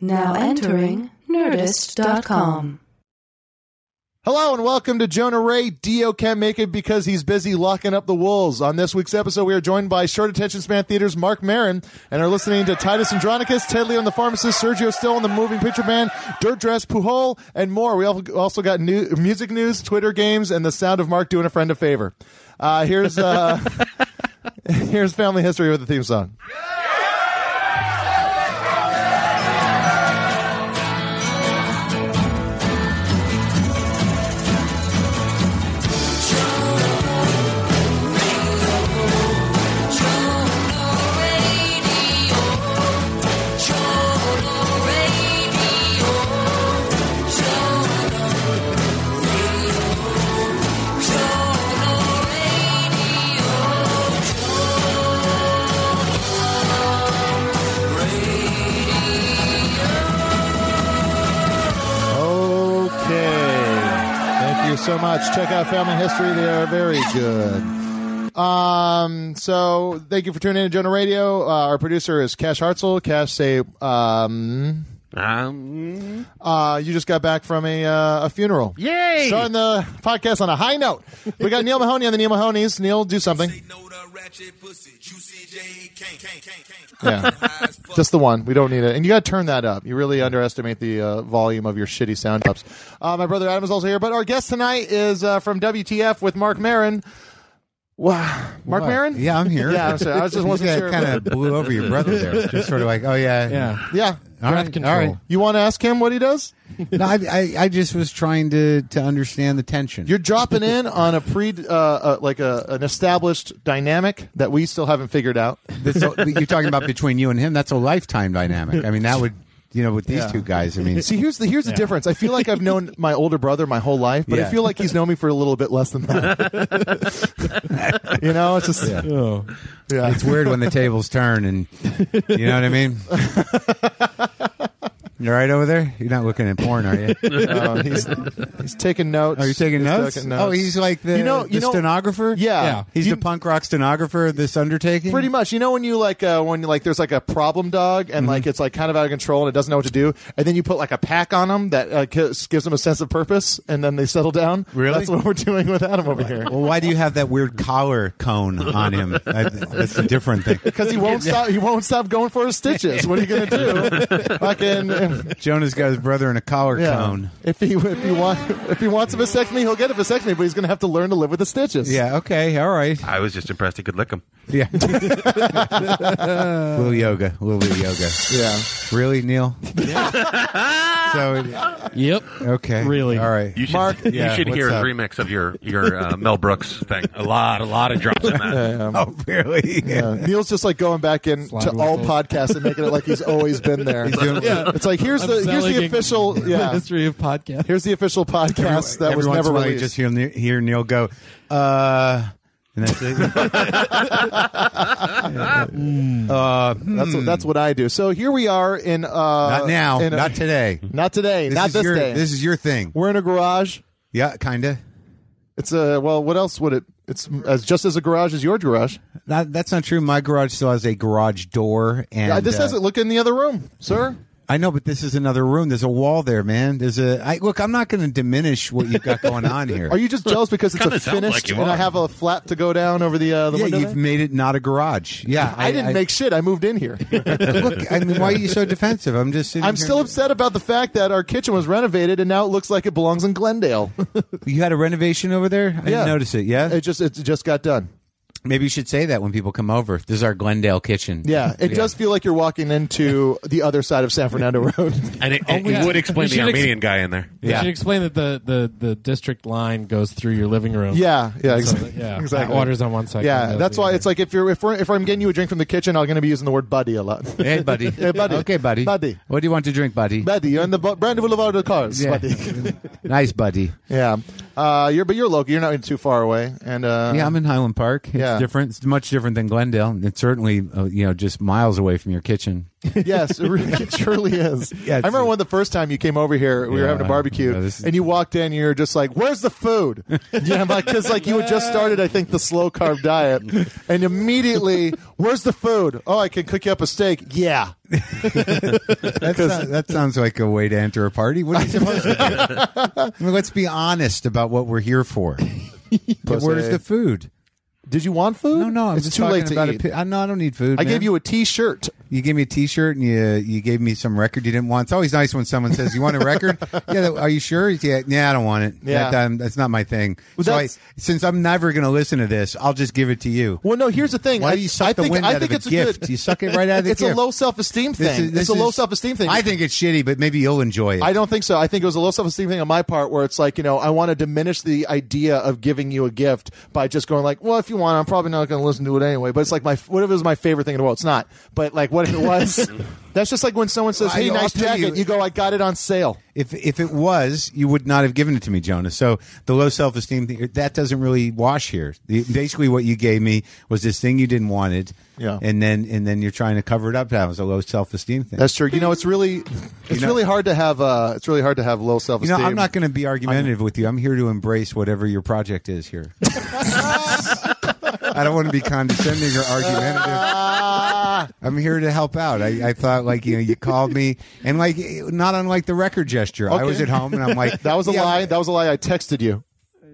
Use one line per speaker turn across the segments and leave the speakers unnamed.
Now entering Nerdist.com.
Hello and welcome to Jonah Ray. Dio can't make it because he's busy locking up the wolves. On this week's episode, we are joined by Short Attention Span Theater's Mark Marin and are listening to Titus Andronicus, Ted Leo and the Pharmacist, Sergio Still and the Moving Picture Band, Dirt Dress, Pujol, and more. We al- also got new- music news, Twitter games, and the sound of Mark doing a friend a favor. Uh, here's uh, here's family history with the theme song. Okay. Thank you so much. Check out Family History. They are very good. Um, so thank you for tuning in to Jonah Radio. Uh, our producer is Cash Hartzell. Cash, say, um,
Um,
uh, you just got back from a, uh, a funeral.
Yay!
Starting the podcast on a high note. We got Neil Mahoney on the Neil Mahoney's. Neil, do something.
Say no to ratchet pussy, juicy J Kane, Kane, Kane, Kane.
Yeah.
High as fuck.
Just the one. We don't need it. And you got to turn that up. You really underestimate the uh, volume of your shitty sound ups. Uh, my brother Adam is also here, but our guest tonight is uh, from WTF with Mark Marin. Wow. Mark
What?
Marin?
Yeah, I'm here.
Yeah, I'm sorry. I was just wasn't sure.
kind of blew over your brother there. Just sort of like, oh yeah,
Yeah.
Yeah.
All right,
control.
all right.
You want to ask him what he does?
No, I, I, I just was trying to to understand the tension.
You're dropping in on a pre, uh, uh, like a, an established dynamic that we still haven't figured out.
This- you're talking about between you and him. That's a lifetime dynamic. I mean, that would you know with these
Yeah.
two guys. I mean,
See, here's the here's the difference. I feel like I've known my older brother my whole life, but I
Yeah.
feel like he's known me for a little bit less than that. you know, it's just yeah.
Oh.
it's weird when the tables turn, and you know what I mean. You're right over there. You're not looking at porn, are you?
Uh, he's he's taking notes.
Oh, you're taking
He's
notes?
taking
Oh, he's like the,
You know-
the
you know-
stenographer.
yeah.
Yeah.
he's
You-
the punk rock stenographer. of This undertaking.
pretty much. You know when you like uh, when like there's like a problem dog and
Mm-hmm.
like it's like kind of out of control and it doesn't know what to do, and then you put like a pack on them that uh, gives gives them a sense of purpose, and then they settle down.
Really?
That's what we're doing with Adam over here.
Well, why do you have that weird collar cone on him? I, that's a different thing.
Because he won't stop, he won't stop going for his stitches. What are you gonna do? Fucking uh,
Jonah's got his brother in a collar
Yeah.
cone.
If he if he want if he wants a vasectomy, he'll get a vasectomy, but he's gonna have to learn to live with the stitches.
Yeah. Okay. All right.
I was just impressed he could lick him.
Yeah. little yoga. Little bit of yoga.
yeah.
Really, Neil? so
Yep.
okay.
Really?
All right.
You should,
Mark,
you
yeah,
should
what's
hear
up?
his remix of your your uh, Mel Brooks thing. A lot, a lot of drops in that.
Oh, really?
Yeah. Neil's just like going back in
Slide
to all
whistles.
podcasts and making it like he's always been there.
doing-
Yeah.
It's like here's
I'm
the here's the
selling
official
The
yeah
history of podcast.
here's the official podcast that
Every
was
once
never
in a while you
released.
Just hear, Ne- hear Neil go, uh, and that's it. uh,
that's what, that's what I do. So here we are in uh
not now.
in a-
not today.
not today, not
is
this
your,
day.
This is your thing.
We're in a garage.
Yeah, kinda.
It's a well. What else would it? It's as just as a garage as your garage.
Not, that's not true. My garage still has a garage door, and
Uh, this
uh,
doesn't look in the other room, sir.
I know, but this is another room. There's a wall there, man. There's a I, look. I'm not going to diminish what you've got going on here.
Are you just jealous because it's a
Kinda sounds like
finished
you
and I
are.
have a flap to go down over the uh, the
yeah,
window?
you've
there?
made it not a garage. Yeah,
I, didn't make shit. I moved in here.
Look, I mean, why are you so defensive? I'm just. Sitting
I'm
here-
still upset about the fact that our kitchen was renovated and now it looks like it belongs in Glendale.
You had a renovation over there. I
Yeah.
didn't notice it. Yeah,
it just it just got done.
maybe you should say that when people come over. This is our Glendale kitchen.
Yeah, it does feel like you're walking into the other side of San Fernando Road.
And it, it,
yeah.
would explain
You
the
should ex-
Armenian guy in there.
You
Yeah.
should explain that the, the, the district line goes through your living room.
yeah, yeah,
So
exactly.
that- yeah.
exactly.
That water's on one side.
yeah,
windows
that's
the
why
other.
it's like if you're if we're if I'm getting you a drink from the kitchen, I'm going to be using the word buddy a lot.
Hey, buddy. hey,
buddy.
Okay, buddy.
Buddy.
What do you want to drink, buddy?
buddy, you're in the bu- Brand Boulevard of Cars.
Yeah.
Buddy.
nice, buddy.
yeah, uh, you're but you're local. You're not too far away. And uh,
Yeah, I'm in Highland Park. It's
Yeah.
different. It's much different than Glendale. It's certainly uh, you know just miles away from your kitchen.
Yes, it, really, it surely is.
Yeah,
I
it's-
remember when the first time you came over here, we were
Yeah,
having a barbecue,
yeah, this is-
and you walked in, you were just like, "Where's the food?" yeah, I'm like, because like you had just started, I think, the slow carb diet, and immediately, "Where's the food?" Oh, I can cook you up a steak. Yeah,
That, sounds, that sounds like a way to enter a party. What are you supposed to do? I mean, let's be honest about what we're here for. But where's the food?
Did you want food?
No, no, I'm
it's
just
too
talking
late to
about a
eat.
pi- I no, I don't need food.
I
man.
gave you a T-shirt.
you gave me a T-shirt and you you gave me some record you didn't want. It's always nice when someone says, "You want a record?" yeah, that- are you sure? Yeah, yeah, I don't want it.
Yeah.
That- um, that's not my thing.
Well,
so I,
that's-
since I'm never going to listen to this, I'll just give it to you.
Well, no. Here's the thing.
Why
I,
do you suck
I
the
think,
wind
I
out
think
of
it's
a
a
gift?
good.
You suck it right out of the
it's
gift.
a low self-esteem thing.
This is- this
it's a low
is-
self-esteem thing.
I think it's shitty, but maybe you'll enjoy it.
I don't think so. I think it was a low self esteem thing on my part where it's like, you know, I want to diminish the idea of giving you a gift by just going like, well, if you want, I'm probably not going to listen to it anyway. But it's like my what if it was my favorite thing in the world? It's not. But like, what if it was? That's just like when someone says,
Well, I-
"Hey,
I'll
nice
tell
jacket." You,
you-
go, "I got it on sale."
If if it was, you would not have given it to me, Jonas. So the low self esteem thing that doesn't really wash here. The, basically, what you gave me was this thing you didn't want it.
Yeah.
and then and then you're trying to cover it up. That was a low self esteem thing.
That's true. You know, it's really, it's
know-
really hard to have. Uh, it's really hard to have low self
you
esteem.
know, I'm not going to be argumentative with you. I'm here to embrace whatever your project is here. I don't want to be condescending or argumentative. I'm here to help out. I, I thought, like, you know, you called me, and like, not unlike the record gesture. I
Okay.
was at home, and I'm like,
That was a
yeah,
lie. That was a lie. I texted you.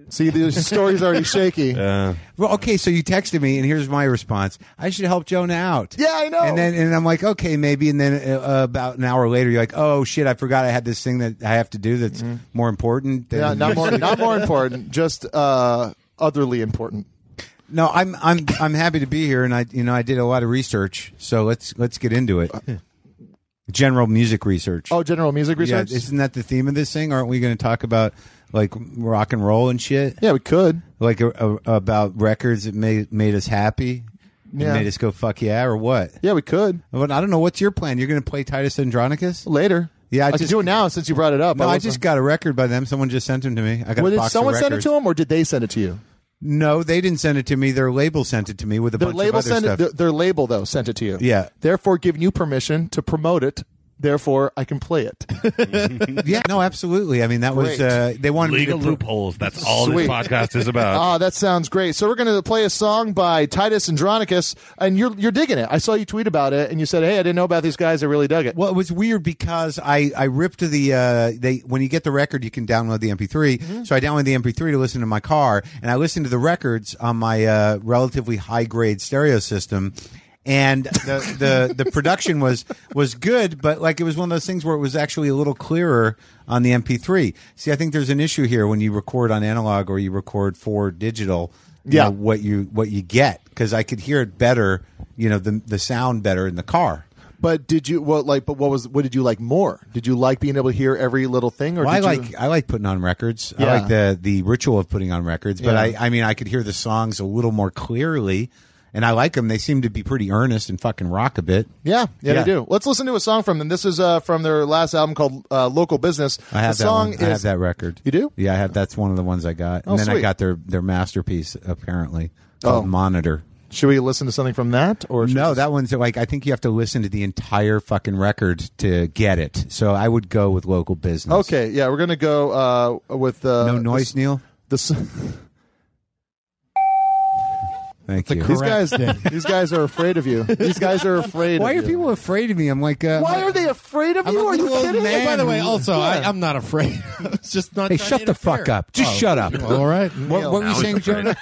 See, the story's already shaky.
Well, okay, so you texted me, and here's my response: I should help Jonah out.
Yeah, I know.
And then, and I'm like, okay, maybe. And then uh, uh, about an hour later, you're like, oh shit, I forgot I had this thing that I have to do that's more important. Than
Mm-hmm. yeah, not more, not more important. Just uh, otherly important.
No, I'm I'm I'm happy to be here, and I you know I did a lot of research, so let's let's get into it. General music research.
Uh, Oh, general music
yeah,
research.
isn't that the theme of this thing? Aren't we going to talk about like rock and roll and shit?
Yeah, we could.
Like a, a- about records that made made us happy, and
Yeah.
made us go fuck yeah or what?
Yeah, we could
But I don't know. What's your plan? You're going to play Titus Andronicus?
later.
Yeah, I
I, could
just-
do it now since you brought it up.
No, I
wasn't-
just got a record by them. Someone just sent them to me. I got
Well,
a
did
box
someone
of
send it
records.
to him, or did they send it to you?
No, they didn't send it to me. Their label sent it to me with a
Their
bunch
label
of other
sent
stuff.
it. Their, their label though sent it to you.
Yeah.
Therefore, giving you permission to promote it. Therefore, I can play it.
yeah, no, absolutely. I mean, that was
Great.
uh, they wanted
Legal
me to.
loopholes. That's all
Sweet.
this podcast is about.
Ah, that sounds great. So we're going to play a song by Titus Andronicus, and you're you're digging it. I saw you tweet about it, and you said, "Hey, I didn't know about these guys. I really dug it."
Well, it was weird because I I ripped the uh they when you get the record you can download the MP3. So I downloaded the MP3 to listen to my car, and I listened to the records on my uh, relatively high grade stereo system. And the, the the production was was good, but like it was one of those things where it was actually a little clearer on the MP3. See, I think there's an issue here when you record on analog or you record for digital. you
Yeah.
know, what you what you get because I could hear it better, you know, the the sound better in the car.
But did you what like? But what was what did you like more? Did you like being able to hear every little thing, or
Well, I
did you-
like I like putting on records.
Yeah.
I like the the ritual of putting on records. But
Yeah.
I I mean I could hear the songs a little more clearly, and I like them. They seem to be pretty earnest and fucking rock a bit.
Yeah, yeah, they
Yeah.
do. Let's listen to a song from them. This is uh, from their last album called uh, "Local Business."
I have
the
that
song
one. I have
is
that record.
You do?
Yeah, I have. That's one of the ones I got.
Oh,
and then
sweet.
I got their their masterpiece apparently called
Oh.
Monitor.
Should we listen to something from that, or should
No,
we-
that one's like I think you have to listen to the entire fucking record to get it. So I would go with local business.
Okay, yeah, we're gonna go uh, with uh,
No noise,
This,
Neil.
this,
Thank you.
these guys,
Correct.
these guys are afraid of you. These guys are afraid.
Why
of
are
you.
people afraid of me? I'm like, uh,
Why are they afraid of
I'm
you?
a
Are you
little old
kidding? me?
man.
By the way, also,
Yeah.
I, I'm not afraid. it's just not.
Hey,
trying
shut
to
the
interfere.
fuck up. Just shut up.
All right.
What, what were Oh, you
Now
saying,
he's afraid.
Jonah?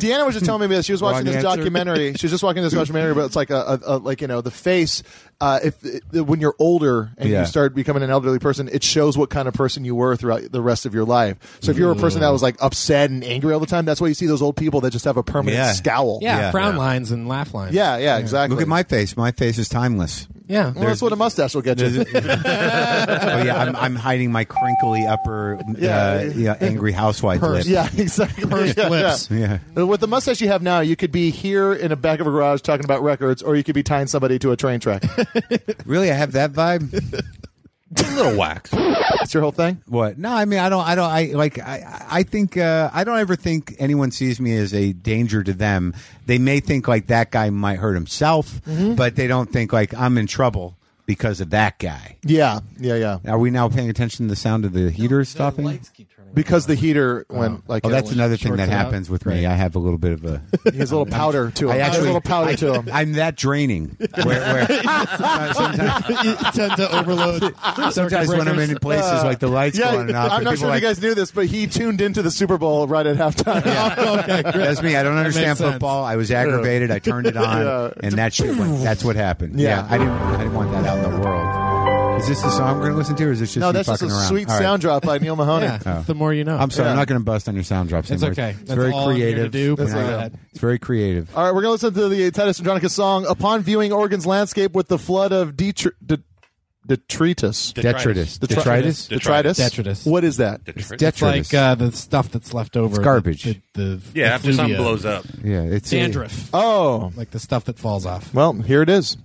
Deanna was just telling me that she was watching
Wrong
this
answer.
documentary. She was just watching this documentary, but it's like a, a, a like you know the face. Uh, if it- when you're older and
Yeah.
you start becoming an elderly person, it shows what kind of person you were throughout the rest of your life. So if you're a person that was like upset and angry all the time, that's why you see those old people that just have a permanent
Yeah.
scowl.
Yeah,
Yeah.
frown lines and laugh lines.
yeah, yeah, exactly.
Look at my face. My face is timeless.
yeah.
Well, that's what a mustache will get you.
Oh yeah, I'm, I'm hiding my crinkly upper, uh,
Yeah.
yeah. angry housewife lip.
Yeah, exactly.
Pursed
Yeah,
lips.
Yeah.
yeah. With the mustache you have now, you could be here in the back of a garage talking about records, or you could be tying somebody to a train track.
Really, I have that vibe.
a little wax.
That's your whole thing.
What? No, I mean, I don't. I don't. I like. I. I think. Uh, I don't ever think anyone sees me as a danger to them. They may think like that guy might hurt himself, but they don't think like I'm in trouble because of that guy.
Yeah, yeah, yeah.
Are we now paying attention to the sound of the heater stopping?
keep turning
because the heater went like
oh,
it-
that's another thing
shorts
that
it out.
happens with me. I have a little bit of a.
He has a little powder to him.
I
He has a
actually-
little powder to him.
I'm that draining. Where, where sometimes, sometimes,
you tend to overload. circuit
sometimes when I'm
breakers.
in places like the lights
Yeah,
going off,
I'm
and
not
people
sure
are
if you
like,
guys knew this, but he tuned into the Super Bowl right at halftime.
Oh, okay, great.
That's me. I don't understand
makes sense.
football. I was aggravated. I turned it on,
Yeah.
and that shit. Went, that's what happened.
Yeah.
Yeah. I didn't. I didn't want that out in the world. Is this the song we're going to listen to, or is this just
No,
you
that's just
fucking
a
around?
sweet
All right.
sound drop by Neil Mahoney.
yeah, it's the more you know.
I'm sorry. I'm
Yeah.
not going to bust on your sound drops.
It's
anymore.
okay.
It's
That's
very
all I'm here to
creative.
do.
That's
That's
all
all
right.
right.
It's very creative.
All right, we're going to listen to the Titus Andronicus song Upon Viewing Oregon's Landscape with the Flood of Detri- Det- Detritus.
Detritus. Detritus.
Detritus.
Detritus.
What is that?
It's like uh, the stuff that's left over. It's
garbage.
The, the,
yeah,
the
after something
fluvia.
blows up.
Yeah. It's Uh,
Dandruff.
Oh,
Like the stuff that falls off.
well, here it is.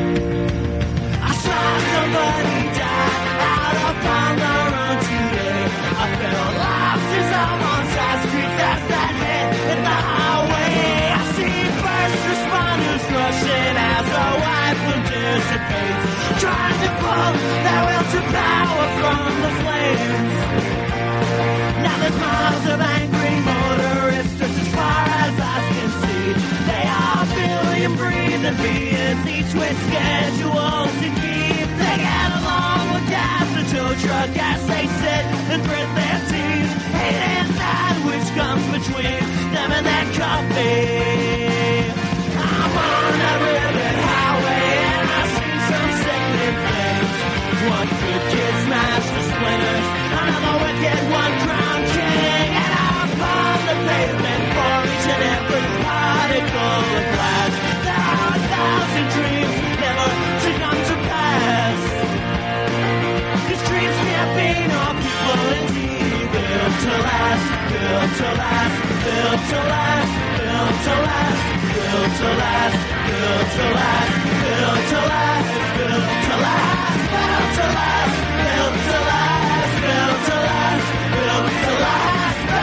I saw somebody die out upon the run today. I felt lobsters up on side streets as that hit hit the highway. I see first responders rushing as the white wind dissipates, trying to pull their will to power from the flames. Now there's mobs of angry motorists just as far as eyes can see. They are billion breathing beings, each with schedules to keep. They get along with gas and tow truck as they sit and grit their teeth, hating that which comes between them and their coffee. I'm on a ribbon highway and I see some sickening things. One good kid smashed to splinters, another wicked one crowned king. And I'm upon the pavement for each and every particle of glass. There are a thousand dreams never to come to pass. Cause dreams can't be no people indeed. Built to last, built to last, built to last, built to last, built to last, built to last, built to last, built to last, built to last, built to last, built to last, built to last,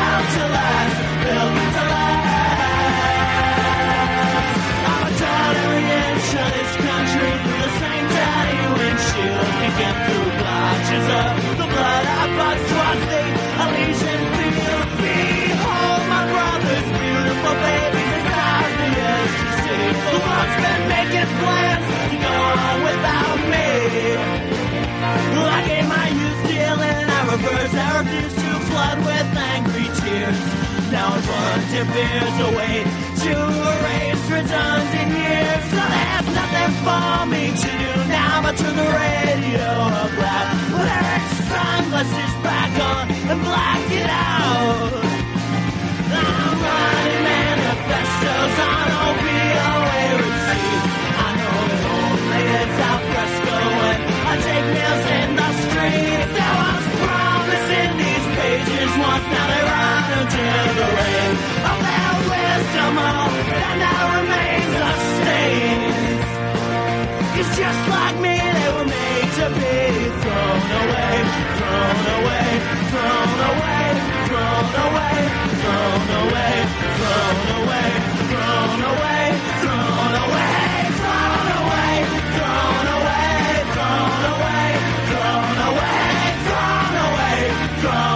built to last, built to last. I'm a daughter inch of this country through the same dirty windshield. We get through blotches of the blood I bought twice the Elysian field. Behold my brother's beautiful babies, it's obvious to see. The one's been making plans to go on without me. Well, I gave my youth deal and I reverse. I refuse to flood with angry tears. Now it runs your beers away to erase redundant years. So there's nothing for me to do now but turn the radio up loud. Put Eric's sunglasses back on and black it out. I'm writing manifestos on OBOA receipts. I know it only is al fresco when I take nails in the streets. There was promise in these pages once, now they run into the rain. Of their wisdom, all that now remains a stain. It's just like me, they were made to be thrown away, thrown away, thrown away, thrown away, thrown away, thrown away, thrown away, thrown away, thrown away, thrown away, thrown away, thrown away, thrown away, thrown away.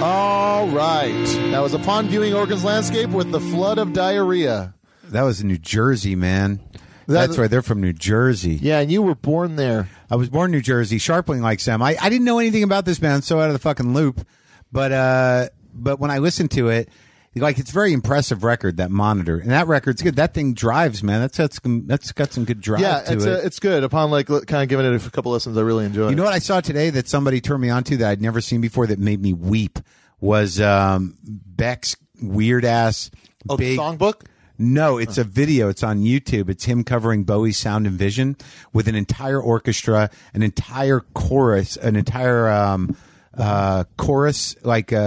All right. That was Upon Viewing Oregon's Landscape with the Flood of Diarrhea.
That was in New Jersey, man.
That-
That's right. They're from New Jersey.
Yeah, and you were born there.
I was born in New Jersey. Sharpling likes them. I, I didn't know anything about this band. I'm so out of the fucking loop. But uh, but when I listened to it, like it's a very impressive record that monitor and that record's good. That thing drives, man. That's that's that's got some good drive
Yeah,
to
it's,
it.
uh it's good. Upon like li- kind of giving it a couple listens, I really enjoy it.
You know what I saw today that somebody turned me onto that I'd never seen before that made me weep was um, Beck's weird ass
oh, the
big
songbook?
No, it's a video. It's on YouTube. It's him covering Bowie's Sound and Vision with an entire orchestra, an entire chorus, an entire um, uh, chorus, like a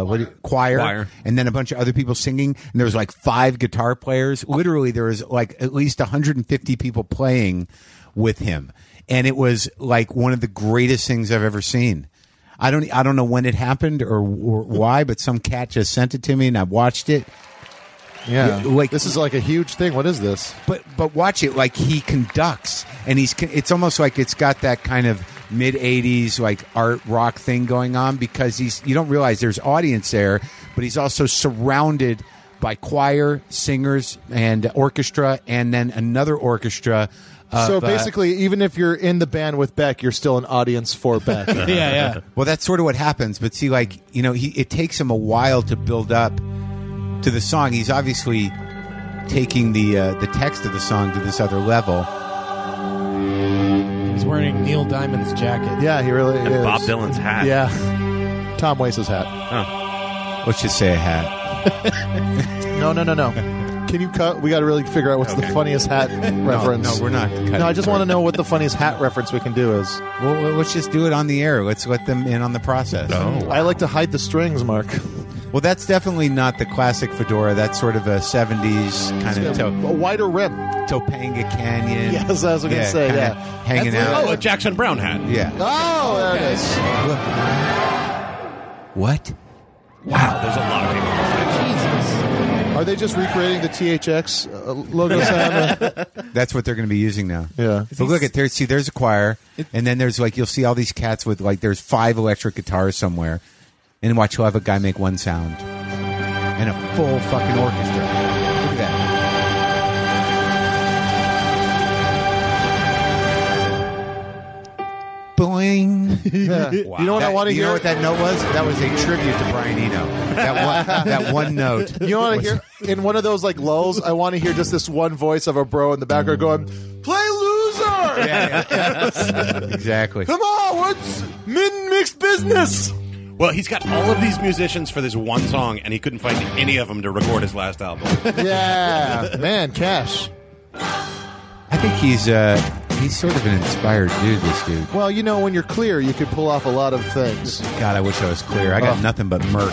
uh, what do you- choir,
Choir.
and then a bunch of other people singing. And there was like five guitar players. Literally, there was like at least 150 people playing with him, and it was like one of the greatest things I've ever seen. I don't I don't know when it happened or, or why, but some cat just sent it to me, and I watched it.
Yeah.
Yeah, like-
this is like a huge thing. What is this?
But but watch it like he conducts, and he's con- it's almost like it's got that kind of mid '80s like art rock thing going on because he's you don't realize there's audience there, but he's also surrounded by choir, singers, and orchestra, and then another orchestra. Of,
so
uh,
basically, even if you're in the band with Beck, you're still an audience for Beck.
yeah, yeah.
Well, that's sort of what happens. But see, like you know, he, it takes him a while to build up to the song. He's obviously taking the uh, the text of the song to this other level.
He's wearing Neil Diamond's jacket.
yeah, he really
And
is.
Bob Dylan's hat.
Yeah. Tom Waits' hat.
Let's just say a hat.
No, no, no, no. Can you cut? We got to really figure out what's the
Okay.
funniest hat reference.
No, we're not. Cutting.
No, I just want to know what the funniest hat reference we can do is.
Well, well, let's just do it on the air. Let's let them in on the process.
I like to hide the strings, Mark.
Well, that's definitely not the classic fedora. That's sort of a 70s kind of
a
to-
wider rim.
Topanga Canyon.
Yes, I was gonna
Yeah,
say,
kinda
yeah.
Hanging
That's
out.
Oh,
like-
a Jackson Brown hat.
yeah.
Oh, there it is.
What?
Wow, there's a lot of people.
Are they just recreating the THX uh, logo sound?
That's what they're going to be using now.
Yeah.
But look at there. See, there's a choir, and then there's like you'll see all these cats with like there's five electric guitars somewhere, and watch you'll have a guy make one sound, and a full fucking orchestra. Look at that. Boing.
Yeah. You know what I
That-
want to
you
hear?
know what that note was? That was a tribute to Brian Eno. That one, that one note.
You know what I hear? In one of those like lulls, I want to hear just this one voice of a bro in the background going, "Play loser!
Yeah, yeah. exactly.
Come on, what's min mixed business?"
Well, he's got all of these musicians for this one song, and he couldn't find any of them to record his last album.
Yeah, man, Cash.
I think he's uh, he's sort of an inspired dude. This dude.
Well, you know, when you're clear, you can pull off a lot of things.
God, I wish I was clear. I
Oh.
got nothing but murk.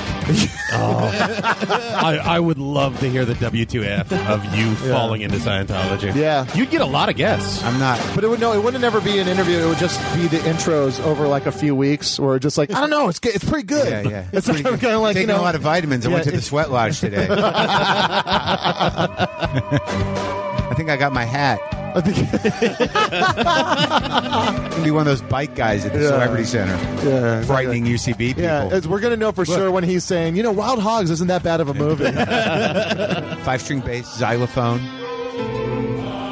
I, I would love to hear the W2F of you falling into Scientology.
Yeah.
You'd get a lot of guests.
I'm not.
But it would no, it wouldn't ever be an interview. It would just be the intros over like a few weeks, or just like I don't know. It's good. it's pretty good.
Yeah, yeah.
It's like, I'm kind of like
Taking
you know
a lot of vitamins. I
Yeah,
went to the
it's-
sweat lodge today. I think I got my hat.
I think-
I'm gonna be one of those bike guys at the
Yeah.
Celebrity Center,
yeah.
frightening UCB people.
Yeah, it's- we're gonna know for sure when he's saying, you know, Wild Hogs isn't that bad of a movie.
Five string bass, xylophone.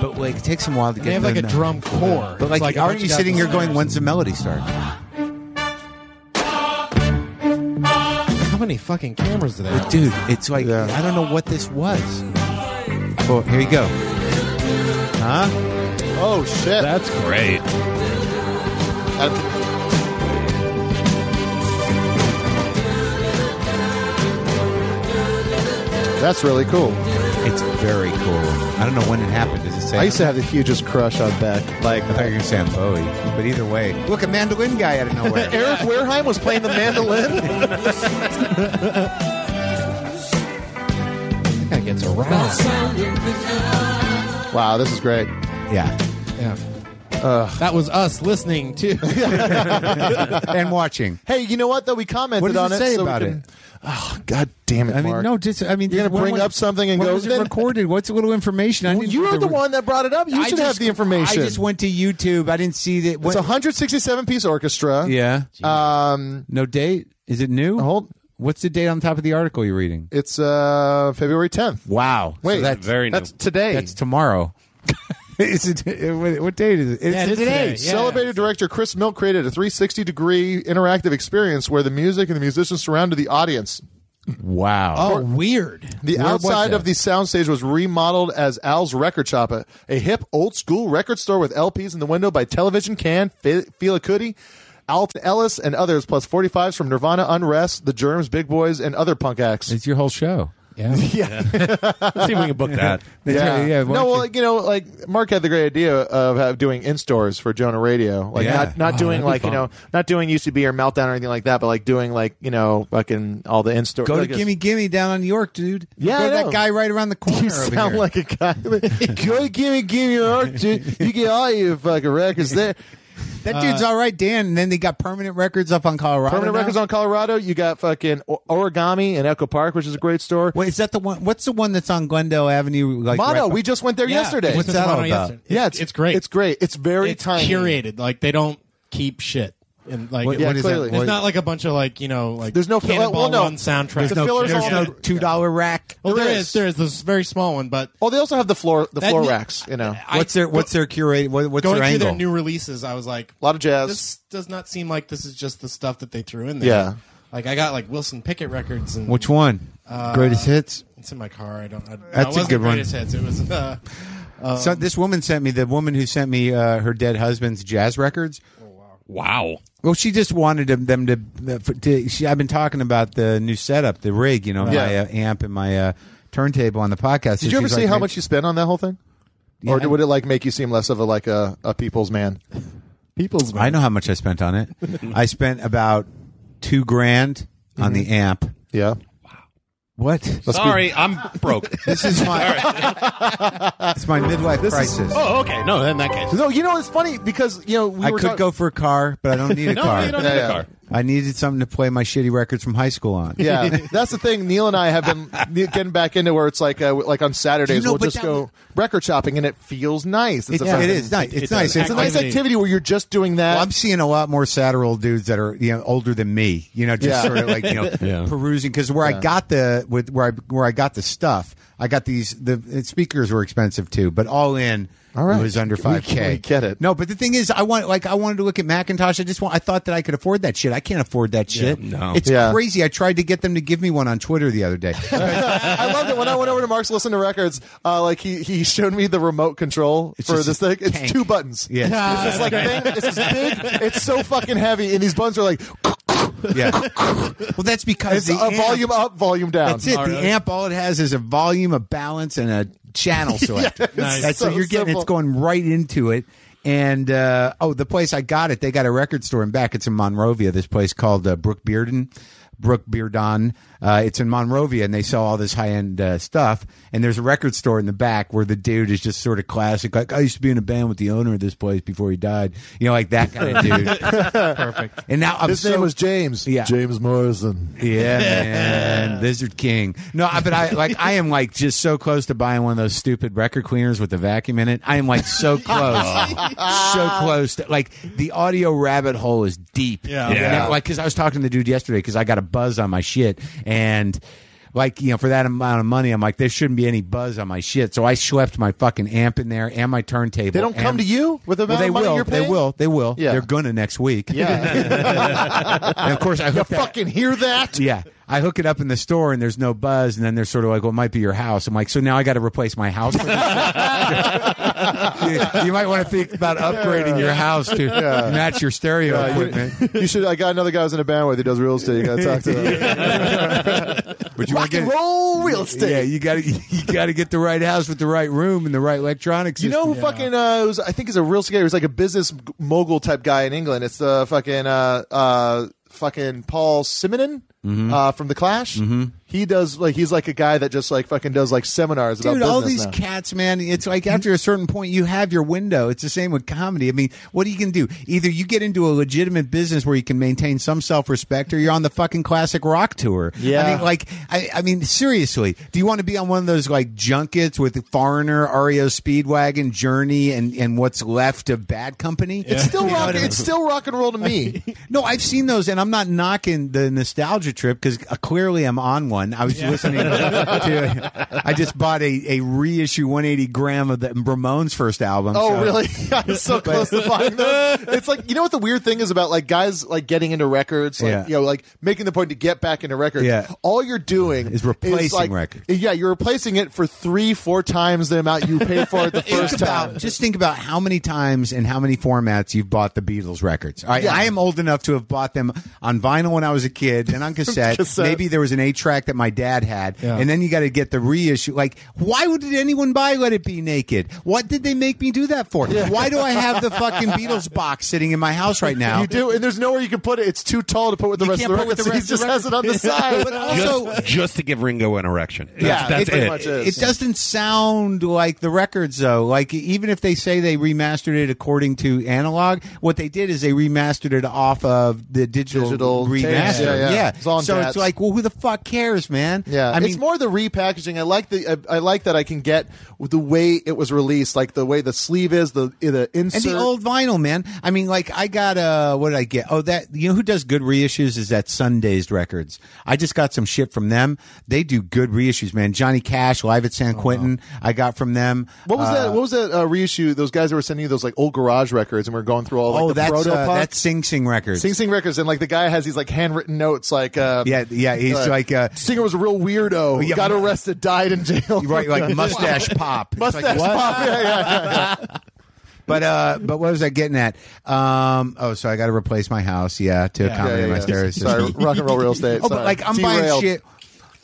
But like, it takes them a while to get.
They have like a
them.
drum core.
But like, aren't you sitting here going, "When's the melody start?"
How many fucking cameras do they have?
Dude, it's like
Yeah.
I don't know what this was. Oh, here you go. Huh?
oh shit!
That's great.
That- That's really cool.
It's very cool. I don't know when it happened. Does it say?
I used to have the hugest crush on Beck. Like
I thought you were going to say on Bowie. But either way. Look, a mandolin guy out of nowhere.
Eric Wareheim was playing the mandolin.
That guy gets around.
wow, this is great.
yeah.
Yeah. that was us listening too.
And watching.
Hey, you know what? Though we commented
What does
on
it say
so we
about
can-
it?
Oh, God damn it,
I mean,
Mark.
no, just, I mean,
You're gonna
when
bring
was-
up something and
when
go,
Was it
then-
recorded? What's a little information? I
Well,
didn't-
you were
there
the
were-
one that brought it up. You
I
should have
just-
the information.
I just went to YouTube. I didn't see that.
it's
When,
a 167 piece orchestra.
yeah.
Um,
no date? Is it new?
hold.
What's the date on top of the article you're reading?
It's uh February 10th.
Wow.
Wait,
So that's,
very new.
that's today.
that's tomorrow. is it, what what date is it? It's
it is today. Yeah.
Celebrated director Chris Milk created a 360 degree interactive experience where the music and the musicians surrounded the audience.
Wow.
Oh, weird.
The
Where was
outside
that?
of the soundstage was remodeled as Al's Record Shop, a, a hip, old school record store with LPs in the window by Television Can, Fe- Fela Kuti, Alton Ellis, and others, plus 45s from Nirvana, Unrest, The Germs, Big Boys, and other punk acts.
It's your whole show.
Yeah.
Yeah.
Let's see if we can book that.
Yeah, yeah, why
no,
don't
well,
you-
like, you know, like Mark had the great idea of have, doing in stores for Jonah Radio, like
Yeah.
not not
Oh,
doing
that'd be
like you
fun.
know not doing UCB or Meltdown or anything like that, but like doing like you know fucking all the in store.
Go to
like a-
Gimme Gimme down on York, dude. Go to
Yeah, I know.
that guy right around the corner.
You
over
sound
here.
like a guy. Go gimme, gimme your art, dude. You get all your fucking records there.
that dude's all right, Dan. And then they got permanent records up on Colorado.
Permanent
now.
Records on Colorado. You got fucking O- Origami in Echo Park, which is a great store.
Wait, is that the one? What's the one that's on Glendale Avenue? Like
Mono,
right-
we just went there
Yeah,
yesterday.
it was
What's that
the
all
one
about?
yesterday.
yeah,
it's, it's great.
It's great. It's very
it's
tiny.
curated. Like they don't keep shit. And like
What-
Yeah,
what is that?
clearly.
What-
it's not like a bunch of like you know like
There's no fill-
Cannonball
well, no.
Run soundtrack.
There's no- fillers
there's
on
no
it.
two dollar rack.
well, there
there
is.
is.
There is this very small one, but
Oh, they also have the floor the
That
floor
ne-
racks. You know,
I-
what's their What's their curate? What, what's
going
their
through
angle?
their new releases, I was like,
a lot of jazz.
this does not seem like this is just the stuff that they threw in there.
Yeah.
Like I got like Wilson Pickett records and
Which one? Greatest hits.
it's in my car. I don't. I, no, it
That's a
wasn't
good one.
Greatest Hits. It was. Uh,
so this woman sent me the woman who sent me uh, her dead husband's jazz records.
Wow.
Well, she just wanted them- them to. to she, I've been talking about the new setup, the rig, you know, my
Yeah.
uh, amp and my uh, turntable on the podcast.
Did you ever see how much you spent on that whole thing? or would it like make you seem less of a like a, a people's man?
People's.
I know how much I spent on it. I spent about two grand on
Mm-hmm.
the amp.
Yeah.
What?
Sorry, I'm broke.
This is my. it's my midlife crisis.
oh, okay. No, in that case.
No, you know it's funny because you know we
I
were
could
talk-
go for a car, but I don't need a
No,
car.
you don't
Yeah,
need
yeah.
a car.
I needed something to play my shitty records from high school on.
Yeah, that's the thing. Neil and I have been getting back into where it's like uh, like on Saturdays
You know,
we'll
but
just
that
go
was-
record shopping and it feels nice.
It,
a
it
fucking-
is nice. It's,
it's
nice.
an
It's a nice activity where you're just doing that.
Well, I'm seeing a lot more Satterall dudes that are you know older than me. You know, just
Yeah.
sort of like you know
Yeah.
perusing because where I got the with where I where I got the stuff, I got these. The uh, speakers were expensive too, but all in.
All right.
It was under
We-
five k.
we get it.
No, but the thing is, I want like I wanted to look at Macintosh. I just want. I thought that I could afford that shit. I can't afford that shit.
no.
it's
Yeah.
crazy. I tried to get them to give me one on Twitter the other day.
I loved it when I went over to Mark's listen to records. Uh, like he he showed me the remote control
It's
for
just
this thing.
a
It's
tank.
two buttons.
yeah,
It's this like thing. It's this big. It's so fucking heavy, and these buttons are like
yeah. well, that's because
it's
the
a
amp-
volume up, volume down.
That's it. The amp, all it has is a volume, a balance, and a channel selector.
Nice.
That's so,
So
you're getting.
simple.
It's going right into it. And uh, oh, the place I got it, they got a record store in back. It's in Monrovia. This place called uh, Brook Bearden. Brook Beardon. Uh, it's in Monrovia, and they sell all this high end uh, stuff. And there's a record store in the back where the dude is just sort of classic. Like I used to be in a band with the owner of this place before he died. You know, like that kind of dude.
perfect.
and now I'm
His
so
name was James.
Yeah.
James Morrison.
yeah, man, Lizard King. No, I- but I like I am like just so close to buying one of those stupid record cleaners with the vacuum in it. I am like so close, so close. To, like the audio rabbit hole is deep.
Yeah.
And
Yeah.
I- like because I was talking to the dude yesterday because I got a buzz on my shit and. Like you know, for that amount of money, I'm like, there shouldn't be any buzz on my shit. So I schlepped my fucking amp in there and my turntable.
They don't
and-
come to you with the
Well,
amount
they
of money
will.
you're paying.
They will. They will.
Yeah.
They're gonna next week.
Yeah,
And of course, I hooked that-
fucking hear that.
yeah. I hook it up in the store and there's no buzz, and then they're sort of like, "Well, it might be your house." I'm like, "So now I got to replace my house." with this?" you, you might want to think about upgrading your house to match your stereo
Uh,
equipment.
you, you should. I got another guy who's in a band with. He does real estate. You got to talk to him.
But you wanna
Rock and roll real estate.
Yeah, you got to you got to get the right house with the right room and the right electronics.
You know who fucking uh, was, I think is a real estate. guy. He was like a business mogul type guy in England. It's uh, fucking uh, uh, fucking Paul Simonon uh, from the Clash. He does like he's like a guy that just like fucking does like seminars about
Dude,
business
all these
now.
cats, man. It's like after a certain point, you have your window. It's the same with comedy. I mean, what are you going to do? Either you get into a legitimate business where you can maintain some self respect, or you're on the fucking classic rock tour.
Yeah.
I mean, like, I, I mean, seriously, do you want to be on one of those like junkets with Foreigner, REO Speedwagon, Journey, and and what's left of Bad Company?
It's still rock. It's still rock and roll to me.
No, I've seen those, and I'm not knocking the nostalgia trip because uh, clearly I'm on one. I was listening to. I just bought a, a reissue 180 gram of the Ramones' first album.
Oh,
so-
really? I'm so close to buying those. It's like you know what the weird thing is about like guys like getting into records, like
Yeah.
you know, like making the point to get back into records.
Yeah.
All you're doing
Is replacing
like-
records.
Yeah, you're replacing it for three, four times the amount you paid for it the
Think
first
about,
time.
just think about how many times and how many formats you've bought the Beatles records. All right,
Yeah.
I am old enough to have bought them on vinyl when I was a kid and on cassette.
Cassette.
Maybe there was an eight track that my dad had,
Yeah.
and then you got to get the reissue. Like, why would did anyone buy Let It Be Naked? What did they make me do that for? Why do I have the fucking Beatles box sitting in my house right now?
You do, and there's nowhere you can put it. It's too tall to put with the
You
rest of
can't
the
put with
record.
the
so
rest
he
of
just
the
has it on the side.
But
Just,
also,
just to give Ringo an erection.
yeah,
that's,
it pretty
it.
much
it
is.
doesn't sound like the records though. Like even if they say they remastered it according to analog, what they did is they remastered it off of the digital,
Digital tapes,
remaster.
yeah, yeah. It's all on
so
tats.
it's like, well, who the fuck cares, man?
Yeah,
I mean,
it's more the repackaging. I like the I, I like that I can get with the way it was released, like the way the sleeve is, the the insert.
and the old vinyl, man. I mean, like I got uh, what did I get? Oh, that you know who does good reissues is that Sundazed Records. I just got some shit from them. They do good reissues, man. Johnny Cash live at San Quentin. I got from them.
Oh, what was
Uh,
that? What was that uh, reissue? Those guys that were sending you those like old garage records, and we are going through all like
oh,
the
that's
proto
uh,
punk.
that's Sing Sing Records.
Sing Sing Records, and like the guy has these like handwritten notes, like uh,
Yeah, yeah, he's like, uh, Oh,
Singer was a real weirdo.
Yeah.
got arrested, died in jail.
right, like mustache pop. It's
mustache
like, what?
pop. Yeah, yeah, yeah.
But uh, but what was I getting at? Um, oh, so I got to replace my house, yeah, to accommodate
Yeah, yeah,
my
yeah.
stereo system.
Sorry, rock and roll real estate.
Oh, but
Sorry.
like I'm buying
Derailed.
shit.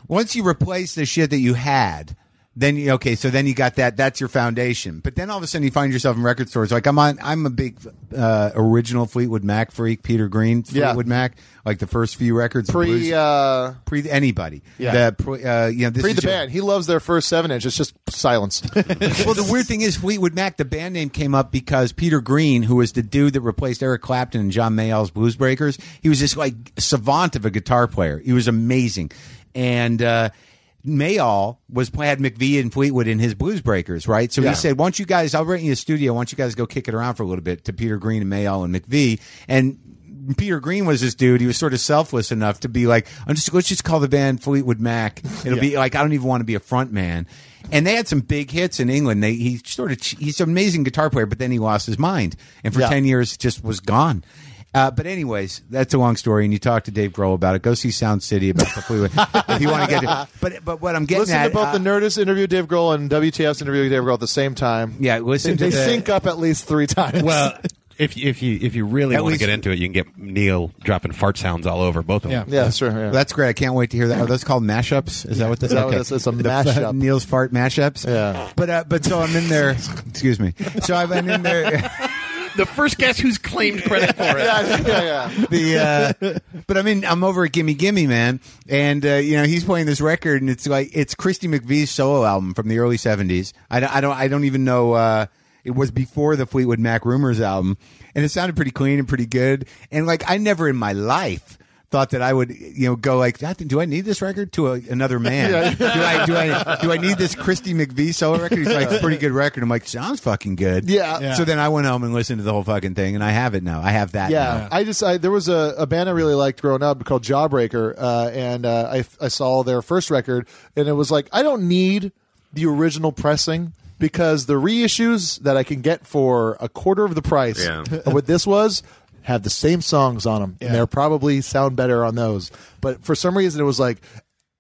Once you replace the shit that you had, then you, okay, so then you got that. That's your foundation. But then all of a sudden you find yourself in record stores. Like I'm on. I'm a big uh, original Fleetwood Mac freak. Peter Green,
Yeah.
Fleetwood Mac. Like the first few records,
Pre
blues-
uh,
pre anybody.
Yeah.
The pre, uh, you know, this
pre
is
the
your-
band. He loves their first seven inch. It's just silence.
well, the weird thing is Fleetwood Mac. The band name came up because Peter Green, who was the dude that replaced Eric Clapton and John Mayall's Blues Breakers, he was just like savant of a guitar player. He was amazing, and uh, Mayall was had McVie and Fleetwood in his Blues Breakers, right? So
Yeah.
he said, "Why don't you guys? I'll rent you a studio. Why don't you guys go kick it around for a little bit?" To Peter Green and Mayall and McVie, and Peter Green was this dude. He was sort of selfless enough to be like, "I'm just let's just call the band Fleetwood Mac. It'll be like I don't even want to be a front man." And they had some big hits in England. They, he sort of he's an amazing guitar player, but then he lost his mind, and for
Yeah.
ten years just was gone. Uh, but anyways, that's a long story, and you talk to Dave Grohl about it. Go see Sound City about the Fleetwood if you want to get. To, but but what I'm getting
Listen
at
to both
uh,
the Nerdist interview with Dave Grohl and WTF's interview with Dave Grohl at the same time.
yeah, listen
they
to the,
sync up at least three times.
Well, if if you if you really
At
want to
least-
get into it, you can get Neil dropping fart sounds all over both of
Yeah.
them.
yeah, sure. Yeah.
That's great. I can't wait to hear that. Are those called mashups? Is that what that's
that what it's- it's a mashup.
Neil's fart mashups.
Yeah.
But uh, but so I'm in there. Excuse me. So I've been in there.
The first guess who's claimed credit for it.
yeah, yeah, yeah.
The uh, but I mean I'm over at Gimme Gimme Man, and uh, you know he's playing this record, and it's like it's Christy McVie's solo album from the early '70s. I don't I don't, I don't even know. Uh, it was before the Fleetwood Mac Rumors album, and it sounded pretty clean and pretty good. And like I never in my life thought that I would, you know, go like, "God, do I need this record to a, another man? do I do I do I need this Christy McVie solo record? He's like, it's a pretty good record. I'm like, sounds fucking good.
Yeah. Yeah.
So then I went home and listened to the whole fucking thing, and I have it now. I have that.
Yeah,
now.
I just I, there was a, a band I really liked growing up called Jawbreaker, uh, and uh, I I saw their first record, and it was like I don't need the original pressing because the reissues that I can get for a quarter of the price
Yeah.
of what this was have the same songs on them, and they're probably sound better on those. But for some reason, it was like.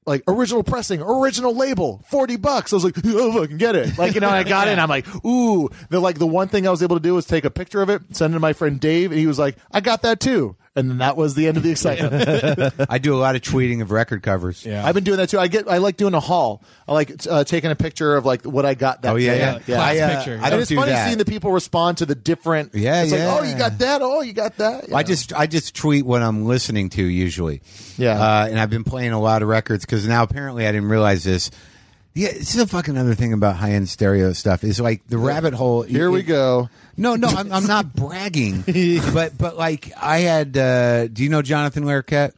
Like original pressing, original label, forty bucks. I was like, oh, I can get it. Like you know, I got it. and I'm like, ooh. The like the one thing I was able to do was take a picture of it, send it to my friend Dave, and he was like, I got that too. And then that was the end of the excitement.
I do a lot of tweeting of record covers.
Yeah.
I've been doing that too. I get I like doing a haul. I like uh, taking a picture of like what I got. That
Oh yeah,
day.
yeah.
Class
I, uh,
picture.
I
And
don't
it's
do
funny
that.
seeing the people respond to the different.
Yeah,
it's
yeah.
Like, oh, you got that. Oh, you got that.
I
Yeah.
just I just tweet what I'm listening to usually.
Yeah.
uh, and I've been playing a lot of records because now apparently I didn't realize this. Yeah, this is a fucking other thing about high end stereo stuff. Is like the rabbit hole.
here we
it-
go.
No, no, I'm, I'm not bragging, but but like I had. Uh, do you know Jonathan Larroquette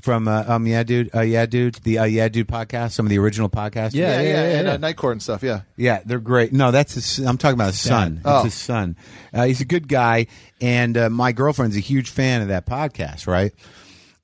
from uh, Um Yeah Dude? Uh, yeah Dude, the uh, Yeah Dude podcast, some of the original podcasts.
Yeah, yeah, and, uh, Night Court and stuff. Yeah.
Yeah, they're great. No, that's his, I'm talking about his son. It's
Oh.
his son. Uh, he's a good guy, and uh, my girlfriend's a huge fan of that podcast, right?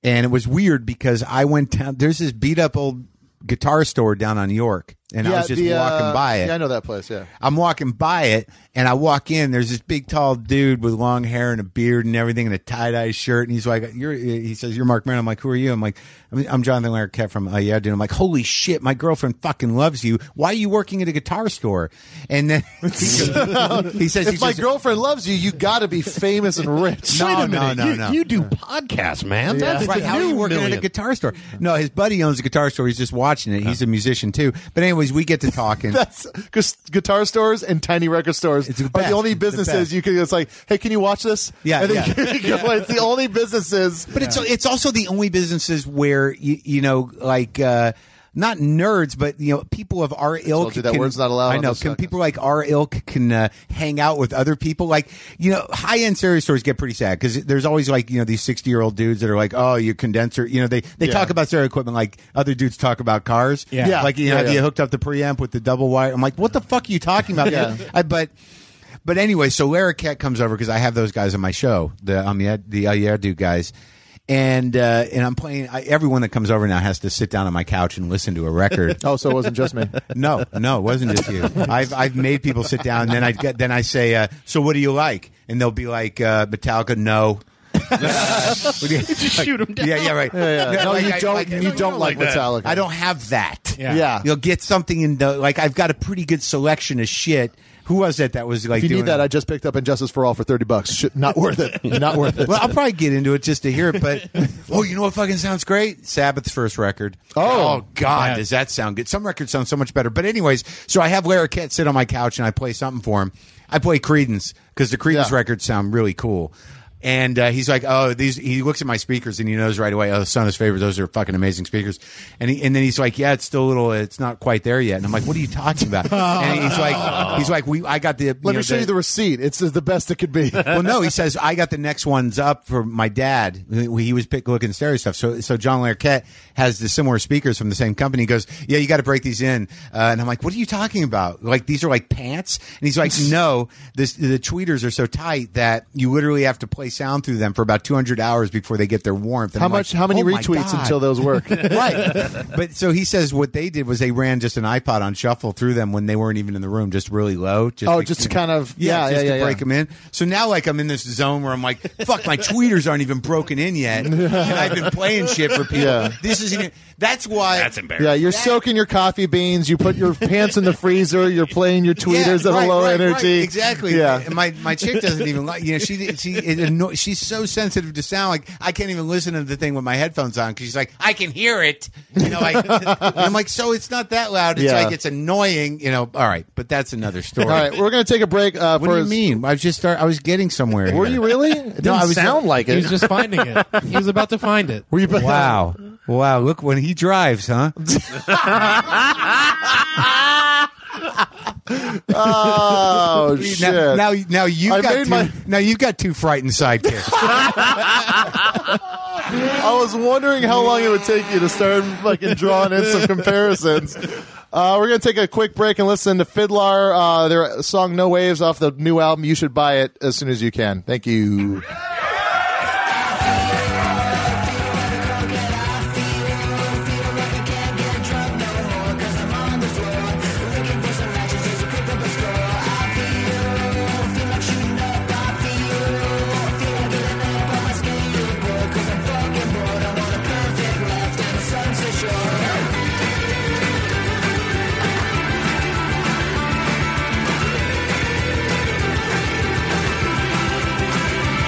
And it was weird because I went down. There's this beat up old guitar store down on York and I was just walking
uh,
by it.
Yeah, I know that place. Yeah,
I'm walking by it, and I walk in. There's this big, tall dude with long hair and a beard and everything, and a tie dye shirt. And he's like, "You're," he says, "You're Mark Maron." I'm like, "Who are you?" I'm like, "I'm, I'm Jonathan Larroquette from uh, Yeah, dude." I'm like, "Holy shit, my girlfriend fucking loves you. Why are you working at a guitar store?" And then he goes- he says, he
if my
says,
girlfriend loves you, you got to be famous and rich.
No,
Wait a
no,
minute.
no,
you,
no.
you do podcasts, man. That's
Right,
the
how are
new
you working
million.
at a guitar store? No, his buddy owns a guitar store. He's just watching it. He's a musician too. But anyways, we get to talking.
That's because guitar stores and tiny record stores
It's the
are
best.
the only
It's the
businesses
best.
you can. It's like, hey, can you watch this?
Yeah,
and then
yeah.
you can go, it's the only businesses.
But it's it's also the only businesses where you you know like uh, not nerds, but you know people of our ilk.
you that word's not allowed
I
on
know.
this
Can
podcast.
people like our ilk can uh, hang out with other people? Like you know, high end stereo stores get pretty sad because there's always like you know these sixty year old dudes that are like, oh, your condenser. You know, they they
Yeah.
talk about stereo equipment like other dudes talk about cars.
Yeah. Yeah.
Like you know,
Yeah,
have
yeah.
you hooked up the preamp with the double wire? I'm like, what the fuck are you talking about?
Yeah.
I, but. But anyway, so Larry Cat comes over because I have those guys on my show, the um, yeah, the Ayerdu guys, and uh, and I'm playing. I, everyone that comes over now has to sit down on my couch and listen to a record.
Oh, so it wasn't just me.
no, no, it wasn't just you. I've I've made people sit down, and then I get then I say, uh, so what do you like? And they'll be like, uh, Metallica, no.
Just shoot him down.
Yeah, yeah, right.
Yeah, yeah. No,
like,
you
I-
don't.
like-
you don't like
like that.
Metallica.
I don't have that.
Yeah.
Yeah.
You'll get something in the like. I've got a pretty good selection of shit. Who was it that was like?
If you
doing
need that, I just picked up Injustice for All for thirty bucks. Shit, not worth it. Not worth it.
well, I'll probably get into it just to hear it, but oh, you know what fucking sounds great? Sabbath's first record.
Oh.
God,
Yeah.
does that sound good? Some records sound so much better. But anyways, so I have Larry Kett sit on my couch and I play something for him. I play Credence because the Credence
Yeah.
records sound really cool. And uh, he's like, oh, these. He looks at my speakers and he knows right away. Oh, son of his favorite. Those are fucking amazing speakers. And he, and then he's like, yeah, it's still a little. It's not quite there yet. And I'm like, what are you talking about? and he's like, he's like, we. I got the.
Let
know,
me show you the receipt. It's the best it could be.
well, no, he says I got the next ones up for my dad. He he was pick, looking stereo stuff. So, so John Larroquette has the similar speakers from the same company. He goes, "Yeah, you got to break these in." Uh, and I'm like, "What are you talking about? Like these are like pants?" And he's like, "No, this the tweeters are so tight that you literally have to play sound through them for about 200 hours before they get their warmth." And
How
I'm
much?
like,
how many
"Oh my
retweets
God."
until those work?
right. But so he says what they did was they ran just an iPod on shuffle through them when they weren't even in the room, just really low. Just
Oh, just to kind of- yeah,
just
yeah,
to
yeah,
break
yeah.
them in. So now like I'm in this zone where I'm like, fuck, my tweeters aren't even broken in yet, and I've been playing shit for people.
Yeah.
This isn't. That's why.
That's embarrassing.
Yeah, you're soaking your coffee beans. You put your pants in the freezer. You're playing your tweeters
yeah,
at
right,
a low
right, right,
energy.
exactly.
Yeah.
And my my chick doesn't even like. You know, she she it anno- she's so sensitive to sound. Like I can't even listen to the thing with my headphones on because she's like, I can hear it. You know, like and I'm like, so it's not that loud. It's
Yeah.
like it's annoying. You know, all right, but that's another story.
All right, we're gonna take a break. Uh,
What
for
do you mean? I was just start. I was getting somewhere.
Were
here.
you really? It didn't
I was-
sound like
He
it.
was just finding it. He was about to find it.
Were you?
Wow. Wow, look when he drives, huh?
Oh shit!
Now, now, now you've
I
got
made
two,
my-
now you've got two frightened sidekicks.
I was wondering how long it would take you to start fucking drawing in some comparisons. Uh, we're gonna take a quick break and listen to Fiddler, uh, their song "No Waves" off the new album. You should buy it as soon as you can. Thank you.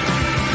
I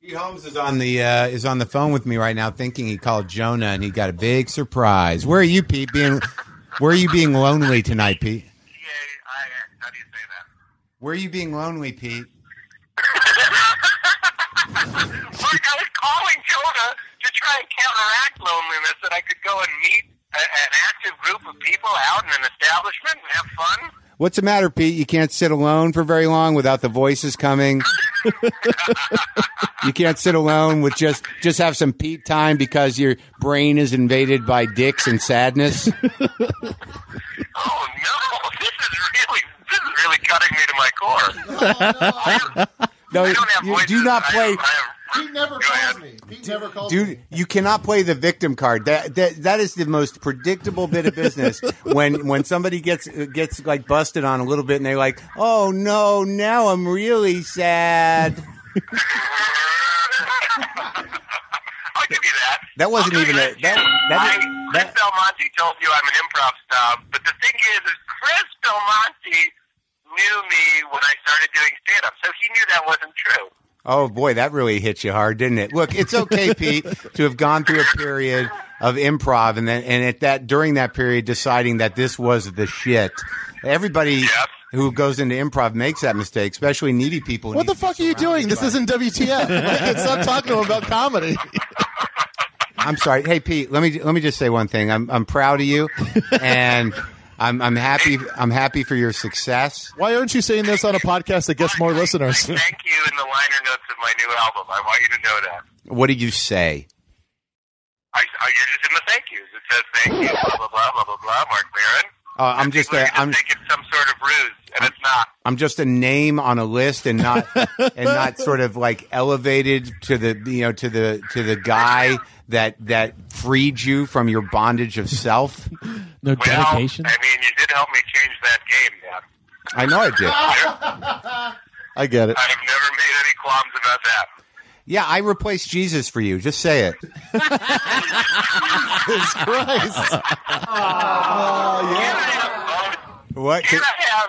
Pete Holmes is on the uh, is on the phone with me right now, thinking he called Jonah and he got a big surprise. Where are you, Pete? Being where are you being lonely tonight, Pete?
C-A-I-N. How do you say that?
Where are you being lonely, Pete?
Look, I was calling Jonah to try and counteract loneliness that I could go and meet a, an active group of people out in an establishment and have fun.
What's the matter, Pete? You can't sit alone for very long without the voices coming. you can't sit alone with just just have some Pete time because your brain is invaded by dicks and sadness.
Oh no, this is really this is really cutting me to my core.
No,
I don't have
you
voices.
do not
I
play.
have- I have-
Pete never calls me. Pete never calls me.
Dude, you cannot play the victim card. That that that is the most predictable bit of business. when when somebody gets gets like busted on a little bit, and they're like, "Oh no, now I'm really sad."
I'll give you that.
That wasn't
I'll give
even
you
a- that- that
I-
is-
Chris
that-
Belmonte told you I'm an improv snob, but the thing is, is Chris Belmonte knew me when I started doing stand-up, so he knew that wasn't true.
Oh boy, that really hit you hard, didn't it? Look, it's okay, Pete, to have gone through a period of improv and then and at that during that period deciding that this was the shit. Everybody who goes into improv makes that mistake, especially needy people. who
What
need
the
to
fuck
be
are you
surrounded
doing? This
by-
isn't WTF. Like, stop talking to him about comedy.
I'm sorry. Hey, Pete. Let me let me just say one thing. I'm I'm proud of you, and I'm I'm happy. I'm happy for your success.
Why aren't you saying this on a podcast that gets more
I-
listeners?
I thank you in the liner notes of my new album. I want you to know that.
What did you say?
I, I, you're just in the thank yous. It says thank you, blah, blah, blah, blah, blah, blah, Mark Maron.
Uh, I'm just
People are
a,
gonna
I'm
think it's some sort of ruse, and it's not.
I'm just a name on a list and not and not sort of like elevated to the you know to the to the guy that that freed you from your bondage of self.
No
Well,
dedication.
I mean, you did help me change that game, man.
I know I did.
I get it.
I have never made any qualms about that.
Yeah, I replaced Jesus for you. Just say it.
Jesus Christ.
Can I have both?
What?
Can I have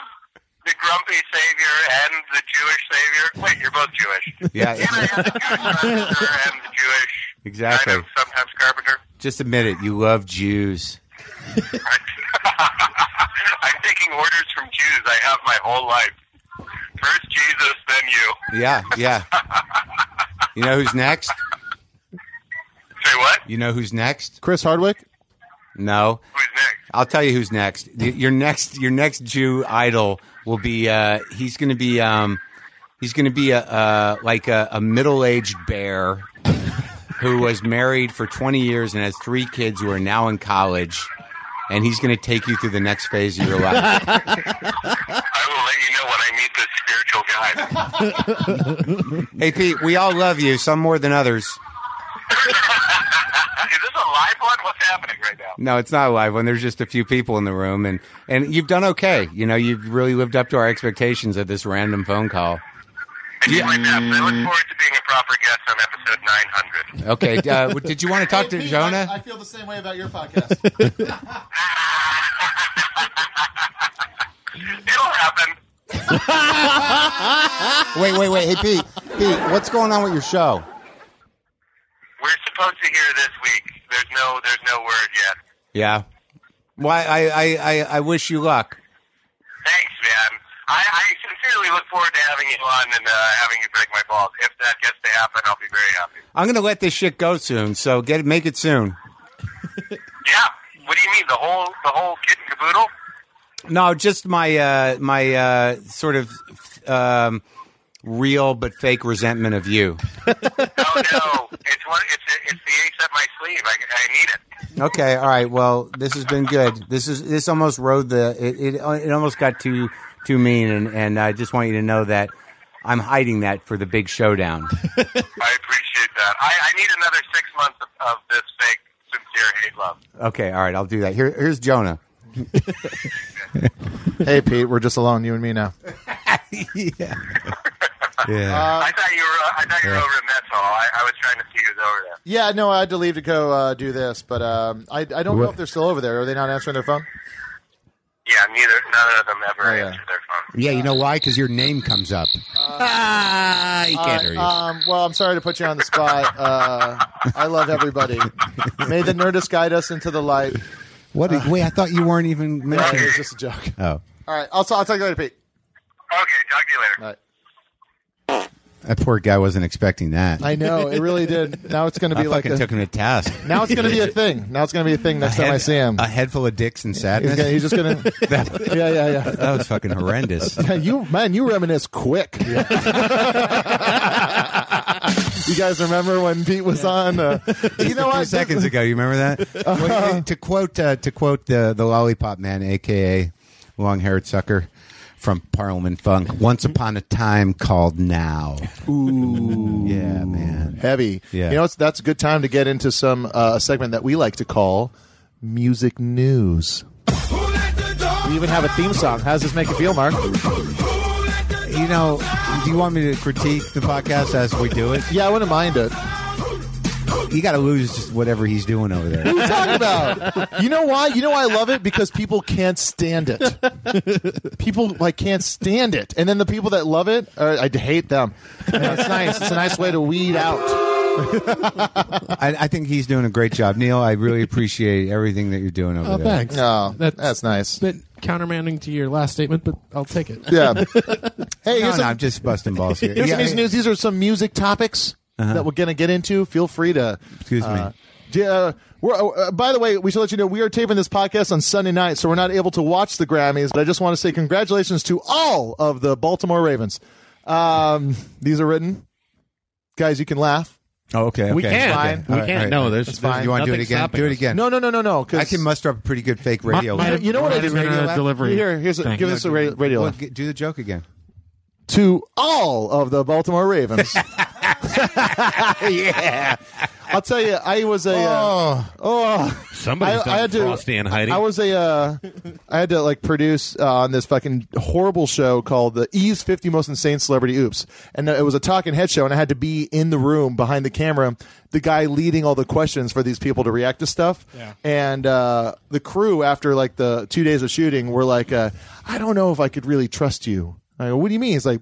the grumpy savior and the Jewish savior? Wait, you're both Jewish.
Yeah,
Can I have the Jewish carpenter and the Jewish
Exactly.
kind of sometimes carpenter?
Just admit it. You love Jews.
I'm taking orders from Jews. I have my whole life. First Jesus, then you.
Yeah, yeah. You know who's next?
Say what?
You know who's next?
Chris Hardwick?
No.
Who's next?
I'll tell you who's next. Y- Your next, your next Jew idol will be. Uh, he's going to be. Um, he's going to be a, a like a, a middle-aged bear who was married for 20 years and has three kids who are now in college, and he's going to take you through the next phase of your life.
I will let you know when I meet this spiritual guy.
hey, Pete, we all love you, some more than others.
Is this a live one? What's happening right now?
No, it's not a live one. There's just a few people in the room, and and you've done okay. You know, you've really lived up to our expectations of this random phone call.
I did my best. I look forward to being a proper guest on episode 900.
Okay, uh, did you want to talk to Jonah?
I feel the same way about your podcast.
It'll happen.
Wait, wait, wait. Hey, Pete. Pete, what's going on with your show?
We're supposed to hear this week. There's no, there's no word yet.
Yeah. Why? I, I, I, I wish you luck.
Thanks, man. I, I sincerely look forward to having you on and uh, having you break my balls. If that gets to happen, I'll be very happy.
I'm gonna let this shit go soon. So get it, make it soon.
Yeah. What do you mean? The whole, the whole kit and caboodle?
No, just my, uh, my uh, sort of um, real but fake resentment of you.
Oh no! it's one. It's it's the ace up my sleeve. I, I need it.
Okay, all right. Well, this has been good. This is this almost rode the it it, it almost got too too mean, and and I just want you to know that I'm hiding that for the big showdown.
I appreciate that. I, I need another six months of, of this fake sincere hate love.
Okay, all right. I'll do that. Here, here's Jonah.
Hey, Pete, we're just alone, you and me now.
yeah.
Uh,
Yeah.
I thought you were. uh, I thought you were over in Mets Hall. I, I was trying to see who's over there.
Yeah, no, I had to leave to go uh, do this, but um, I, I don't know
What-
if they're still over there. Are they not answering their phone?
Yeah, neither none of them ever
Oh, yeah.
answered their phone.
yeah, you know why? Because your name comes up.
Uh,
ah, he can't hear you.
Um, well, I'm sorry to put you on the spot. Uh, I love everybody. May the nerdist guide us into the light.
what? a- wait, I thought you weren't even
Uh, it
mentioned.
was just a joke.
Oh,
All right, I'll, I'll talk to you later, Pete.
Okay, talk to you later.
All right.
that poor guy wasn't expecting that.
I know it really did. Now it's going to
I
be like
fucking
a,
took him to task.
now it's going to be a thing. Now it's going to be a thing next time I see him.
A head full of dicks and
He's,
sadness.
gonna, he's just going to
that,
yeah yeah yeah.
that was fucking horrendous.
Yeah, you man, you reminisce quick. you guys remember when Pete was on? Uh, you know
Two
what?
seconds ago, you remember that? Well, to quote uh, to quote the the lollipop man, aka long haired sucker from Parliament Funk. Once upon a time called now. Ooh, yeah, man.
Heavy.
Yeah.
You know, it's, that's a good time to get into some uh, a segment that we like to call music news. We even have a theme song. How does this make you feel, Mark?
You know, do you want me to critique the podcast as we do it?
Yeah, I wouldn't mind it.
You got to lose whatever he's doing over there.
What are you talking about? You know why? You know why I love it? Because people can't stand it. People like can't stand it, and then the people that love it, uh, I hate them. You know, it's nice. It's a nice way to weed out.
I, I think he's doing a great job, Neil. I really appreciate everything that you're doing over
Oh,
there.
thanks.
No, that's,
That's-
nice.
Bit countermanding to your last statement, but I'll take it.
Yeah. Hey,
No,
here's,
no,
some,
I'm just busting balls here.
here's
Yeah, Uh-huh.
some music news. These are some music topics that we're gonna get into. Feel free to
Excuse me.
uh, do- uh, we're, uh, by the way, we should let you know we are taping this podcast on Sunday night, so we're not able to watch the Grammys. But I just want to say congratulations to all of the Baltimore Ravens. Um, these are written, guys. You can laugh.
Oh, okay, okay.
We can't.
fine.
We
All right,
can't.
all right.
No, there's.
It's
there's
fine.
You want to do it
nothing
again?
stopping
Do it
us.
again.
No, no, no, no, no. 'cause-
I can muster up a pretty good fake
Might-
radio.
might have-
You know what
might
I
have
did
been
radio
a
lab?
delivery.
Here, here's a-
thing.
give us a ra- radio.
Well,
lab.
g- do the joke again.
to all of the Baltimore Ravens. yeah, I'll tell you, I was a.
Oh,
uh,
Somebody's
I- I had
done
to-
Frosty and Heidi.
I was a. Uh, I had to like produce uh, on this fucking horrible show called the E's 50 Most Insane Celebrity Oops, and uh, it was a talking head show, and I had to be in the room behind the camera, the guy leading all the questions for these people to react to stuff, and uh, the crew after like the two days of shooting were like, uh, I don't know if I could really trust you. I go, what do you mean? It's like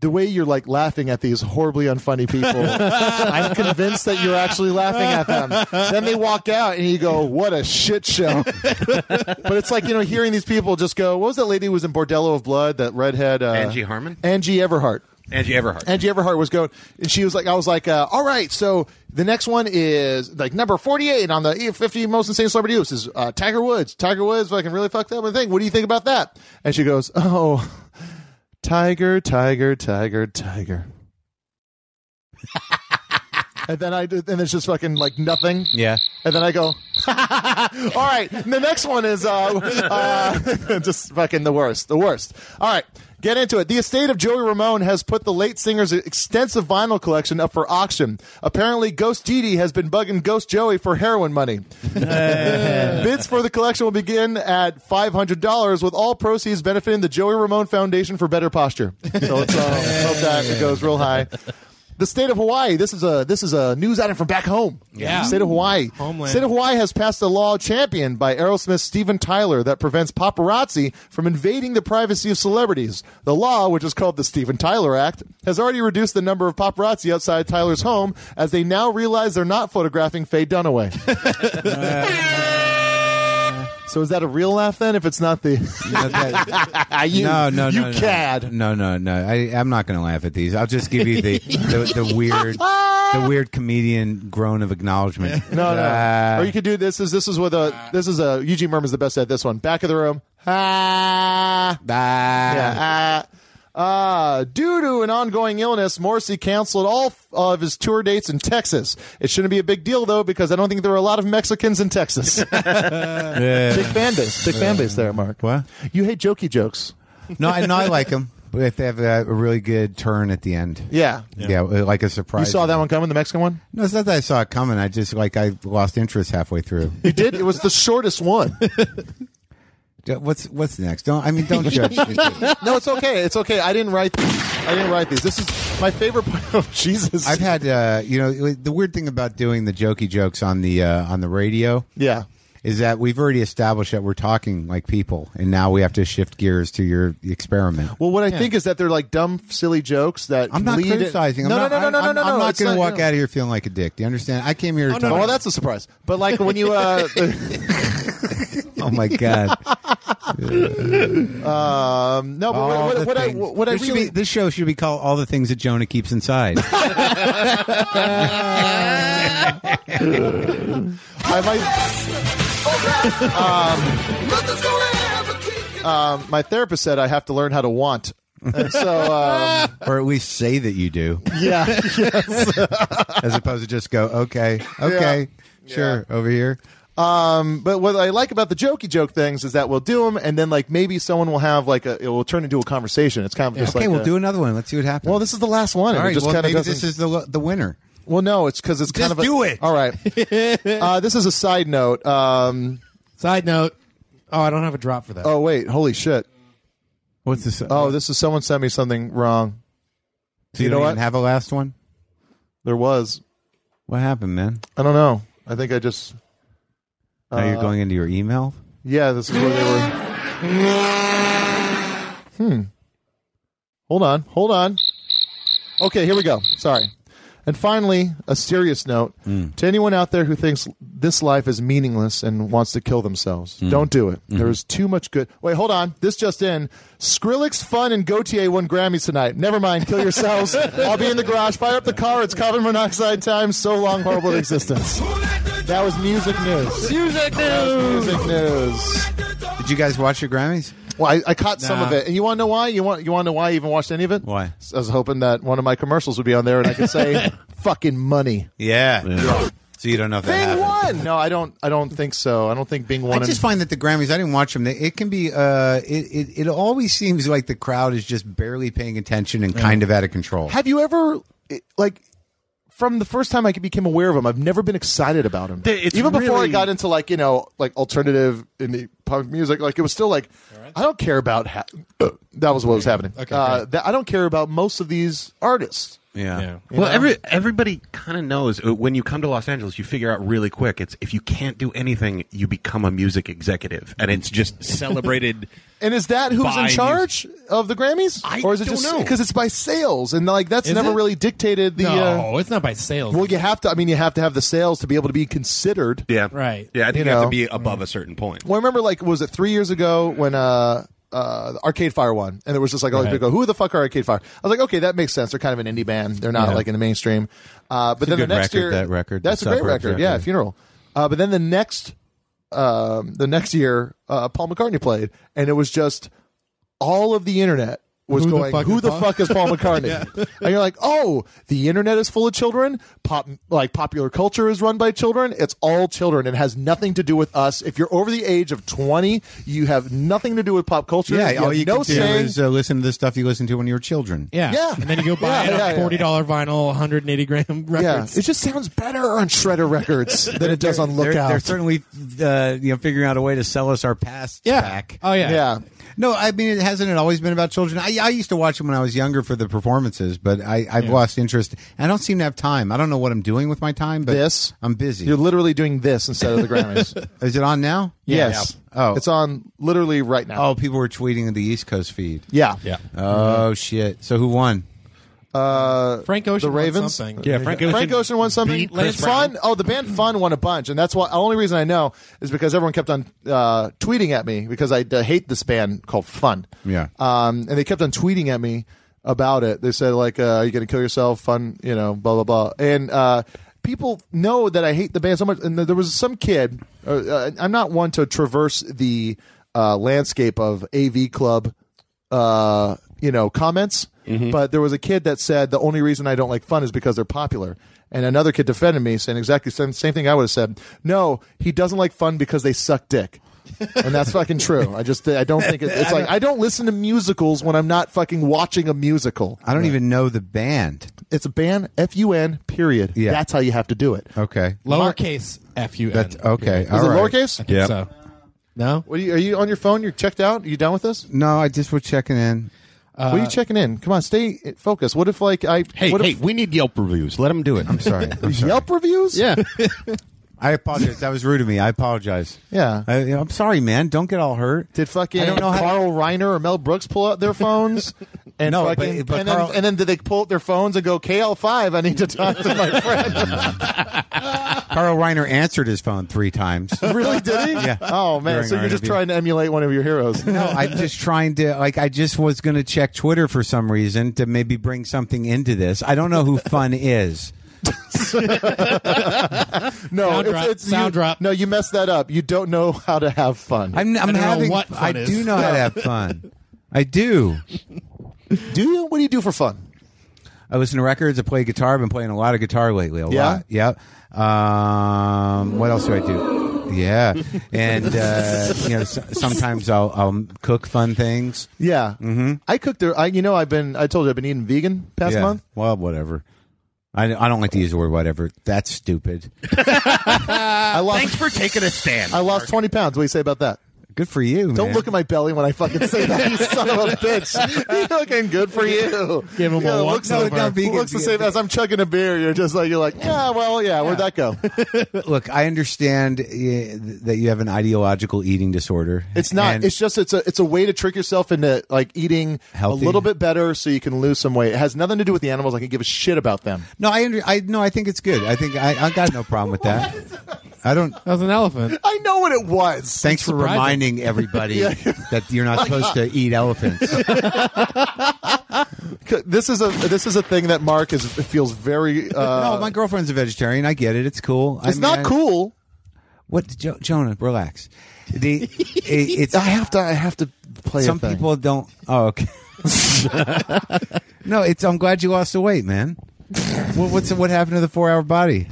the way you're like laughing at these horribly unfunny people, I'm convinced that you're actually laughing at them. Then they walk out and you go, what a shit show. but it's like, you know, hearing these people just go, what was that lady who was in Bordello of Blood, that redhead? Uh,
Angie Harmon?
Angie Everhart.
Angie Everhart.
Angie Everhart was going, and she was like, I was like, uh, all right, so the next one is like number 48 on the 50 most insane celebrity use is uh, Tiger Woods. Tiger Woods fucking really fucked up and thing. What do you think about that? And she goes, oh, Tiger, Tiger, Tiger, Tiger. and then I did, and it's just fucking like nothing.
Yeah.
And then I go, all right. and the next one is uh, uh, just fucking the worst, the worst. All right, get into it. The estate of Joey Ramone has put the late singer's extensive vinyl collection up for auction. Apparently, Ghost Didi has been bugging Ghost Joey for heroin money. Bids for the collection will begin at $500, with all proceeds benefiting the Joey Ramone Foundation for Better Posture. So let's uh, hope that goes real high. The state of Hawaii. This is a this is a news item from back home. Yeah. State of Hawaii.
Homeland.
State of Hawaii has passed a law championed by Aerosmith's Steven Tyler that prevents paparazzi from invading the privacy of celebrities. The law, which is called the Steven Tyler Act, has already reduced the number of paparazzi outside Tyler's home as they now realize they're not photographing Faye Dunaway. so is that a real laugh then? If it's not the
No, that-
you,
no, no,
you
no, no.
cad.
No, no, no. I, I'm not going to laugh at these. I'll just give you the the, the weird the weird comedian groan of acknowledgement.
No, no.
Uh,
or you could do this. Is this is with a this is uh, a Eugene Merman's the best at this one. Back of the room. Ah.
bah.
Yeah. ah. Uh, due to an ongoing illness, Morrissey canceled all f- of his tour dates in Texas. It shouldn't be a big deal though, because I don't think there are a lot of Mexicans in Texas. Big fan base, big fan base there, Mark.
What?
You hate jokey jokes.
No, I, no, I like them. But if they have a, a really good turn at the end,
Yeah.
yeah, like a surprise.
You saw that one coming, the Mexican one?
No, it's not that I saw it coming. I just like I lost interest halfway through.
You did? It was the shortest one.
D- what's what's next? Don't I mean don't judge. me.
No, it's okay. It's okay. I didn't write these. I didn't write these. This is my favorite part of Jesus.
I've had uh, you know the weird thing about doing the jokey jokes on the uh, on the radio
yeah.
is that we've already established that we're talking like people, and now we have to shift gears to your experiment.
Well, what I think is that they're like dumb, silly jokes that
I'm not
lead
criticizing. I'm
No,
not,
no, no, no, no,
I'm,
no,
I'm
no.
not
It's
going to
not-
walk
no.
out of here feeling like a dick. Do you understand? I came here. To
Oh,
talk.
well, that's a surprise. But like when you, uh,
oh my god.
um, no, but
All
what,
Oh, the
what, what I,
things.
what I
There should
really,
be- this show should be called "All the Things That Jonah Keeps Inside."
I might, um, my therapist said I have to learn how to want. And so, um,
or at least say that you do. Yeah. As opposed to just go, okay, okay, sure, over here.
but what I like about the jokey joke things is that we'll do them, and then like maybe someone will have like a, it will turn into a conversation. It's kind of just
okay,
like
we'll
a-
do another one. Let's see what happens.
Well, this is the last one.
all
and
right.
it just
well,
kind
maybe
of doesn't.
this is the the winner.
well, no, it's because it's kind
Just
of a,
do it.
All right. uh, this is a side note. Um,
Side note. Oh, I don't have a drop for that.
oh wait, holy shit!
What's this?
Oh, this is someone sent me something wrong.
so you,
you know
don't
what?
even have a last one?
There was.
What happened, man?
I don't know. I think I just.
now you're going into your email.
Yeah, this is where they were. Hmm. Hold on. Hold on. Okay, here we go. Sorry. And finally, a serious note to anyone out there who thinks this life is meaningless and wants to kill themselves. Don't do it. There is too much good. Wait, hold on. This just in. Skrillex, Fun, and Gautier won Grammys tonight. Never mind. Kill yourselves. I'll be in the garage. Fire up the car. It's carbon monoxide time. So long, horrible existence. That was music news. Music news. Music news.
Did you guys watch your Grammys?
Well, I, I caught some
Nah.
of it, and you want to know why? You want you want to know why I even watched any of it?
Why?
I was hoping that one of my commercials would be on there, and I could say "fucking money."
Yeah. So you don't know if that
Bing
happened.
won. No, I don't. I don't think so. I don't think Bing
I
won.
just find that the Grammys, I didn't watch them. They, it can be, uh, it, it, it always seems like the crowd is just barely paying attention and kind of out of control.
Have you ever it- like? From the first time I became aware of him, I've never been excited about him.
Th- it's
Even before I
really-
got into like you know like alternative indie punk music, like it was still like I don't care about ha- that was what was happening. Okay, uh, that, I don't care about most of these artists.
Yeah.
Well, every everybody kind of knows uh, when you come to Los Angeles, you figure out really quick. It's if you can't do anything, you become a music executive, and it's just celebrated.
And is that who's
By
in charge of the Grammys,
I
or is it
don't
just
know.
because it's by sales and like that's
Is
never
it?
really dictated the? Uh,
No, it's not by sales.
well, you have to. I mean, you have to have the sales to be able to be considered.
yeah,
Right.
Yeah, I think you,
You
have
know.
to be above a certain point.
Well, I remember like was it three years ago when uh. Uh, the Arcade Fire one, and there was just like all these
Right.
people go, "Who the fuck are Arcade Fire?" I was like, "Okay, that makes sense. They're kind of an indie band. They're not
Yeah.
like in the mainstream." Uh, but
a
then the
good
next
record,
year,
that record,
that's a
The
great
Suburbs,
record,
yeah.
yeah, Funeral. Uh, but then the next, um, the next year, uh, Paul McCartney played, and it was just all of the internet was
Who the
going,
fuck
"Who
is
the
Paul?"
fuck is Paul McCartney?" And you're like, "Oh, the internet is full of children. Pop, like popular culture is run by children. It's all children. It has nothing to do with us. If you're over the age of 20, you have nothing to do with pop culture.
Yeah, all
have
you
no
can do
say.
is uh, listen to the stuff you listened to when you were children.
Yeah.
Yeah.
And then you go buy
Yeah, yeah,
a
yeah.
forty dollar vinyl, one hundred and eighty gram
yeah,
records.
it just sounds better on Shredder Records than it does on
They're,
Lookout.
they're certainly, uh, you know, figuring out a way to sell us our past
Yeah.
back.
Oh yeah.
yeah.
No, I mean, it hasn't it always been about children? I, I used to watch them when I was younger for the performances, but I, I've lost interest. I don't seem to have time. I don't know what I'm doing with my time, but
This?
I'm busy.
You're literally doing this instead of the Grammys.
Is it on now?
yes.
Yeah. Oh.
It's on literally right now.
Oh, people were tweeting the East Coast feed.
Yeah.
Yeah.
Oh shit! So who won?
Frank Ocean.
The
won
Ravens.
Something.
yeah. Frank Ocean,
Frank Ocean won something.
beat Chris
Fun.
Brown.
Oh, the band Fun won a bunch, and that's why. The only reason I know is because everyone kept on uh, tweeting at me because I uh, hate this band called Fun.
Yeah.
Um, and they kept on tweeting at me about it. They said like, uh, "Are you going to kill yourself?" Fun. You know, blah blah blah. And uh, people know that I hate the band so much. And there was some kid. Uh, uh, I'm not one to traverse the uh, landscape of AV Club. Uh, you know comments. But there was a kid that said the only reason I don't like fun is because they're popular. And another kid defended me, saying exactly the same, same thing I would have said. No, he doesn't like fun because they suck dick. and that's fucking true. I just I don't think it, it's like I don't listen to musicals when I'm not fucking watching a musical.
I don't even know the band.
It's a ban F U N period.
Yeah.
That's how you have to do it.
Okay.
Lowercase F U N.
That's okay.
Is
all
it
right.
lowercase?
Yeah.
So, no.
What are you, are you on your phone? You're checked out. Are you done with this?
No, I just was checking in.
what are you checking in? Come on, stay focused. What if like I
Hey,
what
hey,
if,
we need Yelp reviews. Let them do it.
I'm sorry. I'm sorry.
Yelp reviews?
Yeah.
I apologize. That was rude of me. I apologize.
yeah.
I, I'm sorry, man. Don't get all hurt.
Did fucking
I don't know how-
Carl Reiner or Mel Brooks pull out their phones? And
No,
fucking,
but- but
and,
Carl-
then, and then did they pull out their phones and go KL five? I need to talk to my friend.
Carl Reiner answered his phone three times.
really? Did he?
Yeah.
Oh man!
During
so
our
you're just
interview.
trying to emulate one of your heroes?
No, I'm just trying to like. I just was going to check Twitter for some reason to maybe bring something into this. I don't know who fun is.
No,
Sound
it's,
drop,
it's- you-
sound drop.
No, you messed that up. You don't know how to have fun.
I'm, I'm
don't know
having.
what fun
I
is.
do know how to have fun. I do.
do you? What do you do for fun?
I listen to records. I play guitar. I've been playing a lot of guitar lately. A
Yeah?
lot. Yep. Um, what else do I do? Yeah. And uh, you know, s- sometimes I'll, I'll cook fun things.
Yeah, mm-hmm. I cooked. There, I you know I've been. I told you I've been eating vegan past
yeah.
month.
Well, whatever. I, I don't like to use the word whatever. That's stupid.
I lost.
Uh, Thanks for taking a stand.
I lost twenty pounds. What do you say about that?
Good for you.
Don't
man.
look at my belly when I fucking say that, you son of a bitch. You're looking good for you.
Give him a
yeah,
walk
looks,
over.
like-
No, vegan,
looks the
vegan.
same as I'm chugging a beer. You're just like you're like, yeah, well, yeah. Where'd that go?
Look, I understand uh, that you have an ideological eating disorder.
It's not.
And
it's just it's a it's a way to trick yourself into like eating
Healthy.
a little bit better so you can lose some weight. It has nothing to do with the animals. I can give a shit about them.
no. I, under, I no. I think it's good. I think I, I got no problem with that. I don't.
That was an elephant.
I know what it was.
Thanks for
surprising.
reminding everybody that you're not supposed to eat elephants.
C- This is a this is a thing that Mark is feels very. Uh,
no, my girlfriend's a vegetarian. I get it. It's cool. I
it's
mean, I-
not cool.
What, jo- Jonah? Relax. The it, it's
I have to I have to play. a
some
thing.
people don't. Oh, okay. no, it's. I'm glad you lost the weight, man. what, what's what happened to the four hour body?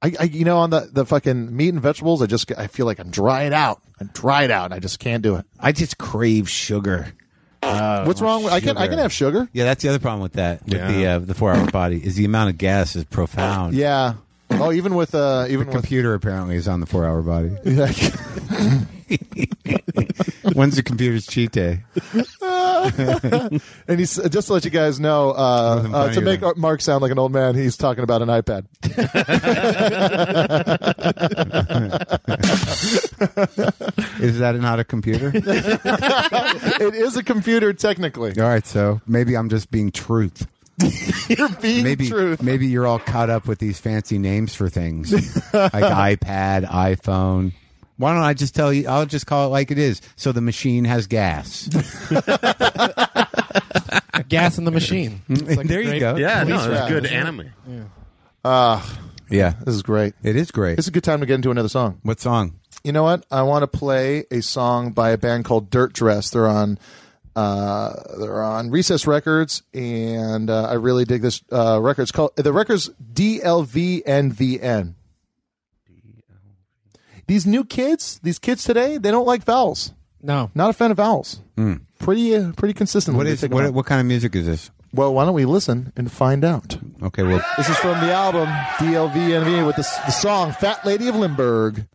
I, I you know on the the fucking meat and vegetables. I just I feel like I'm dried out. I'm dried out. and I just can't do it.
I just crave sugar.
What's wrong? with I can I can
Uh, sugar.
have sugar.
Yeah, that's the other problem with that with
Yeah.
the uh, the four hour body is the amount of gas is profound.
Yeah. Oh, even with uh even with
computer apparently is on the four hour body.
yeah.
When's the computer's cheat day?
And he's uh, just to let you guys know, uh,
Nothing
uh, to
funny
make
there.
Mark sound like an old man, he's talking about an iPad.
Is that not a computer?
it is a computer, technically.
all right, so maybe I'm just being truth.
You're being
Maybe
truth.
maybe you're all caught up with these fancy names for things like iPad, iPhone. Why don't I just tell you? I'll just call it like it is. So the machine has gas.
Gas in the machine. It's like a
There you
great
go.
yeah, no,
police
it was
rap,
good
wasn't
anime.
Yeah,
This is great.
it is great.
This is a good time to get into another song.
What song?
You know what? I want to play a song by a band called Dirt Dress. They're on, uh, they're on Recess Records, and uh, I really dig this uh, record. It's called the record's DLVNVN. These new kids, these kids today, they don't like vowels.
No.
Not a fan of vowels. Pretty, uh, pretty consistent.
What is what, what kind of music is this?
Well, why don't we listen and find out?
Okay, well,
This is from the album DLVNVN with the, s- the song "Fat Lady of Limburg."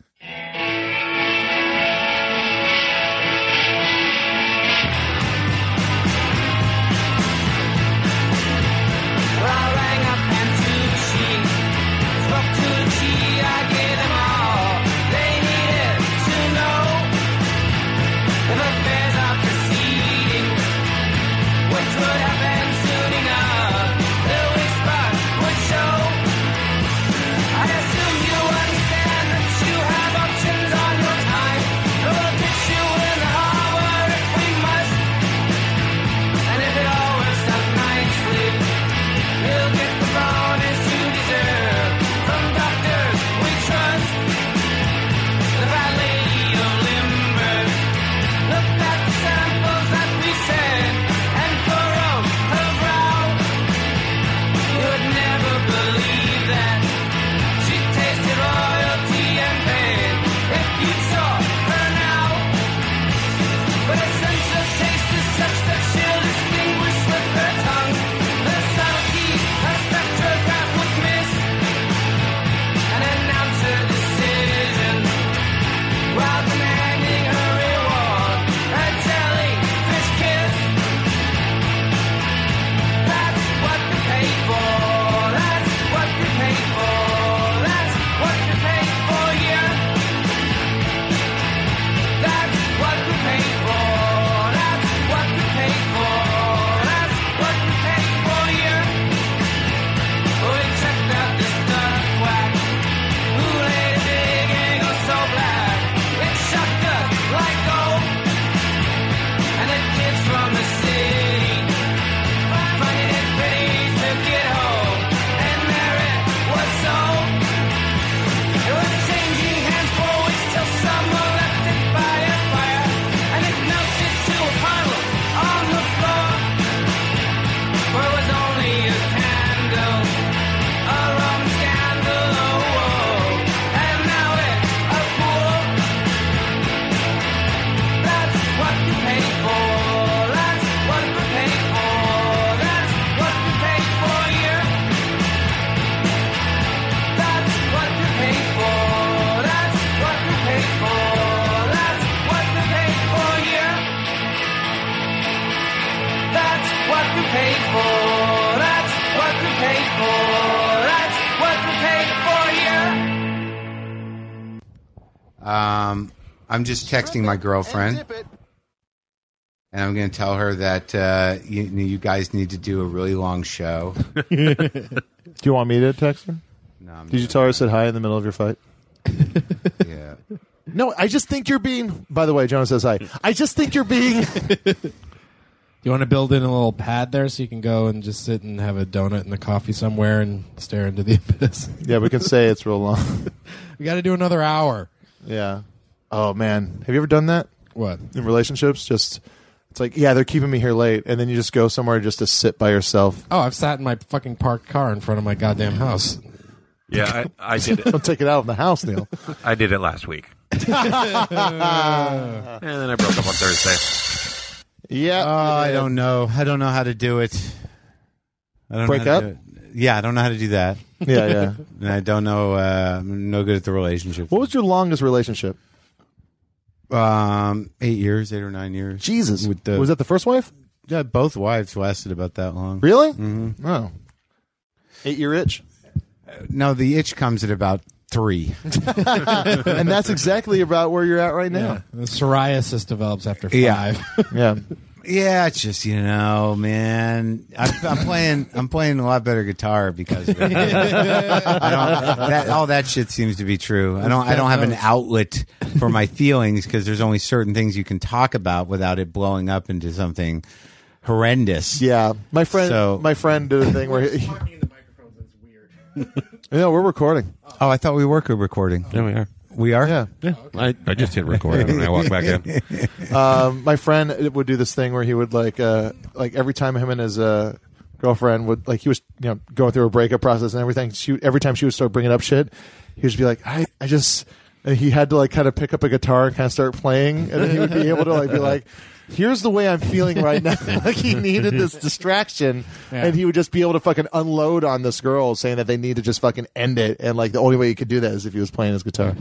I rang up and to the chief, spoke to the chief, I gave them all they needed to know. If affairs are proceeding, which would happen soon enough, the whisper would show. I assume you understand that you have. Oh,
Um, I'm just texting my girlfriend, and I'm going to tell her that uh, you, you guys need to do a really long show.
Do you want me to text her?
No, I'm
Did you tell her I said hi in the middle of your fight?
yeah.
No, I just think you're being. By the way, Jonah says hi. I just think you're being.
You want to build in a little pad there so you can go and just sit and have a donut and a coffee somewhere and stare into the abyss.
yeah, we can say it's real long.
we got to do another hour.
yeah. Oh man, have you ever done that
What?
in relationships? Just it's like, yeah, they're keeping me here late, and then you just go somewhere just to sit by yourself.
Oh, I've sat in my fucking parked car in front of my goddamn house.
Yeah, I, I did it.
Don't take it out of the house, Neil.
I did it last week. and then I broke up on Thursday.
yeah.
Oh, I don't know. I don't know how to do it. I don't
Break
know how
up?
To do it. Yeah, I don't know how to do that.
Yeah, yeah.
And I don't know. Uh, I'm no good at the relationship.
What was your longest relationship?
Um, eight years, eight or nine years.
Jesus.
With the-
was that the first wife?
Yeah, both wives lasted about that long.
Really? Mm-hmm. Oh. Eight year itch.
No, the itch comes at about three.
and that's exactly about where you're at right now.
And psoriasis develops after five.
Yeah.
Yeah.
Yeah, it's just you know, man. I'm, I'm playing. I'm playing a lot better guitar because of it. I don't, that, all that shit seems to be true. I don't. I don't have an outlet for my feelings because there's only certain things you can talk about without it blowing up into something horrendous.
Yeah. My friend
So-
my friend did a thing where he Yeah, we're recording.
Oh, I thought we were recording.
There we are.
We are.
Yeah.
Yeah, I, I just hit record and I walked back in.
Um, my friend would do this thing where he would like uh like every time him and his uh girlfriend would like he was you know going through a breakup process and everything she every time she would start bringing up shit he would just be like i i just and he had to like kind of pick up a guitar and kind of start playing and then he would be able to like be like here's the way i'm feeling right now like he needed this distraction
Yeah.
and he would just be able to fucking unload on this girl saying that they need to just fucking end it and like the only way he could do that is if he was playing his guitar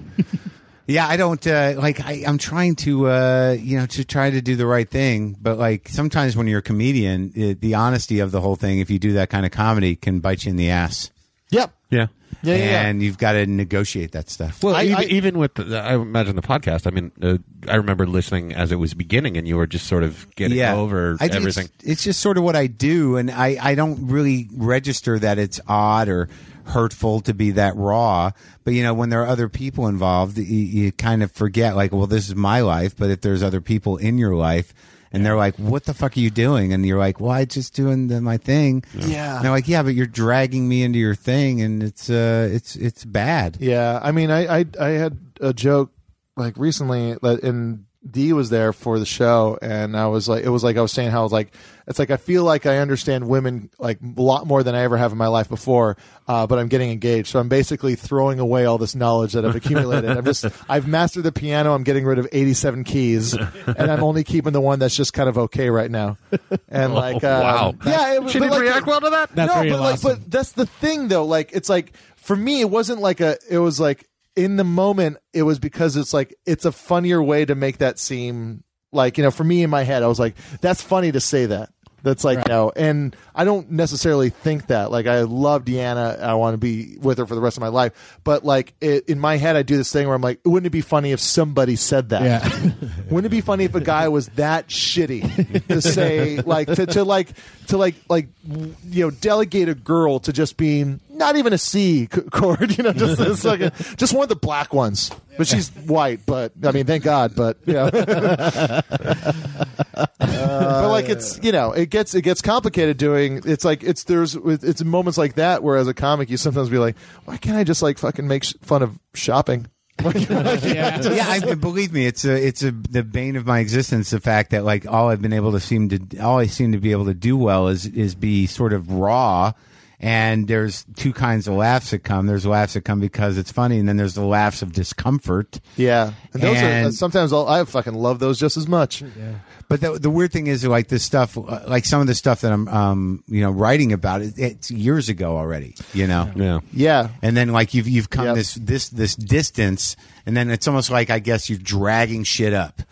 Yeah, I don't uh, like. I, I'm trying to, uh, you know, to try to do the right thing, but like sometimes when you're a comedian, it, the honesty of the whole thing, if you do that kind of comedy, can bite you in the ass,
yep
Yeah.
yeah yeah, yeah.
and you've got to negotiate that stuff.
Well,
I-
even,
I-
even with the, I imagine the podcast. I mean, uh, I remember listening as it was beginning, and you were just sort of getting over
I think it's-
everything.
It's, just sort of what I do, and I, I don't really register that it's odd or hurtful to be that raw. But you know, when there are other people involved, you, you kind of forget, like, well, this is my life. But if there's other people in your life. And they're like, "What the fuck are you doing?" And you're like, "Well, I just doing the, my thing."
Yeah.
And they're like, "Yeah, but you're dragging me into your thing, and it's uh, it's it's bad."
Yeah, I mean, I I, I had a joke like recently, that- and Dee was there for the show, and I was like, it was like I was saying how like it's like I feel like I understand women like a lot more than I ever have in my life before, uh, but I'm getting engaged, so I'm basically throwing away all this knowledge that I've accumulated. I'm just I've mastered the piano, I'm getting rid of 87 keys, and I'm only keeping the one that's just kind of okay right now. And like, um,
Oh, wow.
yeah, it,
She
but,
didn't
like,
react well to that.
That's
no,
where you
but like,
lost
but
him.
that's the thing though. Like, it's like for me, it wasn't like a. It was like in the moment, it was because it's like it's a funnier way to make that seem like you know. For me, in my head, I was like, that's funny to say that. That's like no, and I don't necessarily think that. Like, I love Deanna. I want to be with her for the rest of my life. But like it, in my head, I do this thing where I'm like, wouldn't it be funny if somebody said that?
Yeah.
Wouldn't it be funny if a guy was that shitty to say like to, to like to like like w- you know delegate a girl to just being not even a C c- chord you know just this, like a- just one of the black ones but she's white but I mean thank God but you know but like it's you know it gets it gets complicated doing it's like it's there's it's moments like that where as a comic you sometimes be like why can't I just like fucking make sh- fun of shopping
yeah, I, believe me, it's a it's a the bane of my existence. The fact that like all I've been able to seem to all I seem to be able to do well is is be sort of raw. And there's two kinds of laughs that come. There's laughs that come because it's funny, and then there's the laughs of discomfort.
yeah and those are uh,
And-
sometimes I'll, I fucking love those just as much.
But the, the weird thing is, like this stuff, uh, like some of the stuff that I'm, um, you know, writing about, it, it's years ago already. You know,
Yeah.
Yeah.
and then like you've you've come
Yep.
this this this distance, and then it's almost like I guess you're dragging shit up.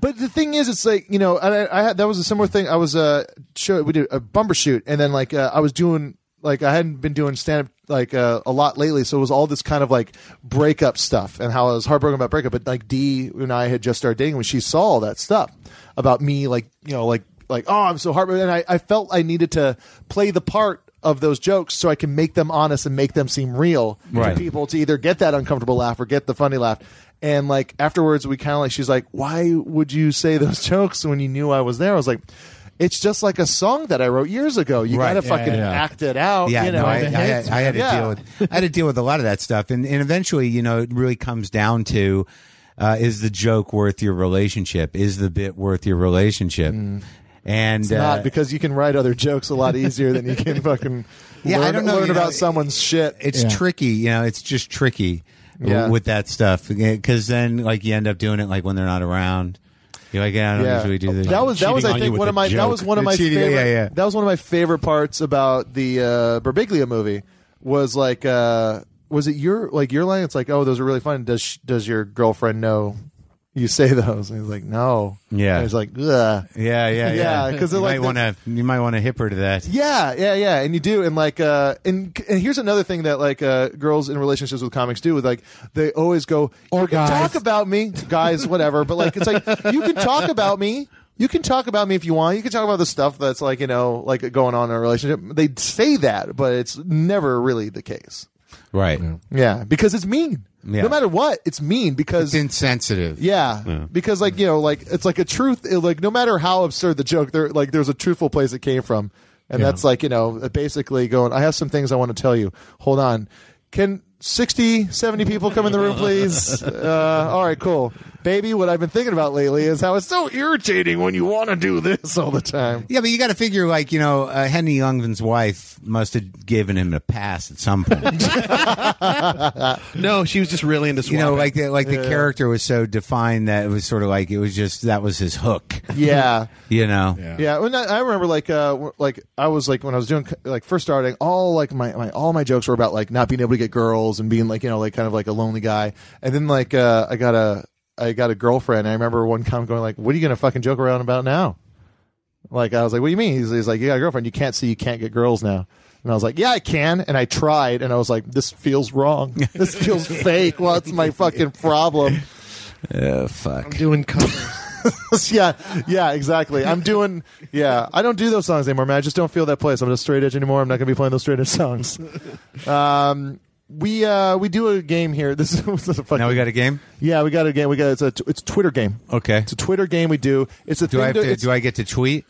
But the thing is, it's like you know, and I, I had that was a similar thing. I was uh, show we did a bumper shoot, and then like uh, I was doing like I hadn't been doing stand up like uh, a lot lately, so it was all this kind of like breakup stuff and how I was heartbroken about breakup. But like Dee and I had just started dating when she saw all that stuff about me, like you know, like like oh I'm so heartbroken, and I, I felt I needed to play the part of those jokes so I can make them honest and make them seem real
Right.
to people to either get that uncomfortable laugh or get the funny laugh. And like afterwards, we kind of like she's like, "Why would you say those jokes when you knew I was there?" I was like, "It's just like a song that I wrote years ago. You
Right.
gotta
Yeah,
fucking
yeah.
act it out."
Yeah,
Oh, you know?
no, I, I,
It hits,
I had to
man. Yeah.
deal with I had to deal with a lot of that stuff, and and eventually, you know, it really comes down to uh, is the joke worth your relationship? Is the bit worth your relationship? And
Mm. It's
uh,
not because you can write other jokes a lot easier than you can fucking
Yeah, I
learn,
don't know,
learn
you know,
about someone's shit.
it's
Yeah.
tricky. You know, it's just tricky w-
Yeah.
with that stuff because then like you end up doing it like when they're not around. You're like, yeah, I don't usually do this.
That was that was
Cheating
I
on you
think
with a
one of my that
joke.
was one of
The
my
cheating-
favorite,
yeah, yeah.
that was one of my favorite parts about the uh, Berbiglia movie was like uh, was it your like your line? It's like oh those are really fun. Does sh- does your girlfriend know you say those? And he's like no.
Yeah.
And he's like ugh.
yeah, yeah, yeah.
Yeah, 'cause they're
you
like
might want to you might want to hip her to that.
Yeah, yeah, yeah, and you do, and like, uh, and, and here's another thing that like uh, girls in relationships with comics do, with like they always go,
Or
"You can
guys.
talk about me, guys, whatever." But like, it's like you can talk about me, you can talk about me if you want, you can talk about the stuff that's like you know like going on in a relationship. They say that, but it's never really the case.
Right.
Yeah, because it's mean.
Yeah.
No matter what, it's mean because
It's insensitive.
yeah, because like you know, like it's like a truth. it- like no matter how absurd the joke, there like there's a truthful place it came from, and that's like you know basically going. I have some things I want to tell you. Hold on, can 60, 70 people come in the room, please? Uh, all right, cool, baby. What I've been thinking about lately is how it's so irritating when you want to do this all the time.
Yeah, but you got to figure, like, you know, uh, Henry Youngman's wife must have given him a pass at some point.
No, she was just really into
you
swapping.
know, like, the, like the character was so defined that it was sort of like it was just that was his hook.
Yeah.
You know,
Yeah, when I, I remember like uh w- like I was like when I was doing like first starting, all like my, my all my jokes were about like not being able to get girls and being like you know like kind of like a lonely guy. And then like uh I got a I got a girlfriend. I remember one comment going like, "What are you gonna fucking joke around about now?" Like I was like, "What do you mean?" He's, he's like, "You got a girlfriend. You can't see. You can't get girls now." And I was like, "Yeah, I can." And I tried, and I was like, "This feels wrong. This feels fake. Well, it's my fucking problem."
Oh, fuck.
Doing covers.
yeah, yeah, exactly. I'm doing. Yeah, I don't do those songs anymore, man. I just don't feel that place. I'm just straight edge anymore. I'm not gonna be playing those straight edge songs. Um, we uh, we do a game here. This is, this is a fucking,
Now we got a game.
yeah, we got a game. We got it's a it's a Twitter game.
Okay.
It's a Twitter game we do. It's a
Do
thing
I have
to-
to?
it's-
Do I get to tweet?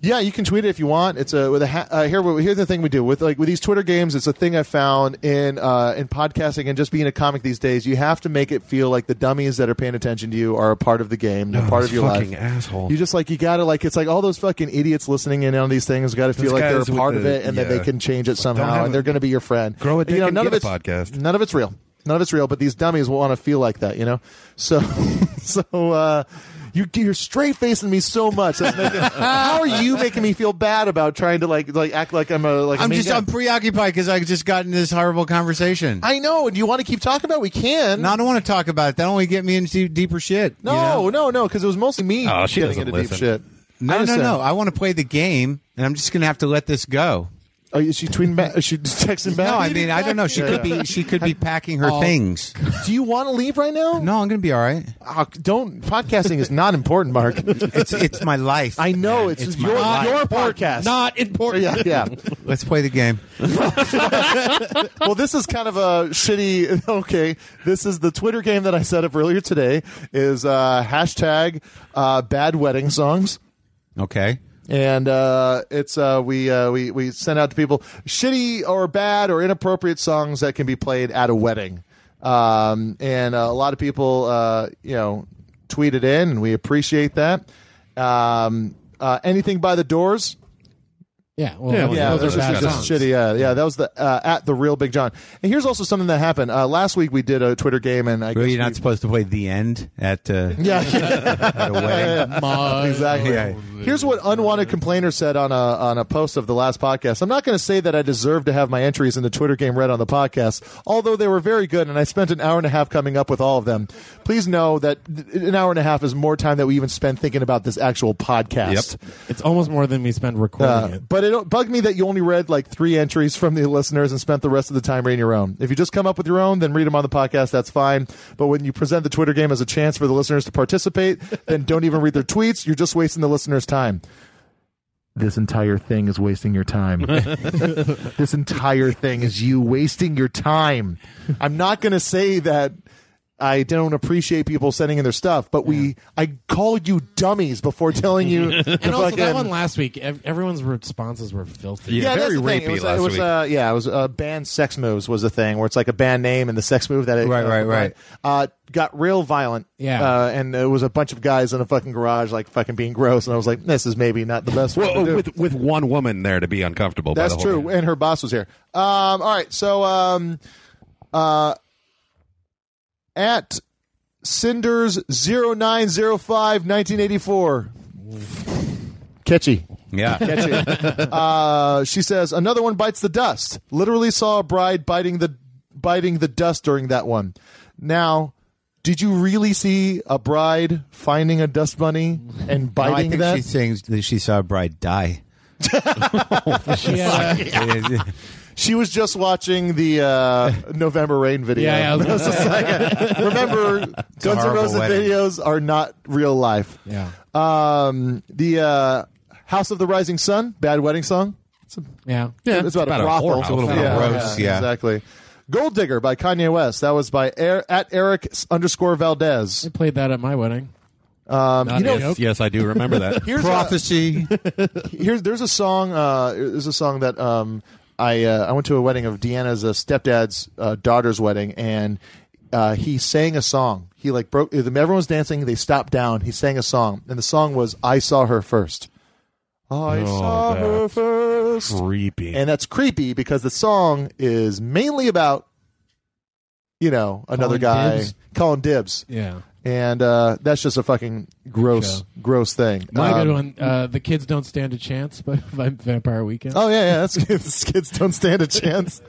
yeah, you can tweet it if you want. It's a with a ha- uh, here. Here's the thing we do with like with these Twitter games. It's a thing I found in uh, in podcasting and just being a comic these days. You have to make it feel like the dummies that are paying attention to you are a part of the game, a part of your
Oh, fucking
life.
asshole.
You just like you gotta like it's like all those fucking idiots listening in on these things got to feel like they're a
guys with
part of
the-
it and that they
yeah.
can change it
Don't
somehow
have
and
a-
they're gonna be your friend.
Grow a dick
you know,
and
none of
get
it's
a podcast.
None of it's real. None of it's real. But these dummies want to feel like that. You know. So so. uh you, you're straight facing me so much. That's making- how are you making me feel bad about trying to like like act like I'm a like a
I'm
mean
just
guy?
I'm preoccupied because I just got into this horrible conversation. I,
I know. Do you want to keep talking about? it? We can.
no, I don't want to talk about it. That only get me into deeper shit. you
no,
know?
no, no. Because it was mostly me
Oh, she
getting
doesn't
into deep
listen.
shit. I
no, no,
just, uh,
no. I want to play the game, and I'm just gonna have to let this go.
Oh, is she tweeting back? Is she texting back?
No, I mean I don't know. She
Yeah,
could
yeah.
be she could be packing
Oh.
her things.
Do you want to leave right now?
No, I'm gonna be all right.
Ah, don't. Podcasting is not important, Mark.
It's it's my life.
I know it's,
it's my
your
life.
your podcast.
Not important.
yeah, yeah.
Let's play the game.
Well, this is kind of a shitty. Okay, this is the Twitter game that I set up earlier today. Is uh, hashtag uh, bad wedding songs.
Okay.
and uh, it's uh, we uh, we we send out to people shitty or bad or inappropriate songs that can be played at a wedding, um, and uh, a lot of people uh, you know tweet it in, and we appreciate that. Um, uh, anything by the Doors,
Yeah. Well,
Yeah,
those,
yeah,
those
those
are bad
just
songs.
shitty. Yeah, yeah, that was the uh, at the real Big John. And here's also something that happened uh, last week. We did a Twitter game, and I
Well,
guess
you're
we-
not supposed to play the end at, uh,
yeah.
at a wedding.
exactly.
Yeah.
Here's what unwanted complainer said on a on a post of the last podcast. I'm not going to say that I deserve to have my entries in the Twitter game read on the podcast, although they were very good, and I spent an hour and a half coming up with all of them. Please know that an hour and a half is more time that we even spend thinking about this actual podcast.
It's almost more than we spend recording
Uh,
it.
but it o- bugged me that you only read like three entries from the listeners and spent the rest of the time reading your own. If you just come up with your own, then read them on the podcast. That's fine. But when you present the Twitter game as a chance for the listeners to participate, then don't even read their tweets. You're just wasting the listeners' time. This entire thing is wasting your time. this entire thing is you wasting your time. I'm not going to say that I don't appreciate people sending in their stuff, but we I called you dummies before telling you. the
And also that
fucking-
one last week, ev- everyone's responses were filthy.
Yeah.
yeah,
very
that's the thing.
rapey
It was,
last
it was,
week.
Uh, yeah, it was uh, band sex moves was the thing where it's like a band name and the sex move that it
Right, right, right.
Uh, got real violent.
Yeah.
uh, and it was a bunch of guys in a fucking garage like fucking being gross, and I was like, this is maybe not the best. way to do.
Well, oh,
it.
with with one woman there to be uncomfortable. by
That's
the whole
true.
thing.
And her boss was here. Um, all right. So um, uh, at Cinders 0905 1984. Catchy.
Yeah.
Catchy. uh, she says, another one bites the dust. Literally saw a bride biting the biting the dust during that one. Now, did you really see a bride finding a dust bunny and
No, I
biting
think
that?
she's saying that she saw a bride die.
She had a-
She was just watching the uh, November Rain video.
Yeah, yeah, I was gonna
It's just like, uh, remember, Guns N'
horrible
Roses
wedding.
videos are not real life.
yeah.
Um, the uh, House of the Rising Sun, bad wedding song.
Yeah.
it's about,
about
a
a
brothel.
whorehouse. It's a little
bit gross, yeah.
exactly. Gold Digger by Kanye West. That was by er- at Eric underscore Valdez.
They played that at my wedding. Um,
you know-
yes, yes, I do remember that.
Here's a-
Prophecy.
Here's there's a song. Uh, there's a song that um, I uh, I went to a wedding of Deanna's uh, stepdad's uh, daughter's wedding, and uh, he sang a song. He like broke. Everyone was dancing. They stopped down. He sang a song, and the song was "I saw her first.
Oh,
I saw her
that's
first.
Creepy.
And that's creepy because the song is mainly about you know another
Calling
guy
dibs?
calling dibs,
yeah.
and uh, that's just a fucking gross,
Show.
gross thing.
My
Um,
good one. Uh, the kids don't stand a chance by, by Vampire Weekend.
Oh yeah, yeah. That's kids, kids don't stand a chance.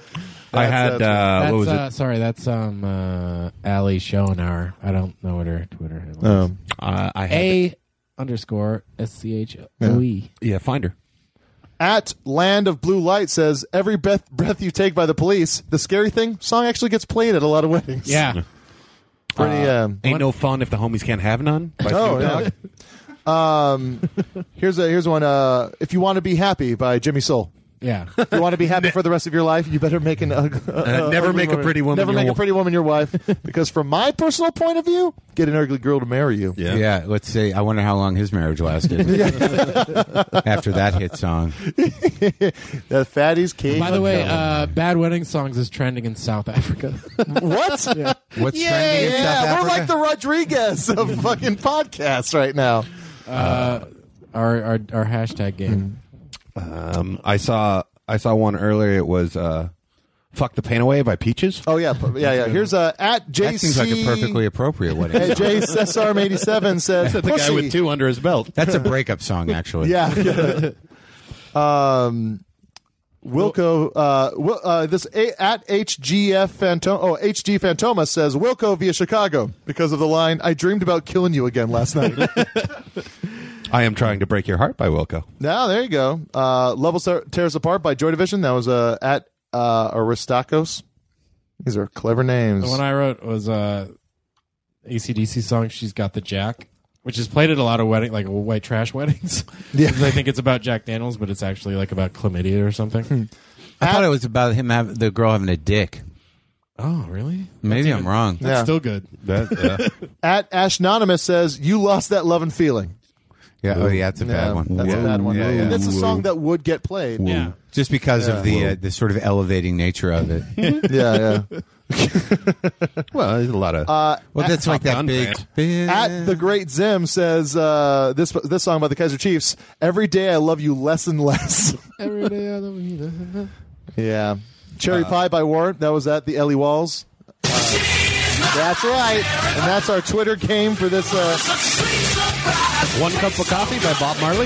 I had uh,
that's,
what was
uh, Sorry, that's um, uh, Allie Schoenauer. I don't know what her Twitter handle
it?
is.
Um,
it? Uh, I had
A underscore S C H O E.
yeah, Finder.
at Land of Blue Light says every breath breath you take by the police. The scary thing song actually gets played at a lot of weddings.
Yeah.
pretty. um,
Ain't no fun if the homies can't have none. By
Oh,
Snoop Dogg.
yeah. Um, here's a here's one. Uh, if you want to be happy by Jimmy Soul.
Yeah.
If you want to be happy for the rest of your life, you better make an ug- uh,
never
ugly
make a pretty woman
Never
your
make a
wa-
pretty woman your wife, because from my personal point of view, get an ugly girl to marry you.
Yeah. let's say. I wonder how long his marriage lasted after that hit song.
The fatties king.
By the way,
of
uh, Bad Wedding Songs is trending in South Africa.
hell. what?
What's
Yeah,
trending in
yeah,
South
we're
Africa?
like the Rodriguez of fucking podcasts right now.
our, our our hashtag game.
Um, I saw I saw one earlier. It was uh, "Fuck the Pain Away" by Peaches.
Oh yeah, yeah, yeah. Here's uh, at JC.
that seems like a perfectly appropriate wedding.
at JSSRM87 says
The guy
"Pussy."
with two under his belt.
That's a breakup song, actually.
Yeah. um, Wilco, uh, Wil- uh, this a- at HGF Phantom, oh, HG Fantoma says Wilco via Chicago because of the line, I dreamed about killing you again last night.
I am trying to break your heart by Wilco.
now, there you go. Uh, Level Tear- Tears Apart by Joy Division. That was uh, at uh, Aristakos. These are clever names.
The one I wrote was uh, ACDC song. She's got the Jack, which is played at a lot of wedding, like white trash weddings. Yeah, I think it's about Jack Daniels, but it's actually like about chlamydia or
Hmm.
something.
I thought it was about him having the girl having a dick.
oh, really?
Maybe I'm wrong.
Yeah.
Still good.
at Ashnonymous says, You lost that love and feeling.
Yeah, oh yeah, that's a bad
Yeah,
one.
That's a bad one.
Yeah, yeah.
And that's a song that would get played.
Yeah.
Just because of the uh, the sort of elevating nature of it.
yeah, yeah.
Well, there's a lot of uh,
Well, that's like that
Gun
big.
fan.
big-
At the great Zim says uh, this this song by the Kaiser Chiefs. Every day I love you less and less.
Every day I love you.
yeah, Cherry
Uh.
Pie by Warren. That was at the Ellie Walls. Uh, that's right, and that's our Twitter game for this. Uh,
one cup of coffee by Bob Marley.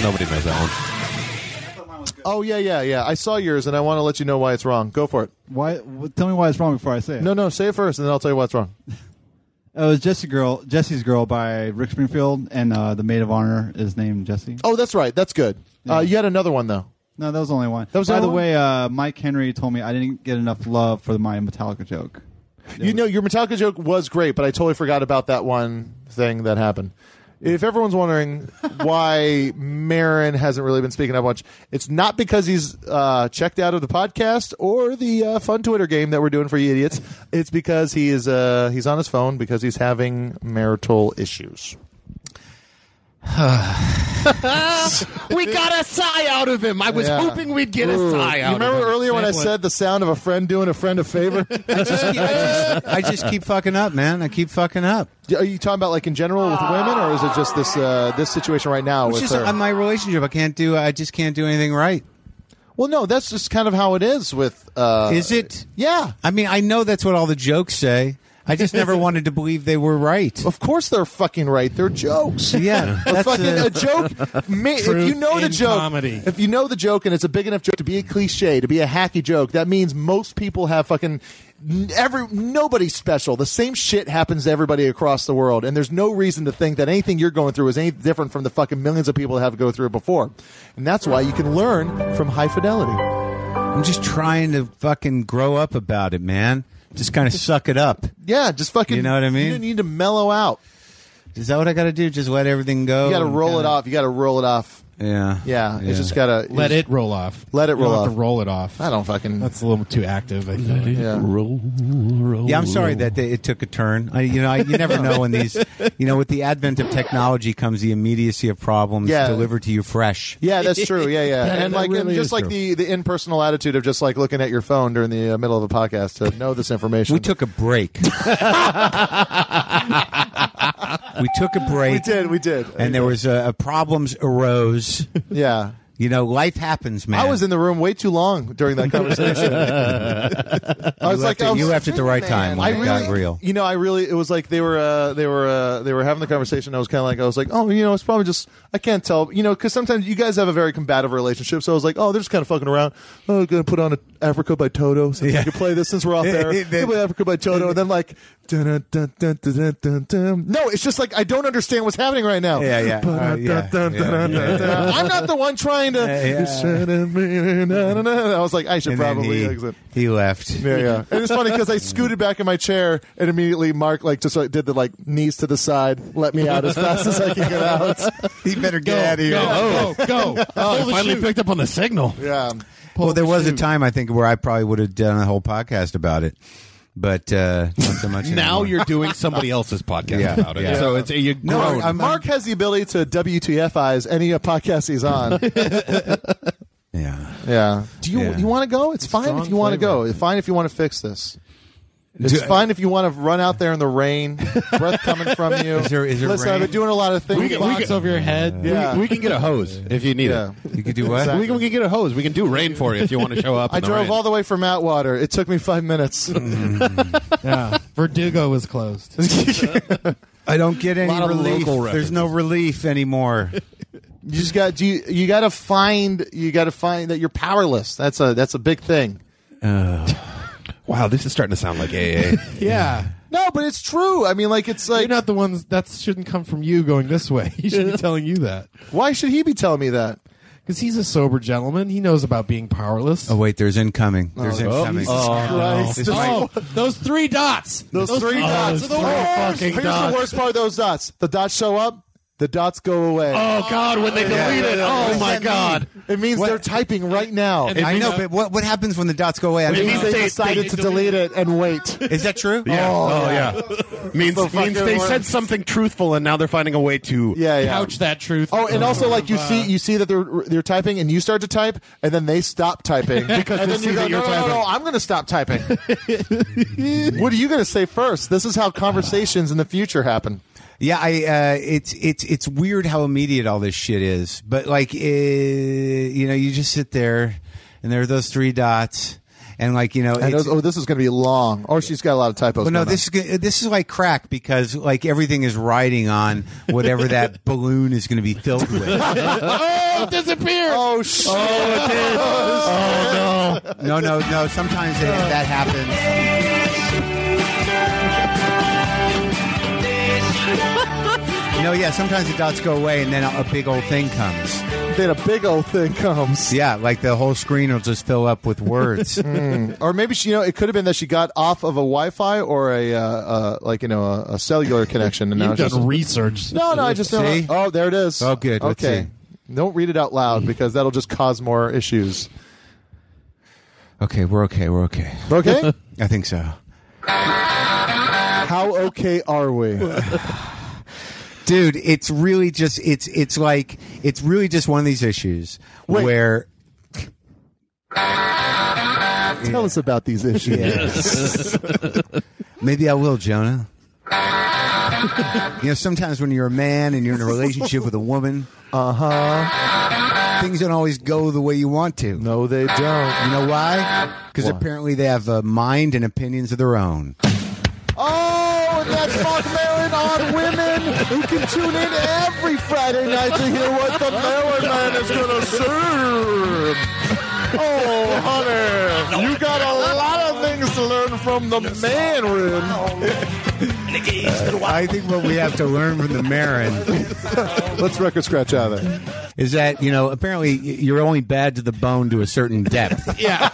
Nobody knows that one.
oh yeah, yeah, yeah. I saw yours, and I want to let you know why it's wrong. Go for it.
Why? w- Tell me why it's wrong before I say it.
No, no, say it first, and then I'll tell you why it's wrong.
it was Jesse Girl, Jesse's Girl by Rick Springfield, and uh, the maid of honor is named Jesse.
Oh, that's right. That's good. Uh, you had another one though.
No, that was the only one.
That was the
By the
only one?
way, uh, Mike Henry told me I didn't get enough love for my Metallica joke.
You know, your Metallica joke was great, but I totally forgot about that one thing that happened. If everyone's wondering why Marin hasn't really been speaking up much, it's not because he's uh, checked out of the podcast or the uh, fun Twitter game that we're doing for you idiots. It's because he is uh, he's on his phone because he's having marital issues.
we got a sigh out of him. I was
Yeah.
hoping we'd get
Ooh.
a sigh
You
out.
remember
of him.
earlier when I said the sound of a friend doing a friend a favor?
I just keep fucking up, man. I keep fucking up.
Are you talking about like in general with women, or is it just this uh, this situation right now
It's
with
just
her?
uh, my relationship. I can't do. I just can't do anything right.
Well, no, that's just kind of how it is with. Uh,
Is it?
Yeah,
I mean, I know that's what all the jokes say. I just never wanted to believe they were right.
of course they're fucking right. They're jokes.
Yeah,
A
that's
fucking
uh,
a joke. ma- if you
Truth
know the
in
joke,
comedy.
if you know the joke, and it's a big enough joke to be a cliche, to be a hacky joke, that means most people have fucking n- every nobody's special. The same shit happens to everybody across the world, and there's no reason to think that anything you're going through is any different from the fucking millions of people that have go through it before. And that's why you can learn from high fidelity.
I'm just trying to fucking grow up about it, man. Just kind of suck it up.
Yeah, just fucking.
You know what I mean?
You need to mellow out.
Is that what I got to do? Just let everything go.
You got to
and
roll it
kinda-
off. You got to roll it off.
Oh, Yeah.
Yeah, it's just got to
Let it roll off.
Let it
You don't
roll
have
off.
To roll it off.
I don't fucking.
That's a little too active. I think.
yeah.
Yeah, I'm sorry that they, it took a turn. I, you know, I, you never know when these. You know, with the advent of technology comes the immediacy of problems
Yeah.
delivered to you fresh.
Yeah, that's true. Yeah, yeah,
Yeah,
and
that
like, and
really
just
is
like
true.
the the impersonal attitude of just like looking at your phone during the uh, middle of a podcast to know this information.
We took a break. we took a break.
we did, we did,
and there was uh, problems arose.
yeah.
You know, life happens, man.
I was in the room way too long during that conversation. I was
You
like,
left it-
I was
you
like,
left at the right time when
I
it
really,
got real.
You know, I really. It was like they were, uh, they were, uh, they were having the conversation. I was kind of like, I was like, oh, you know, it's probably just I can't tell, you know, because sometimes you guys have a very combative relationship. So I was like, oh, they're just kind of fucking around. Oh, I'm gonna put on a Africa by Toto. Since we can play this since we're off there.
Then-
We'll play Africa by Toto, and then like, dun, dun, dun, dun, dun, dun, dun, dun. no, it's just like I don't understand what's happening right now.
Yeah, yeah. Uh, yeah,
Dun, dun,
yeah,
dun,
yeah.
dun, dun. I'm not the one trying to.
yeah.
You said it, me, na, na, na. I was like, I should
And then
probably
he,
exit.
He left.
Yeah, yeah. And it's funny because I scooted back in my chair and immediately Mark like just like, did the like knees to the side, let me out as fast as I can get out.
He better get out of here.
Go, go, go.
Oh, I finally picked up on the signal.
Yeah.
Well, there was a time I think where I probably would have done a whole podcast about it, but uh, not so much
Now
anymore.
you're doing somebody else's podcast
Yeah,
about it.
yeah.
So it's you
No,
grown.
I'm-
Mark has the ability to WTFI's any uh, podcast he's on.
yeah.
yeah. Do you
Yeah.
you want to go? It's fine if you want to go. It's fine if you want to fix this. It's fine if you want to run out there in the rain, breath coming from you.
Is there- is there
Listen, I've been
rain?
doing a lot of things.
We can- we
Box over your head.
yeah.
We can get a hose if you need
yeah.
it.
You could do what?
We, can, we can get a hose. We can do rain for you if you want to show up.
I
in the
drove
rain.
all the way from Atwater. It took me five minutes.
Yeah. Verdugo was closed.
I don't get any
Lot of
relief.
local
There's no relief anymore.
You just got do you, you got to find you got to find that you're powerless. That's a that's a big thing.
Wow, this is starting to sound like AA.
yeah.
No, but it's true. I mean, like it's like
You're not the ones that shouldn't come from you going this way. He should be telling you that
why should he be telling me that?
because he's a sober gentleman. He knows about being powerless.
Oh wait, there's incoming. There's
Oh,
incoming.
Christ. Oh,
This might-
those three dots.
Those, three
Oh,
dots are the worst. Here's the worst part of those dots: the dots show up, the dots go away.
oh God, when they delete it. Oh my God.
it means they're typing right now. It
I know, but what what happens when the dots go away? I mean,
means
means they
they-
decided to delete it and wait.
is that true?
Yeah. Oh, yeah. means
So fucking
means they
worse.
said something truthful and now they're finding a way to.
Yeah, yeah.
Couch that truth.
Oh, and also like you
uh,
see you see that they're they're typing and you start to type and then they stop typing because and
they
then
see
you go
that
no,
you're
no, no, no,
typing."
I'm going to stop typing. what are you going to say first? This is how conversations in the future happen.
Yeah, I uh, it's it's it's weird how immediate all this shit is. But like, eh, you know, you just sit there, and there are those three dots, and like, you know,
And
it's-
those- oh, this is going to be long. Or she's got a lot of typos.
Well, no,
going on.
this is go- this is like crack because like everything is riding on whatever that balloon is going to be filled with.
oh, it disappeared.
Oh shit! Oh,
No, no, no. Sometimes it, that happens. No, yeah. Sometimes the dots go away, and then a, a big old thing comes.
then a big old thing comes.
Yeah, like the whole screen will just fill up with words.
Mm. Or maybe she, you know, it could have been that she got off of a Wi-Fi or a uh, uh, like you know a, a cellular connection, and now
You've
it's
done
just
research.
No, no, I just know.
See?
Oh, there it is.
Oh, good. Let's
Okay. Don't read it out loud because that'll just cause more issues.
Okay, we're okay. We're okay.
Okay?
I think so.
How okay are we?
Dude, it's really just it's it's like it's really just one of these issues
Wait.
where
Tell us about these issues.
Maybe I will, Jonah. you know, sometimes when you're a man and you're in a relationship with a woman, uh huh, things don't always go the way you want to.
No, they don't.
You know why? Because
Why?
apparently they have a mind and opinions of their own.
Oh, and that's Mark Maron on women who can tune in every Friday night to hear what the Maron Man is going to serve. Oh, honey, you got a lot of things to learn from the man room.
I think what we have to learn from the Marin
Let's record scratch out of there.
is that you know apparently y- you're only bad to the bone to a certain depth. yeah.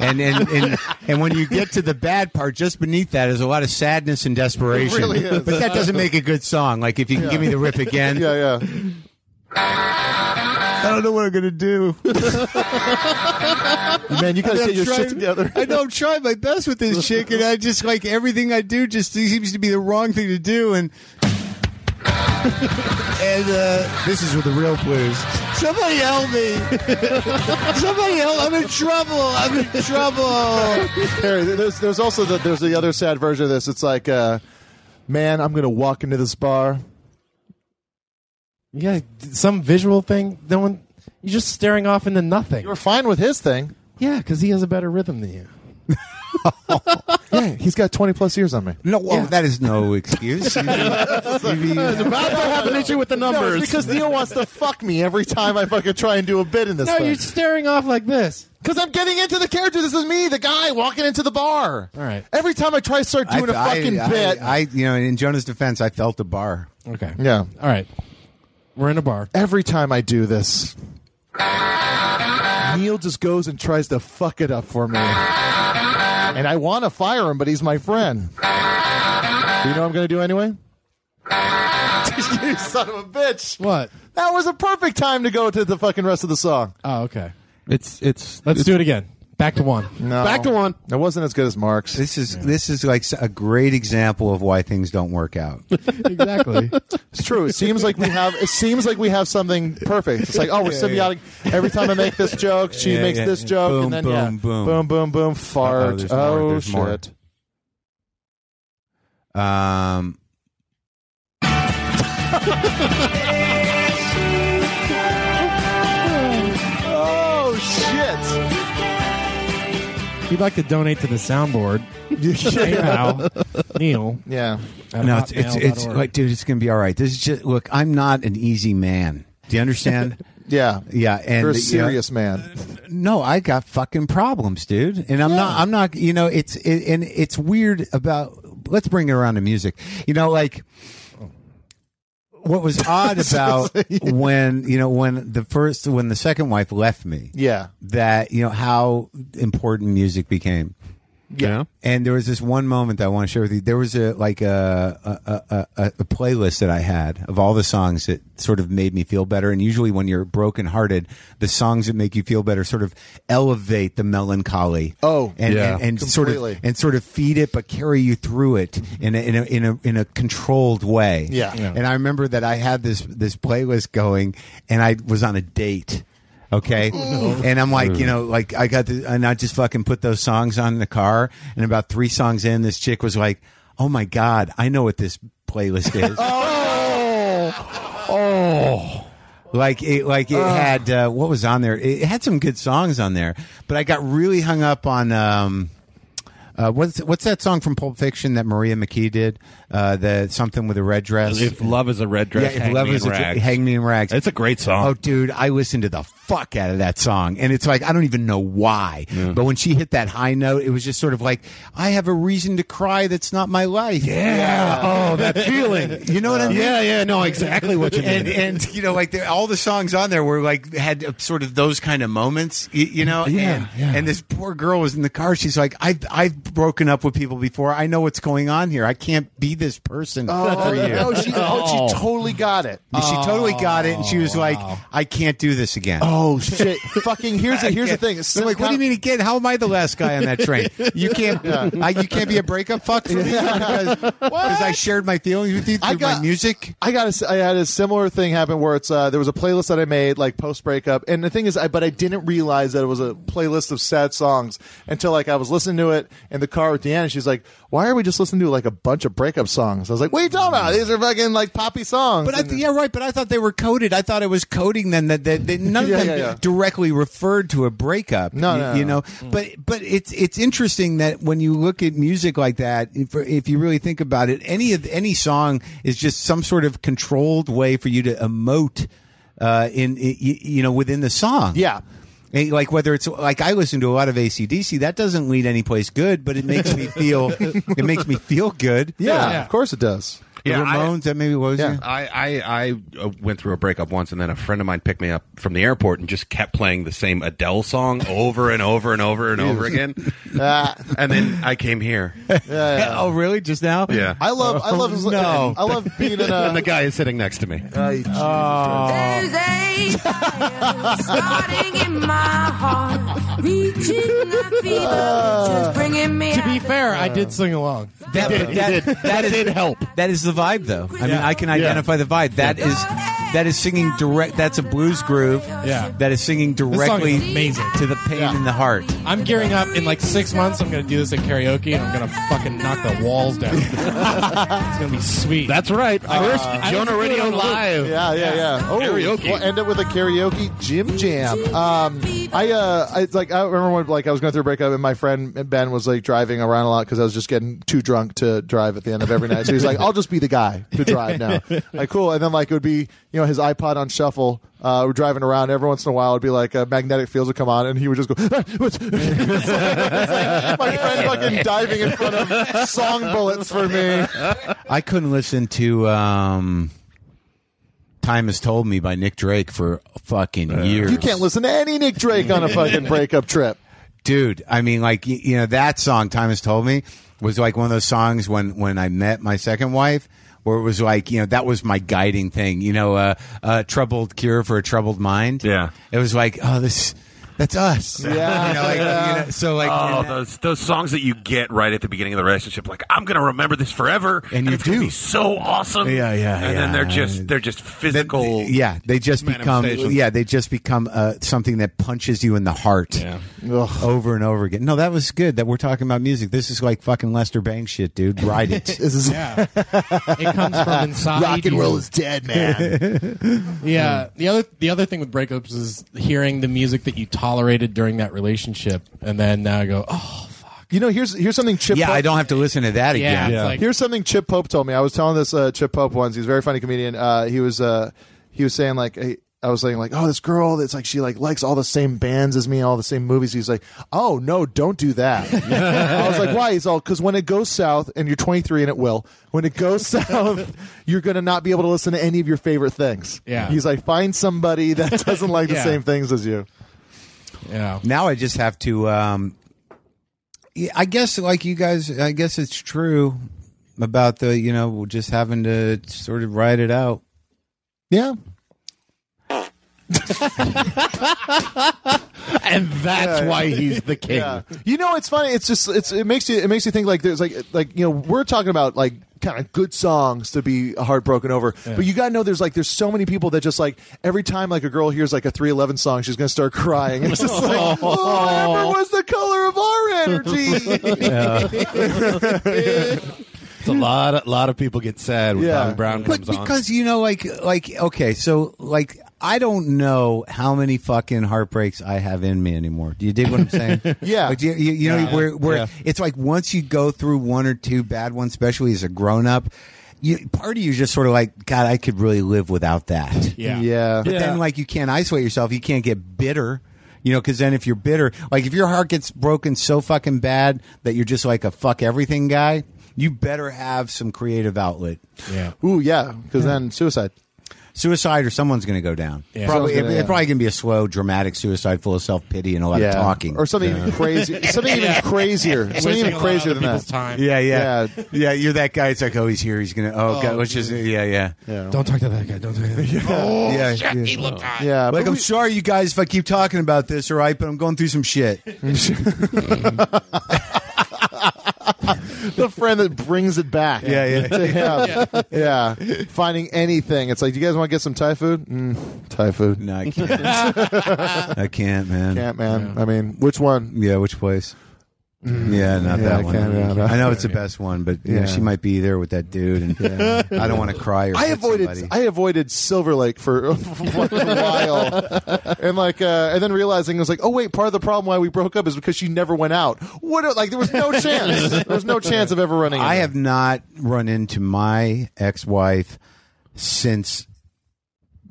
And, and and and when you get to the bad part, just beneath that is a lot of sadness and desperation.
It really is.
But that doesn't make a good song. Like if you can give me the riff again,
Yeah, yeah.
I don't know what I'm gonna do.
Man, you gotta
I'm
get your
trying-
shit together.
I know I'm trying my best with this chick, and I just like everything I do just seems to be the wrong thing to do. And and uh, this is with the real blues. Somebody help me! Somebody help! I'm in trouble! I'm in trouble!
Harry, there's there's also the, there's the other sad version of this. It's like, uh, man, I'm gonna walk into this bar.
Yeah, some visual thing. No one. You're just staring off into nothing.
You were fine with his thing.
Yeah, because he has a better rhythm than you.
Yeah, he's got 20 plus years on me.
No, well, that is no excuse.
About to have an issue with the numbers because Neil wants to fuck me every time I fucking try and do a bit in this
No,
thing.
you're staring off like this.
Because I'm getting into the character. This is me, the guy walking into the bar.
All right.
Every time I try to start doing a fucking bit,
I, you know, in Jonah's defense, I felt the bar.
Okay.
yeah.
All right. We're in a bar.
Every time I do this, Neil just goes and tries to fuck it up for me. And I want to fire him, but he's my friend. You know what I'm going to do anyway? you son of a bitch.
What?
That was a perfect time to go to the fucking rest of the song.
Oh, okay.
It's it's
Let's do it again. Back to one.
No.
Back to one.
It wasn't as good as Mark's.
This is this is like a great example of why things don't work out.
Exactly.
It's true. It seems like we have. It seems like we have something perfect. It's like, oh, we're symbiotic. Every time I make this joke, she
Yeah,
makes
yeah,
this
yeah.
joke,
Boom,
and then
boom,
yeah,
boom.
boom, boom, boom, fart.
there's more,
oh
there's
shit.
more. Um,
Oh shit!
if you'd like to donate to the soundboard, PayPal, Neil.
Yeah.
at
No, it's it's, it's
hotmail.org.
like, dude, it's gonna be all right. This is just look. I'm not an easy man. Do you understand?
Yeah.
yeah, and
You're a
you know,
serious man.
no, I got fucking problems, dude. And I'm not. I'm not. You know, it's it, and it's weird about. Let's bring it around to music. You know, like. What was odd about when you know when the first when the second wife left me
Yeah.
that you know how important music became
yeah.
and there was this one moment that I want to share with you. There was a like a a, a, a a playlist that I had of all the songs that sort of made me feel better. And usually, when you're brokenhearted, the songs that make you feel better sort of elevate the melancholy.
Oh,
and
yeah.
and, and sort of
Completely.
and sort of feed it, but carry you through it in a, in a in a in a controlled way.
Yeah. Yeah.
And I remember that I had this this playlist going, and I was on a date. Okay, and I'm like, you know, like I got, the, and I just fucking put those songs on in the car, and about three songs in, this chick was like, "Oh my god, I know what this playlist is." Like it, like it had uh, what was on there. It had some good songs on there, but I got really hung up on um, uh, what's what's that song from Pulp Fiction that Maria McKee did? Uh, the something with a red dress.
If love is a red dress, hang me in
a
rags.
hang me in rags.
It's a great song.
oh, dude, I listened to the fuck out of that song. And it's like, I don't even know why. But when she hit that high note, it was just sort of like, I have a reason to cry that's not my life.
Yeah. Oh, that feeling.
You know what I mean?
Yeah, yeah, no, exactly what you mean.
And, and you know, like there- all the songs on there were like had uh, sort of those kind of moments, you, you know.
Yeah,
and,
yeah.
and this poor girl was in the car. She's like, "I've I've broken up with people before. I know what's going on here. I can't be this person for you."
Oh, she, oh,
Oh.
she totally got it.
she totally got it, and she was like, "I can't do this again."
Oh shit! Fucking here's the here's the thing.
I'm like, what do you mean again? How am I the last guy on that train? You can't, I, you can't be a breakup fuck for me because, because I shared my feelings with you through
I got-
my music.
I got a s I had a similar thing happen where it's uh, there was a playlist that I made like post breakup, and the thing is, I but I didn't realize that it was a playlist of sad songs until like I was listening to it in the car with Deanna. And she's like, "Why are we just listening to like a bunch of breakup songs?" I was like, "What are you talking about? These are fucking like poppy songs."
But I
And-
th- yeah, right. But I thought they were coded. I thought it was coding them that, that, that none of
Yeah,
them
yeah, yeah.
directly referred to a breakup.
No,
you,
no,
you
no. Mm.
know. But but it's it's interesting that when you look at music like that, if, if you really think about it, any of any song is just some sort of controlled way for you to emote uh, in, i y you know within the song.
Yeah.
And, Like whether it's like I listen to a lot of ACDC, that doesn't lead any place good, but it makes me feel it makes me feel good.
yeah,
Yeah.
of course it does.
The
Yeah, I-
Ramones, that maybe what was
Yeah.
it?
I, I I uh, went through a breakup once, and then a friend of mine picked me up from the airport and just kept playing the same Adele song over and over and over and over again.
Ah.
and then I came here.
oh, really? Just now?
Yeah,
I love I love
Oh, no.
I love being in a
and the guy is sitting next to me.
There's a fire starting in my heart, reaching a fever, just bringing me
To be
out.
fair, I did sing along.
That, that, that is-
help.
That is the vibe, though. I mean, I can identify the vibe. That is that is singing direct. That's a blues groove.
Yeah.
That is singing directly
amazing.
to the pain in the heart.
I'm gearing up in like six months. I'm gonna do this at karaoke, and I'm gonna fucking knock the walls down. it's gonna be sweet.
That's right. First,
I
Jonah
listen to it
Radio
on the loop.
Live.
Yeah, yeah, yeah. Oh,
Karaoke.
We'll end up with a karaoke gym jam. Um, I, uh, I like. I remember when like I was going through a breakup, and my friend Ben was like driving around a lot because I was just getting too drunk to drive at the end of every night. So he's like, "I'll just be the guy to drive now." like, cool. And then like it would be you know his iPod on shuffle. Uh, we're driving around. Every once in a while, it'd be like uh, magnetic fields would come on, and he would just go. It's like my friend fucking diving in front of song bullets for me.
I couldn't listen to um, "Time Has Told Me" by Nick Drake for fucking years.
You can't listen to any Nick Drake on a fucking breakup trip.
dude i mean like y- you know that song time has told me was like one of those songs when when i met my second wife where it was like you know that was my guiding thing you know uh, uh troubled cure for a troubled mind
Yeah.
it was like oh this that's us
Yeah,
you know, like,
yeah.
you know, so like
Oh,
and uh, that-
those those songs that you get right at the beginning of the relationship, like I'm gonna remember this forever,
And you
it's gonna
do.
be so awesome.
Yeah, yeah,
And then
yeah.
they're just they're just physical.
yeah they just become
Manifestations.
yeah they just become uh, something that punches you in the heart
Yeah.
Ugh.
over and over again no that was good that we're talking about music this is like fucking lester bang shit dude ride it
This is
Yeah, it comes from inside. you.
dead, man.
Yeah. The other the other thing with breakups is hearing the music that you tolerated during that relationship, and then now I go, oh,
you know, here's here's something Chip.
yeah
Pope,
i don't have to listen to that
yeah.
again
It's like,
Here's something Chip Pope told me. I was telling this uh, Chip Pope once. He's a very funny comedian. Uh, he was uh, he was saying like. I I was saying like, oh, this girl, it's like she like likes all the same bands as me, all the same movies. He's like, oh no, don't do that. I was like, why? He's all because when it goes south, and you're 23, and it will. When it goes south, you're gonna not be able to listen to any of your favorite things.
Yeah.
He's like, find somebody that doesn't like the
Yeah.
same things as you.
yeah.
now I just have to. Um, yeah, I guess like you guys, I guess it's true about the you know just having to sort of ride it out.
Yeah.
and that's why he's the king.
You know, it's funny. It's just it's it makes you it makes you think like there's like like you know we're talking about like kind of good songs to be heartbroken over, but you gotta know there's like there's so many people that just like every time like a girl hears like a 311 song, she's gonna start crying. It's just like oh, amber was the color of our energy.
It's a lot. A lot of people get sad when
Yeah.
Bobby Brown
But
comes on.
because you know, like like okay, so like I don't know how many fucking heartbreaks I have in me anymore. Do you dig what I'm saying?
Yeah.
Like, do you, you, you know, where where it's like once you go through one or two bad ones, especially as a grown up. you, part of you is just sort of like, God, I could really live without that.
Yeah.
Yeah.
But then, like, you can't isolate yourself. You can't get bitter, you know, because then if you're bitter, like, if your heart gets broken so fucking bad that you're just like a fuck everything guy, you better have some creative outlet.
Yeah.
Ooh, yeah. Because then suicide.
Suicide or someone's going to go down.
Yeah.
Probably,
Someone's
it,
gonna-
it's probably going to be a slow, dramatic suicide full of self pity and a lot
Yeah.
of talking.
Or something even crazier. Something even crazier. Something
Wasting a
even
lot of
crazier
other
than
people's
that.
Time.
Yeah, yeah,
Yeah.
yeah, You're that guy. It's like, oh, he's here. He's gonna. Oh, God, which is yeah, yeah,
Yeah.
Don't talk to that guy. Don't talk to that guy.
Oh,
yeah. yeah.
Yeah.
Like,
but
I'm
we-
sorry, you guys, if I keep talking about this, all right, but I'm going through some shit.
the friend that brings it back.
Yeah, yeah.
To him. yeah. Finding anything. It's like, do you guys want to get some Thai food? Mm, Thai food.
No, I can't. I can't, man.
Can't, man. I mean, which one?
Yeah, which place? Yeah, not
Mm-hmm. Yeah, I
that one.
can't, yeah, no.
I know it's the best one, but you know,
Yeah.
she might be there with that dude, and I don't want to cry. Or
I
hit
avoided
somebody.
I avoided Silver Lake for, for like a while, and like uh, and then realizing I was like, oh wait, part of the problem why we broke up is because she never went out. What a- like there was no chance, there was no chance of ever running.
I
into
have not run into my ex-wife since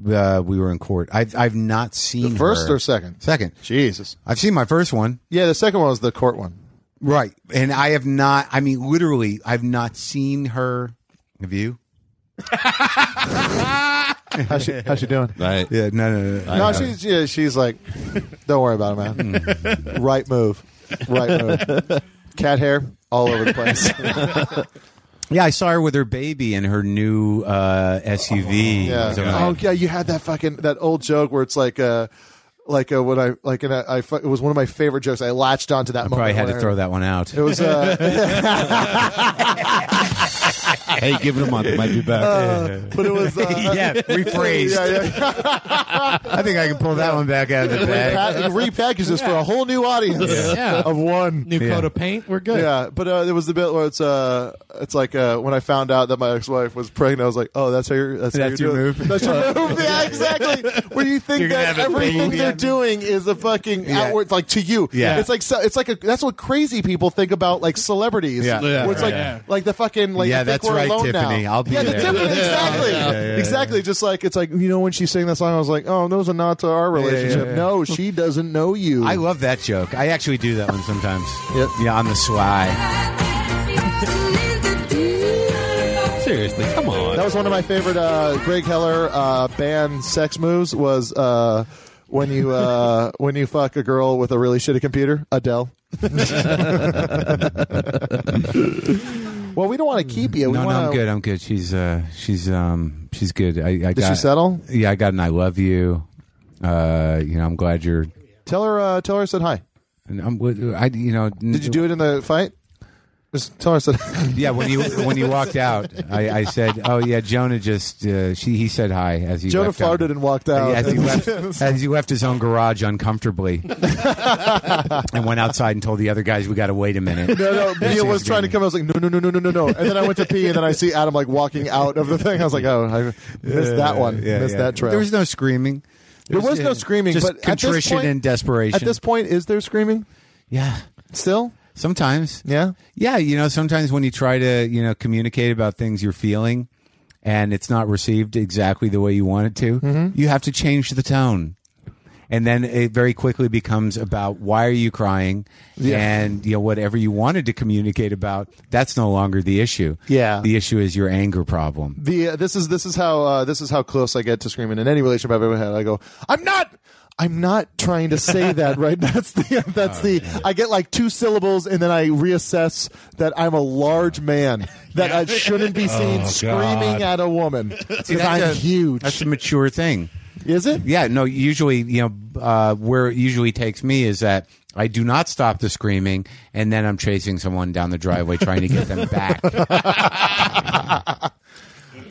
uh, we were in court. I've I've not
her.
seen
the first
her.
or second.
second.
Jesus,
I've seen my first one,
yeah, the second one was the court one.
right? And I have not. I mean, literally, I've not seen her. Have you?
How's she, how's she doing?
Right.
Yeah, no, no, no.
No, she's yeah, she's like, don't worry about it, man. right move, right move. Cat hair all over the place.
Yeah, I saw her with her baby in her new uh, SUV.
Yeah.
So,
Oh yeah, you had that fucking that old joke where it's like uh like uh, when I like and I, I fu- it was one of my favorite jokes. I latched onto that. I
Probably had to throw that one out.
It was uh,
Hey, give it a month. It might be back.
but it was uh,
yeah, rephrased.
yeah, yeah.
I think I can pull that one back out of the bag.
Pat- repackage this for a whole new audience
Yeah.
of one.
New
Yeah.
coat of paint. We're good.
Yeah, but uh, there was the bit where it's uh, it's like uh, when I found out that my ex-wife was pregnant, I was like, oh, that's how you're, that's,
That's
how you're
your move?
doing. That's your move. Yeah, exactly. Where you think
You're gonna
that
have a
everything
baby.
they're doing is a fucking
Yeah.
outward, like to you.
Yeah.
it's like so, it's like a, that's what crazy people think about like celebrities.
Yeah. Yeah,
where it's like
right.
like the fucking like
Yeah,
I think
that's
we're
right,
alone
Tiffany.
Now.
I'll be
yeah,
there.
The Tiffany,
Yeah.
exactly, exactly. Just like it's like you know when she sang that song, I was like, oh, those are not to our relationship.
yeah.
No, she doesn't know you.
I love that joke. I actually do that one sometimes.
Yep.
Yeah, on the sly.
Seriously, come on.
That was one of my favorite uh, Greg Heller uh, band sex moves was uh, when you uh, when you fuck a girl with a really shitty computer, Adele. well, we don't want to keep you. We
no,
wanna,
no, I'm good. I'm good. She's uh, she's um, she's good. I, I
Did
got,
she settle?
Yeah, I got an I love you. Uh, you know, I'm glad you're.
Tell her. Uh, tell her I said hi.
And I'm. with- I you know.
Did you do it in the fight? Just tell her I said.
Yeah, when you when you walked out, I, I said, "Oh yeah, Jonah just uh, she he said hi as he
Jonah
left on-
farted and walked out.
as he left as he left his own garage uncomfortably and went outside and told the other guys we got to wait a minute.
No, no. Mia was trying to come. I was like, no, no, no, no, no, no, no. And then I went to pee, and then I see Adam like walking out of the thing. I was like, oh, I missed that one. missed that trail.
There was no screaming.
There was no
uh,
screaming,
just
but at this
contrition
point-
and desperation.
At this point, is there screaming
yeah,
still?
sometimes.
Yeah.
Yeah, you know, sometimes when you try to, you know, communicate about things you're feeling and it's not received exactly the way you want it to,
Mm-hmm.
you have to change the tone. And then it very quickly becomes about why are you crying? And, you know, whatever you wanted to communicate about, that's no longer the issue.
Yeah.
The issue is your anger problem.
The uh, this is this is how uh, this is how close I get to screaming in any relationship I've ever had. I go, I'm not. I'm not trying to say that right. That's the that's the
Oh,
I get like two syllables and then I reassess that I'm a large man that I shouldn't be seen
Oh,
screaming at a woman because I'm
that's a-
huge.
That's a mature thing.
Is it?
Yeah, no, usually, you know, uh, where it usually takes me is that I do not stop the screaming and then I'm chasing someone down the driveway trying to get them back.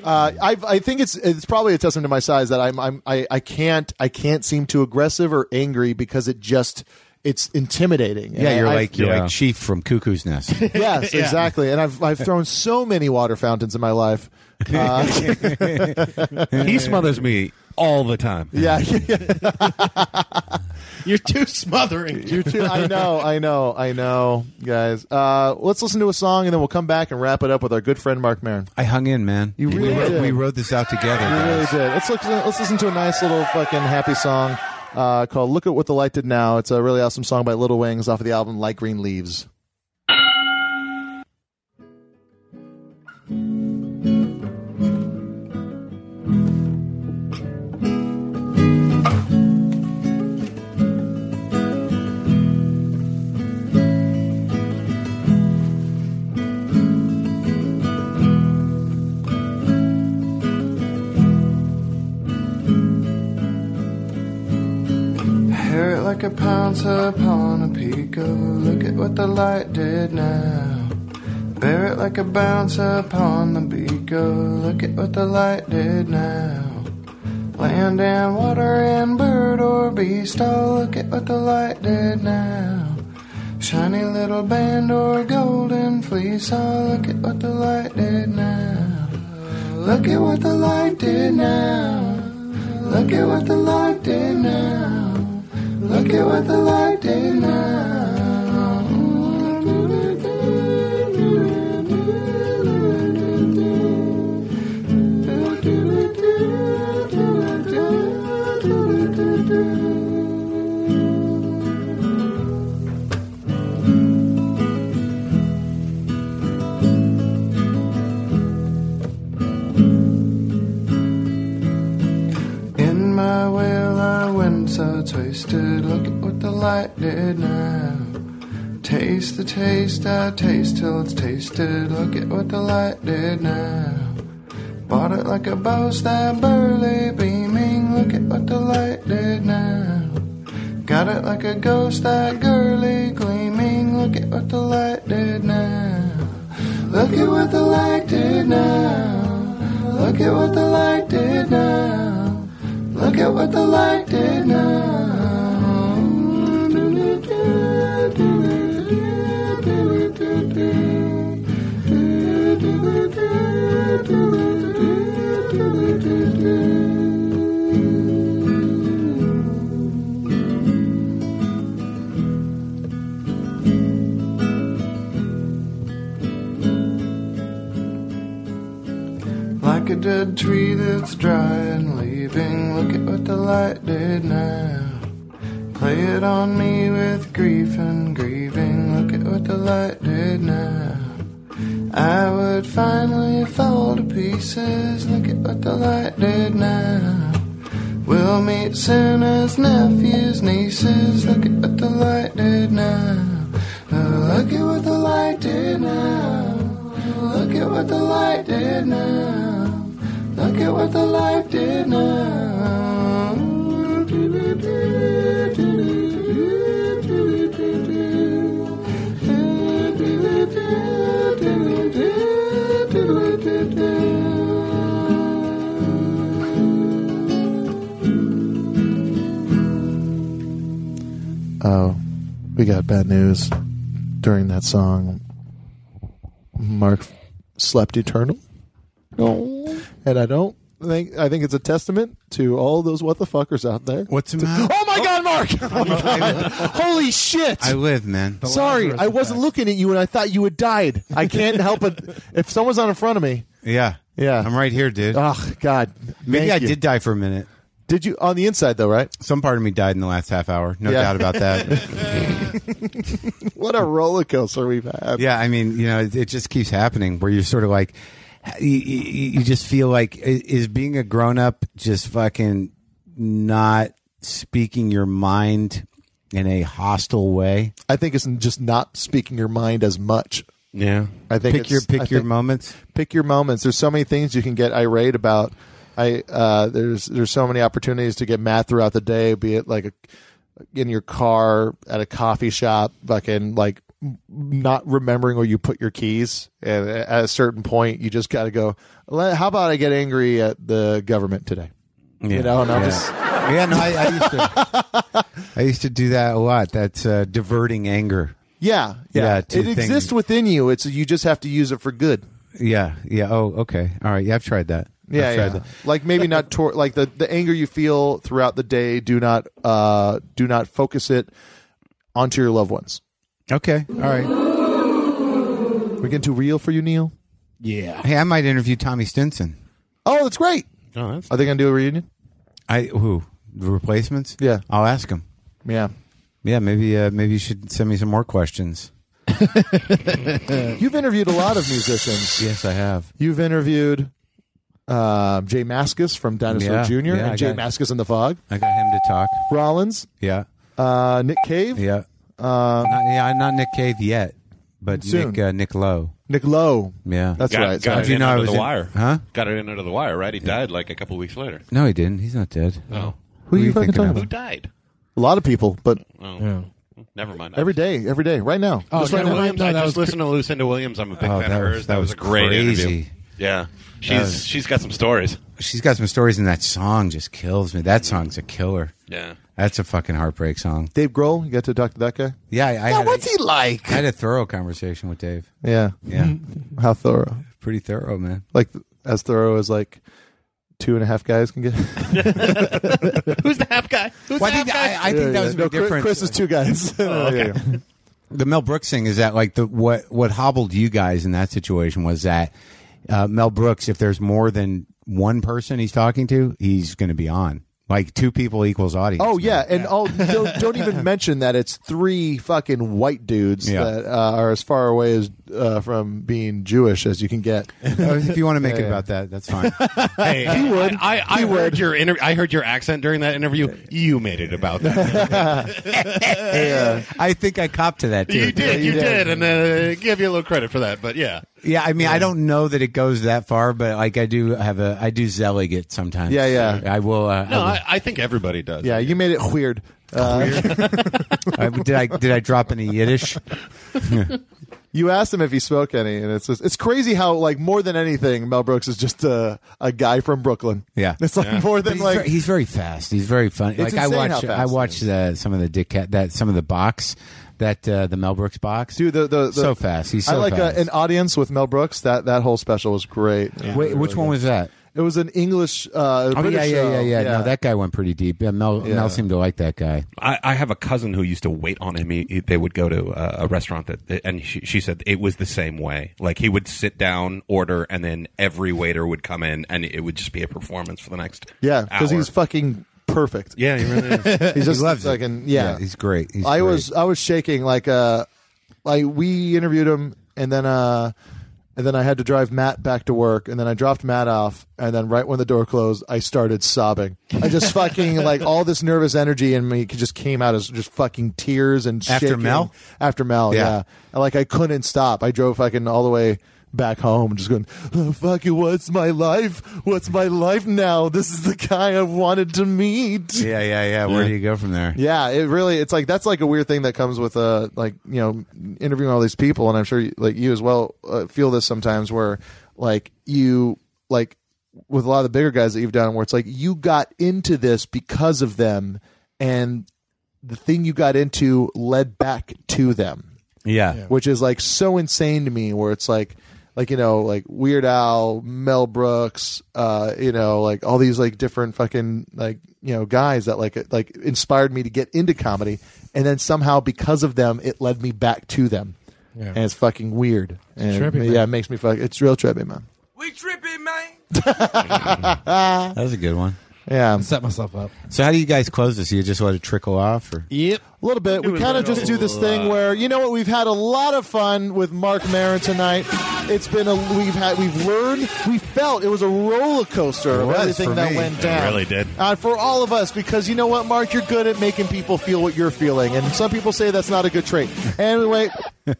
Uh, I I think it's it's probably a testament to my size that I'm I'm I, I can't I can't seem too aggressive or angry because it just it's intimidating. And
Yeah,
I-
you're
I've-
like you're
Yeah.
like Chief from Cuckoo's Nest.
yes, exactly. And I've I've thrown so many water fountains in my life. Uh,
he smothers me all the time.
yeah,
You're too smothering.
You're too. I know, I know, I know, guys. Uh, let's listen to a song and then we'll come back and wrap it up with our good friend Mark Maron.
I hung in, man. You
really
we, wrote,
did.
we wrote this out together.
You really
guys.
did. Let's look, let's listen to a nice little fucking happy song uh, called "Look at What the Light Did Now." It's a really awesome song by Little Wings off of the album "Light Green Leaves."
Hurt like a pouncer upon a pico. Look at what the light did now. Bear it like a bouncer upon the beako. Look at what the light did now. Land and water and bird or beast. Oh, look at what the light did now. Shiny little band or golden fleece. Oh, look at what the light did now. Look at what the light did now. Look at what the light did now. Look at what the light did now. In my will, I went so twisted. Look at what the light did now. Taste the taste, I taste till it's tasted. Look at what the light did now. Bought it like a boast, that burly beaming. Look at what the light did now. Got it like a ghost, that girly gleaming. Look at what the light did now. Look at what the light did now. Look at what the light did now. Look at what the light did now. Like a dead tree that's dry and leaving. Look at what the light did now. Play it on me with grief and grieving. Look at what the light did now. I would finally fall to pieces. Look at what the light did now. We'll meet soon as nephews, nieces. Look at what the light did now. Uh, Look at what the light did now. Look at what the light did now. Look at what the light did now.
Oh, we got bad news during that song. Mark slept eternal. No. And I don't think I think it's a testament to all those what the fuckers out there.
What's the
Oh my god, Mark! Oh my god. Holy shit!
I live, man.
Sorry, I wasn't looking at you and I thought you had died. I can't help it. If someone's not in front of me,
Yeah.
Yeah.
I'm right here, dude.
Oh, God.
Maybe
Thank
I
you.
did die for a minute.
Did you on the inside though, right?
Some part of me died in the last half hour. No
Yeah.
doubt about that.
what a roller coaster we've had.
yeah, I mean, you know, it, it just keeps happening where you're sort of like you, you, you just feel like i- is being a grown up just fucking not speaking your mind in a hostile way?
I think it's just not speaking your mind as much.
Yeah.
I think
pick
it's-
your pick
I
your
think-
moments.
Pick your moments. There's so many things you can get irate about. I uh, there's there's so many opportunities to get mad throughout the day, be it like a, in your car at a coffee shop, fucking like not remembering where you put your keys. And at a certain point, you just got to go. "Le- How about I get angry at the government today? You know, and I'm
yeah.
just
Yeah, no, I, I used to. I used to do that a lot. That's uh, diverting anger.
yeah,
Yeah,
yeah.
two
it
things.
exists within you. It's you just have to use it for good.
Yeah, yeah. Oh, okay. All right. Yeah, I've tried that.
Yeah, yeah. like maybe not tor- like the the anger you feel throughout the day. Do not uh do not focus it onto your loved ones.
Okay, all right.
We getting too real for you, Neil?
Yeah. Hey, I might interview Tommy Stinson.
Oh, that's great. Are they going to do a reunion?
I who the replacements?
Yeah,
I'll ask him.
Yeah.
Yeah, maybe uh, maybe you should send me some more questions.
You've interviewed a lot of musicians.
Yes, I have.
You've interviewed uh, Jay Maskus from Dinosaur
Yeah,
Jr.
yeah,
and
I
Jay
got-
Maskus in the Fog.
I got him to talk.
Rollins,
Yeah,
uh, Nick Cave,
yeah.
uh,
Not, yeah, not Nick Cave yet, but
Soon.
Nick uh, Nick Lowe.
Nick Lowe.
Yeah,
That's
got,
right.
Got
How'd
it
you
in
know I
under
was
the
in-
wire,
Huh?
Got it in under the wire, right? He died like a couple weeks later.
no, he didn't. He's not dead.
No,
Who are you fucking
thinking
talking
of?
who
about?
died?
A lot of people, but
Oh,
Yeah.
never mind.
every day, every day, right now.
Oh,
Just right
no,
now.
no,
Williams,
no,
I
that
just
was
listened to Lucinda Williams. I'm a big
Oh,
fan
that
of hers.
was- that was
a great
crazy.
interview. Yeah, she's
was-
she's got some stories.
She's got some stories, and that song just kills me. That song's a killer.
Yeah,
That's a fucking heartbreak song.
Dave Grohl, you got to talk to that guy.
Yeah, I, I
Yeah,
had
what's
a,
he like?
I had a thorough conversation with Dave.
Yeah,
Yeah,
how thorough?
pretty thorough, man.
Like as thorough as like two and a half guys can get.
who's the half guy? Who's
Well,
the
I
half
think
guy?
that, I, I think
Yeah,
that
yeah.
was
no,
no,
Chris-
difference.
Chris is two guys.
Oh,
Yeah, yeah, yeah.
the Mel Brooks thing is that like the what what hobbled you guys in that situation was that uh, Mel Brooks, if there's more than one person he's talking to, he's going to be on. Like two people equals audience.
Oh
man.
yeah, and oh, don't, don't even mention that it's three fucking white dudes
Yeah.
that uh, are as far away as uh, from being Jewish as you can get.
Oh, if you want to make it
yeah.
about that, that's fine.
Hey, he would. I, I, I heard your inter- I heard your accent during that interview. You made it about that.
I think I copped to that too.
you did. You
you did.
did, and uh, give you a little credit for that. But yeah,
Yeah, I mean, I don't know that it goes that far, but like I do have a, I do zelig it sometimes.
Yeah, yeah.
I will. Uh,
no,
I will-
I, I think everybody does.
Yeah, you made it weird. Uh,
I- did I did I drop any Yiddish?
you asked him if he spoke any, and it's just, it's crazy how like more than anything, Mel Brooks is just a a guy from Brooklyn.
Yeah.
it's like more than
He's,
like
very, he's very fast. He's very fun. Like I
insane how
watch,
fast
I
he
watch uh, some of the dickhead that some of the box that uh, the Mel Brooks box.
dude. The, the, the
so fast. He's so
I like uh,
fast.
A, an audience with Mel Brooks. That that whole special was great.
Wait, which one was that?
It was an English. Uh,
Oh,
British
yeah, yeah, yeah,
show.
yeah, No, that guy went pretty deep. Yeah, Mel,
Yeah.
Mel seemed to like that guy.
I, I have a cousin who used to wait on him. He, he- they would go to uh, a restaurant that, and she, she said it was the same way. Like he would sit down, order, and then every waiter would come in, and it would just be a performance for the next.
yeah, because
hour.
he's fucking perfect.
yeah, he really is.
He's just
he loves
fucking
it.
yeah.
he's great. He's
I
great.
was I was shaking like uh like we interviewed him and then uh and then I had to drive Matt back to work and then I dropped Matt off and then right when the door closed I started sobbing. I just fucking like all this nervous energy in me just came out as just fucking tears and
After
shaking.
Mel?
after Mel
Yeah.
yeah, And, like I couldn't stop. I drove fucking all the way back home just going oh, fucking what's my life what's my life now this is the guy i wanted to meet
Yeah, yeah, yeah. Where do you go from there?
yeah, it really it's like that's like a weird thing that comes with uh like you know interviewing all these people, and I'm sure like you as well uh, feel this sometimes where like you like with a lot of the bigger guys that you've done where it's like you got into this because of them, and the thing you got into led back to them
Yeah.
which is like so insane to me where it's like like you know like weird al mel brooks uh you know like all these like different fucking like you know guys that like like inspired me to get into comedy and then somehow because of them it led me back to them
Yeah.
and it's fucking weird and
trippy,
yeah
man.
it makes me fuck it's real trippy man
We tripping, man.
That was a good one.
yeah
Set myself up.
So how do you guys close this? You just let it trickle off, or
Yep.
A little bit. We kind of just do this thing where you know what? We've had a lot of fun with Mark Maron tonight. It's been a we've had we've learned we felt it was a roller
It
coaster of
was for
everything that
me.
went down.
really did.
uh, for all of us because you know what, Mark, you're good at making people feel what you're feeling, and some people say that's not a good trait. Anyway.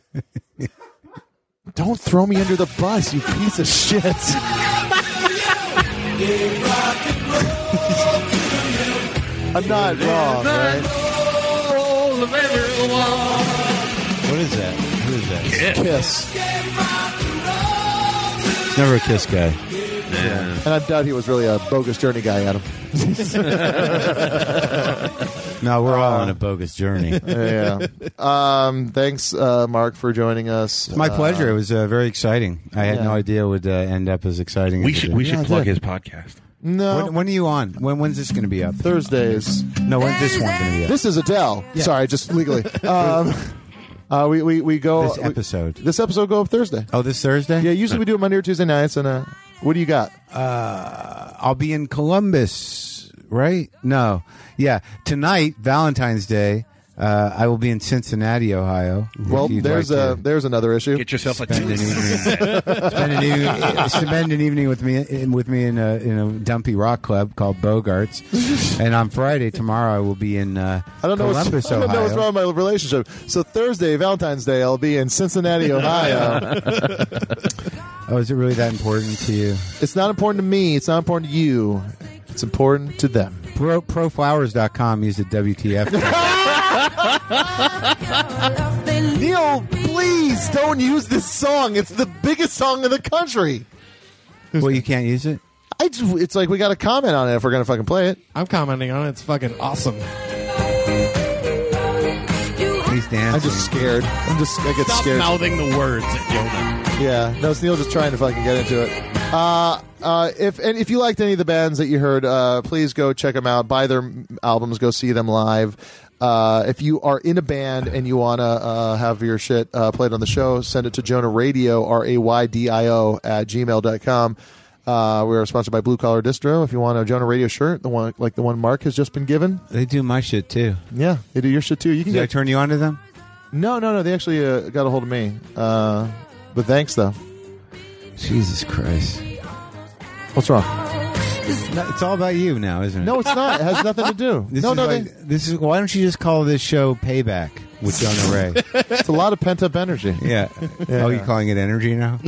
Don't throw me under the bus, you piece of shit. I'm not wrong, right?
what is that? Who is that?
Kiss.
It's never a kiss guy.
And I doubt he was really a bogus journey guy, Adam.
No, we're all
on a bogus journey.
yeah. Um, thanks, uh, Mark, for joining us.
It's my
Uh,
pleasure. It was uh, very exciting. I had
Yeah.
no idea it would uh, end up as exciting.
We
as it
should-
did.
we should Yeah, I plug did. his
podcast.
No.
When, when are you on? When when's this going to be up?
Thursdays.
No, when's this one going to be up?
This is Adele.
Yeah.
Sorry, just legally. Um, uh, we, we, we go.
This episode.
this episode go up Thursday.
Oh, this Thursday?
Yeah, usually we do it Monday or Tuesday nights. And uh, what do you got?
Uh, I'll be in Columbus, right? No, yeah. Tonight, Valentine's Day, uh, I will be in Cincinnati, Ohio. If
Well,
you'd
there's
like
a there's another issue. Get
yourself a
spend
spend an evening, spend an evening with me in, with me in a, in a dumpy rock club called Bogarts. and on Friday tomorrow, I will be in uh,
I don't know.
Columbus,
what's, I don't know what's
Ohio.
wrong with my relationship. So Thursday, Valentine's Day, I'll be in Cincinnati, Ohio.
oh, is it really that important to you?
it's not important to me. It's not important to you. It's important to them.
Pro, proflowers.com. Use the WTF.
Neil, please don't use this song. It's the biggest song in the country.
well, you can't use it.
I just, it's like we got to comment on it if we're gonna fucking play it.
I'm commenting on it. It's fucking awesome.
He's dancing.
I'm just scared. I'm just I get
Stop
scared.
mouthing
the words at
Yeah, no, it's Neil just trying to fucking get into it. Uh, uh, if and if you liked any of the bands that you heard, uh, please go check them out. Buy their m- albums. Go see them live. Uh, if you are in a band and you wanna uh, have your shit uh, played on the show, send it to Jonah Radio R A Y D I O at gmail.com. Uh, we are sponsored by Blue Collar Distro. If you want a Jonah Radio shirt, the one like the one Mark has just been given,
They do my shit too.
yeah, they do your shit too. You can
Did I
get
turn you on to them?
no, no, no. They actually uh, got a hold of me. Uh, but thanks though.
Jesus Christ.
What's wrong?
No, it's all about you now, isn't it?
No, it's not. It has nothing to do.
This
no,
is
no,
like- this is why don't you just call this show Payback with Jonah Ray?
they, it's a lot of pent up energy.
yeah.
Yeah.
Oh, you calling it energy now?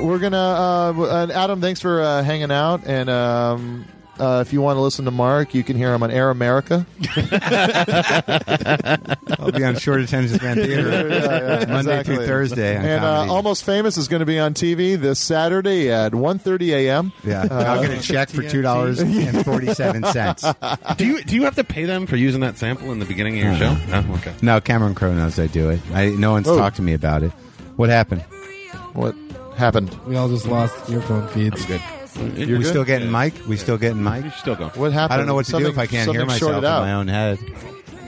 We're gonna. Uh, w- and Adam, thanks for uh, hanging out. And um, uh, if you want to listen to Mark, you can hear him on Air America.
I'll be on Short Attention Span Theater Monday
exactly.
through Thursday. On
and uh,
comedy.
Almost Famous is going to be on TV this Saturday at 1.30 a.m.
yeah,
Uh,
I'll get a check for two dollars and forty-seven cents.
do you do you have to pay them for using that sample in the beginning
Uh,
of your show? No? okay.
No, Cameron Crowe knows I do it. I, no one's
Oh.
talked to me about it. What happened?
What happened?
We all just lost earphone feeds.
we
You're good?
still getting mic? We still getting mic?
still going.
What happened?
I don't know what to do
Something-
if I can't hear
something
myself in
shorted out.
my own head.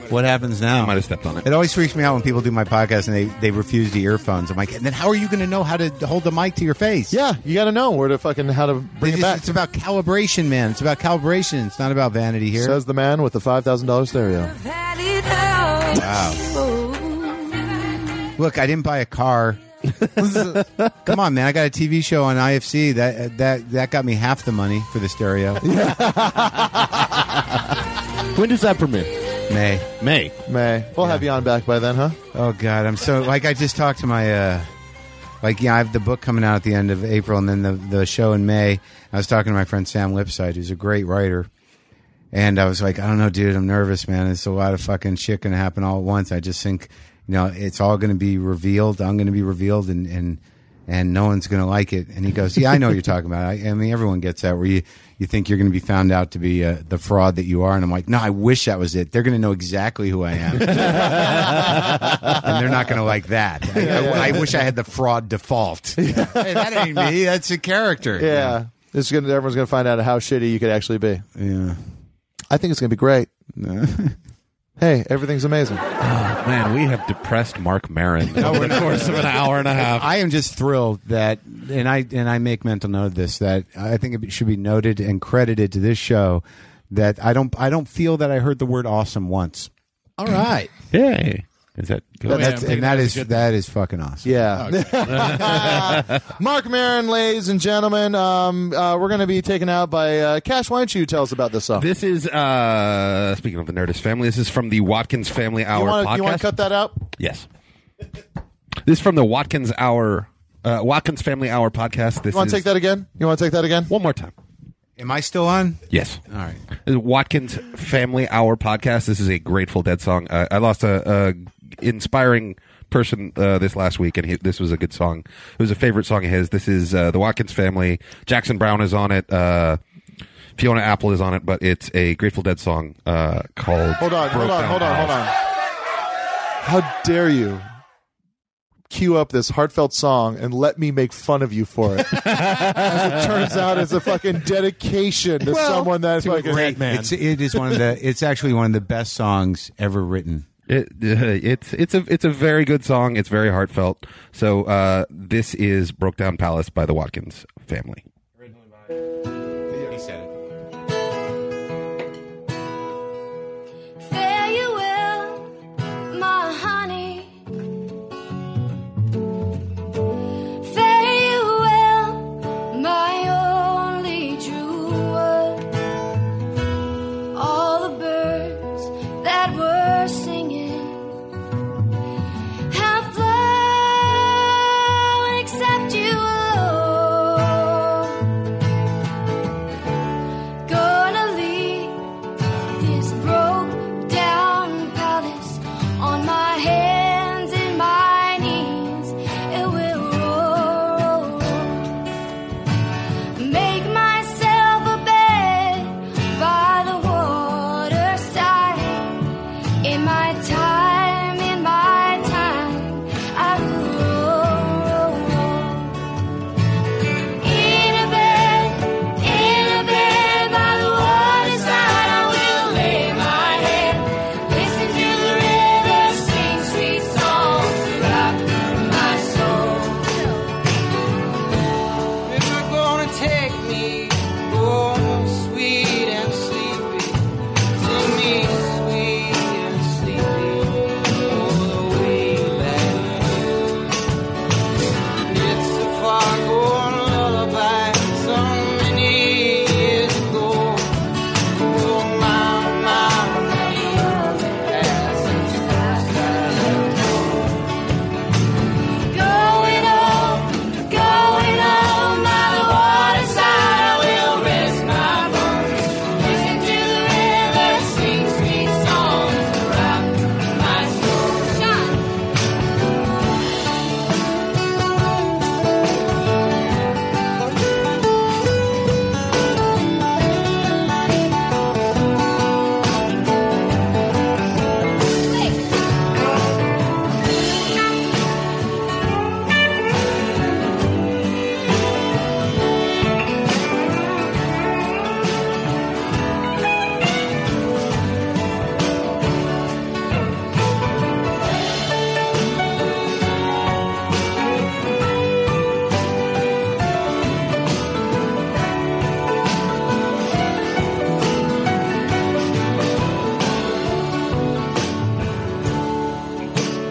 What happens now? I might
have stepped on it.
It always freaks me out when people do my podcast and they, they refuse the earphones. I'm like, and then how are you going to know how to hold the mic to your face?
Yeah, you got to know where to fucking how to bring
it back. It's about calibration, man. It's about calibration. It's not about vanity here.
Says the man with the five thousand dollar stereo.
Look, I didn't buy a car. Come on, man! I got a TV show on IFC that that that got me half the money for the stereo.
when does that premiere?
May.
May.
May. We'll have you on back by then, huh?
Oh God, I'm so like I just talked to my uh like yeah, I have the book coming out at the end of April and then the the show in May. I was talking to my friend Sam Lipside, who's a great writer. And I was like, I don't know, dude, I'm nervous, man. It's a lot of fucking shit gonna happen all at once. I just think, you know, it's all gonna be revealed. I'm gonna be revealed and and and no one's gonna like it. And he goes, Yeah, I know what you're talking about. I, I mean, everyone gets that where you you think you're gonna be found out to be uh, the fraud that you are. And I'm like, No, I wish that was it. They're gonna know exactly who I am and they're not going to like that. I, I- I wish I had the fraud default. Hey, that ain't me. That's a character.
Yeah. This is gonna everyone's gonna find out how shitty you could actually be.
Yeah.
I think it's gonna be great. hey, everything's amazing.
Man, we have depressed Mark Marin over the course of an hour and a half.
I am just thrilled that, and I and I make mental note of this that I think it should be noted and credited to this show that I don't I don't feel that I heard the word awesome once. All right.
Yay. Is that good?
But that's, and that is that is fucking awesome.
Yeah. Mark Marin, ladies and gentlemen, um, uh, we're gonna be taken out by uh, Cash. Why don't you tell us about this song?
This is uh speaking of the Nerdist family, this is from the Watkins Family Hour
you wanna,
podcast.
you wanna cut that out?
Yes. This is from the Watkins Hour uh, Watkins Family Hour podcast. This
You wanna
is
take that again? You wanna take that again?
One more time.
Am I still on?
Yes.
All right.
This is Watkins Family Hour podcast. This is a Grateful Dead song. Uh, I lost a, a inspiring person uh, this last week, and he, this was a good song. It was a favorite song of his. This is uh, the Watkins Family. Jackson Brown is on it. Uh, Fiona Apple is on it, but it's a Grateful Dead song uh, called.
Hold on, hold
Broke
on,
Down
hold on, hold on. How dare you cue up this heartfelt song and let me make fun of you for it? As it turns out, it's a fucking dedication to someone that fucking
It's, it is one of the. It's actually one of the best songs ever written.
It, it's it's a it's a very good song. It's very heartfelt. So uh, this is "Broke Down Palace" by the Watkins Family.
He said it.
Fare you well, my honey. Fare you well, my only true one. All the birds that were singing have flown except you alone. Gonna leave this broke down palace on my hands and my knees. It will roll. Make myself a bed by the waterside. In my time, in my time, I will roll. In a bed, in a bed by the waterside, I will lay my head. Listen to the river sing sweet songs to rock my soul.
River gonna take me, oh sweet and sleepy, sing me sweet and sleepy all the way back. It's a foghorn lullaby sung many years ago. Oh my my, my, my, my,
Going on, going on by the waterside, I will rest my bones. Listen to the river sing sweet songs to rock my soul.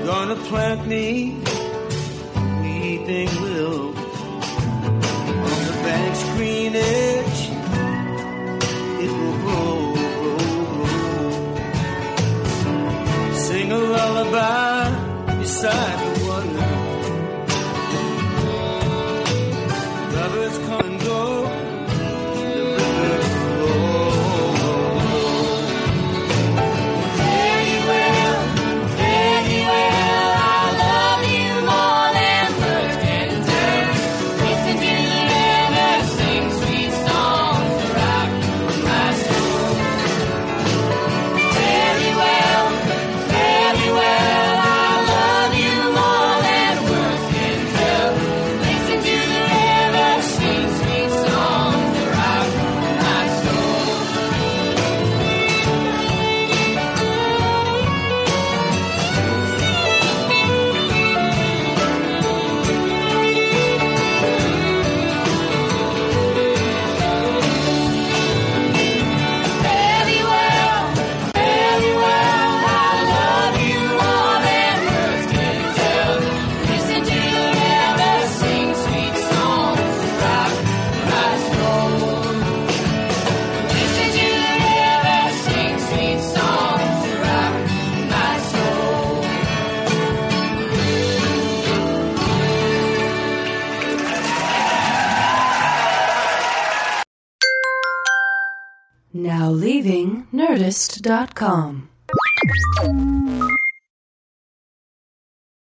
Gonna plant me, weeping willow on the bank's green edge. It will grow, grow, grow. Sing a lullaby beside the wonder. Lovers come and go. The river flows.
Fare you well, fare you well. I love you more than words can turn. Listen to the river sing sweet songs to rock my soul. Fare you well, fare you well. I love you more than words can tell. Listen to the river sing sweet songs to rock my soul.
Now leaving Nerdist.com.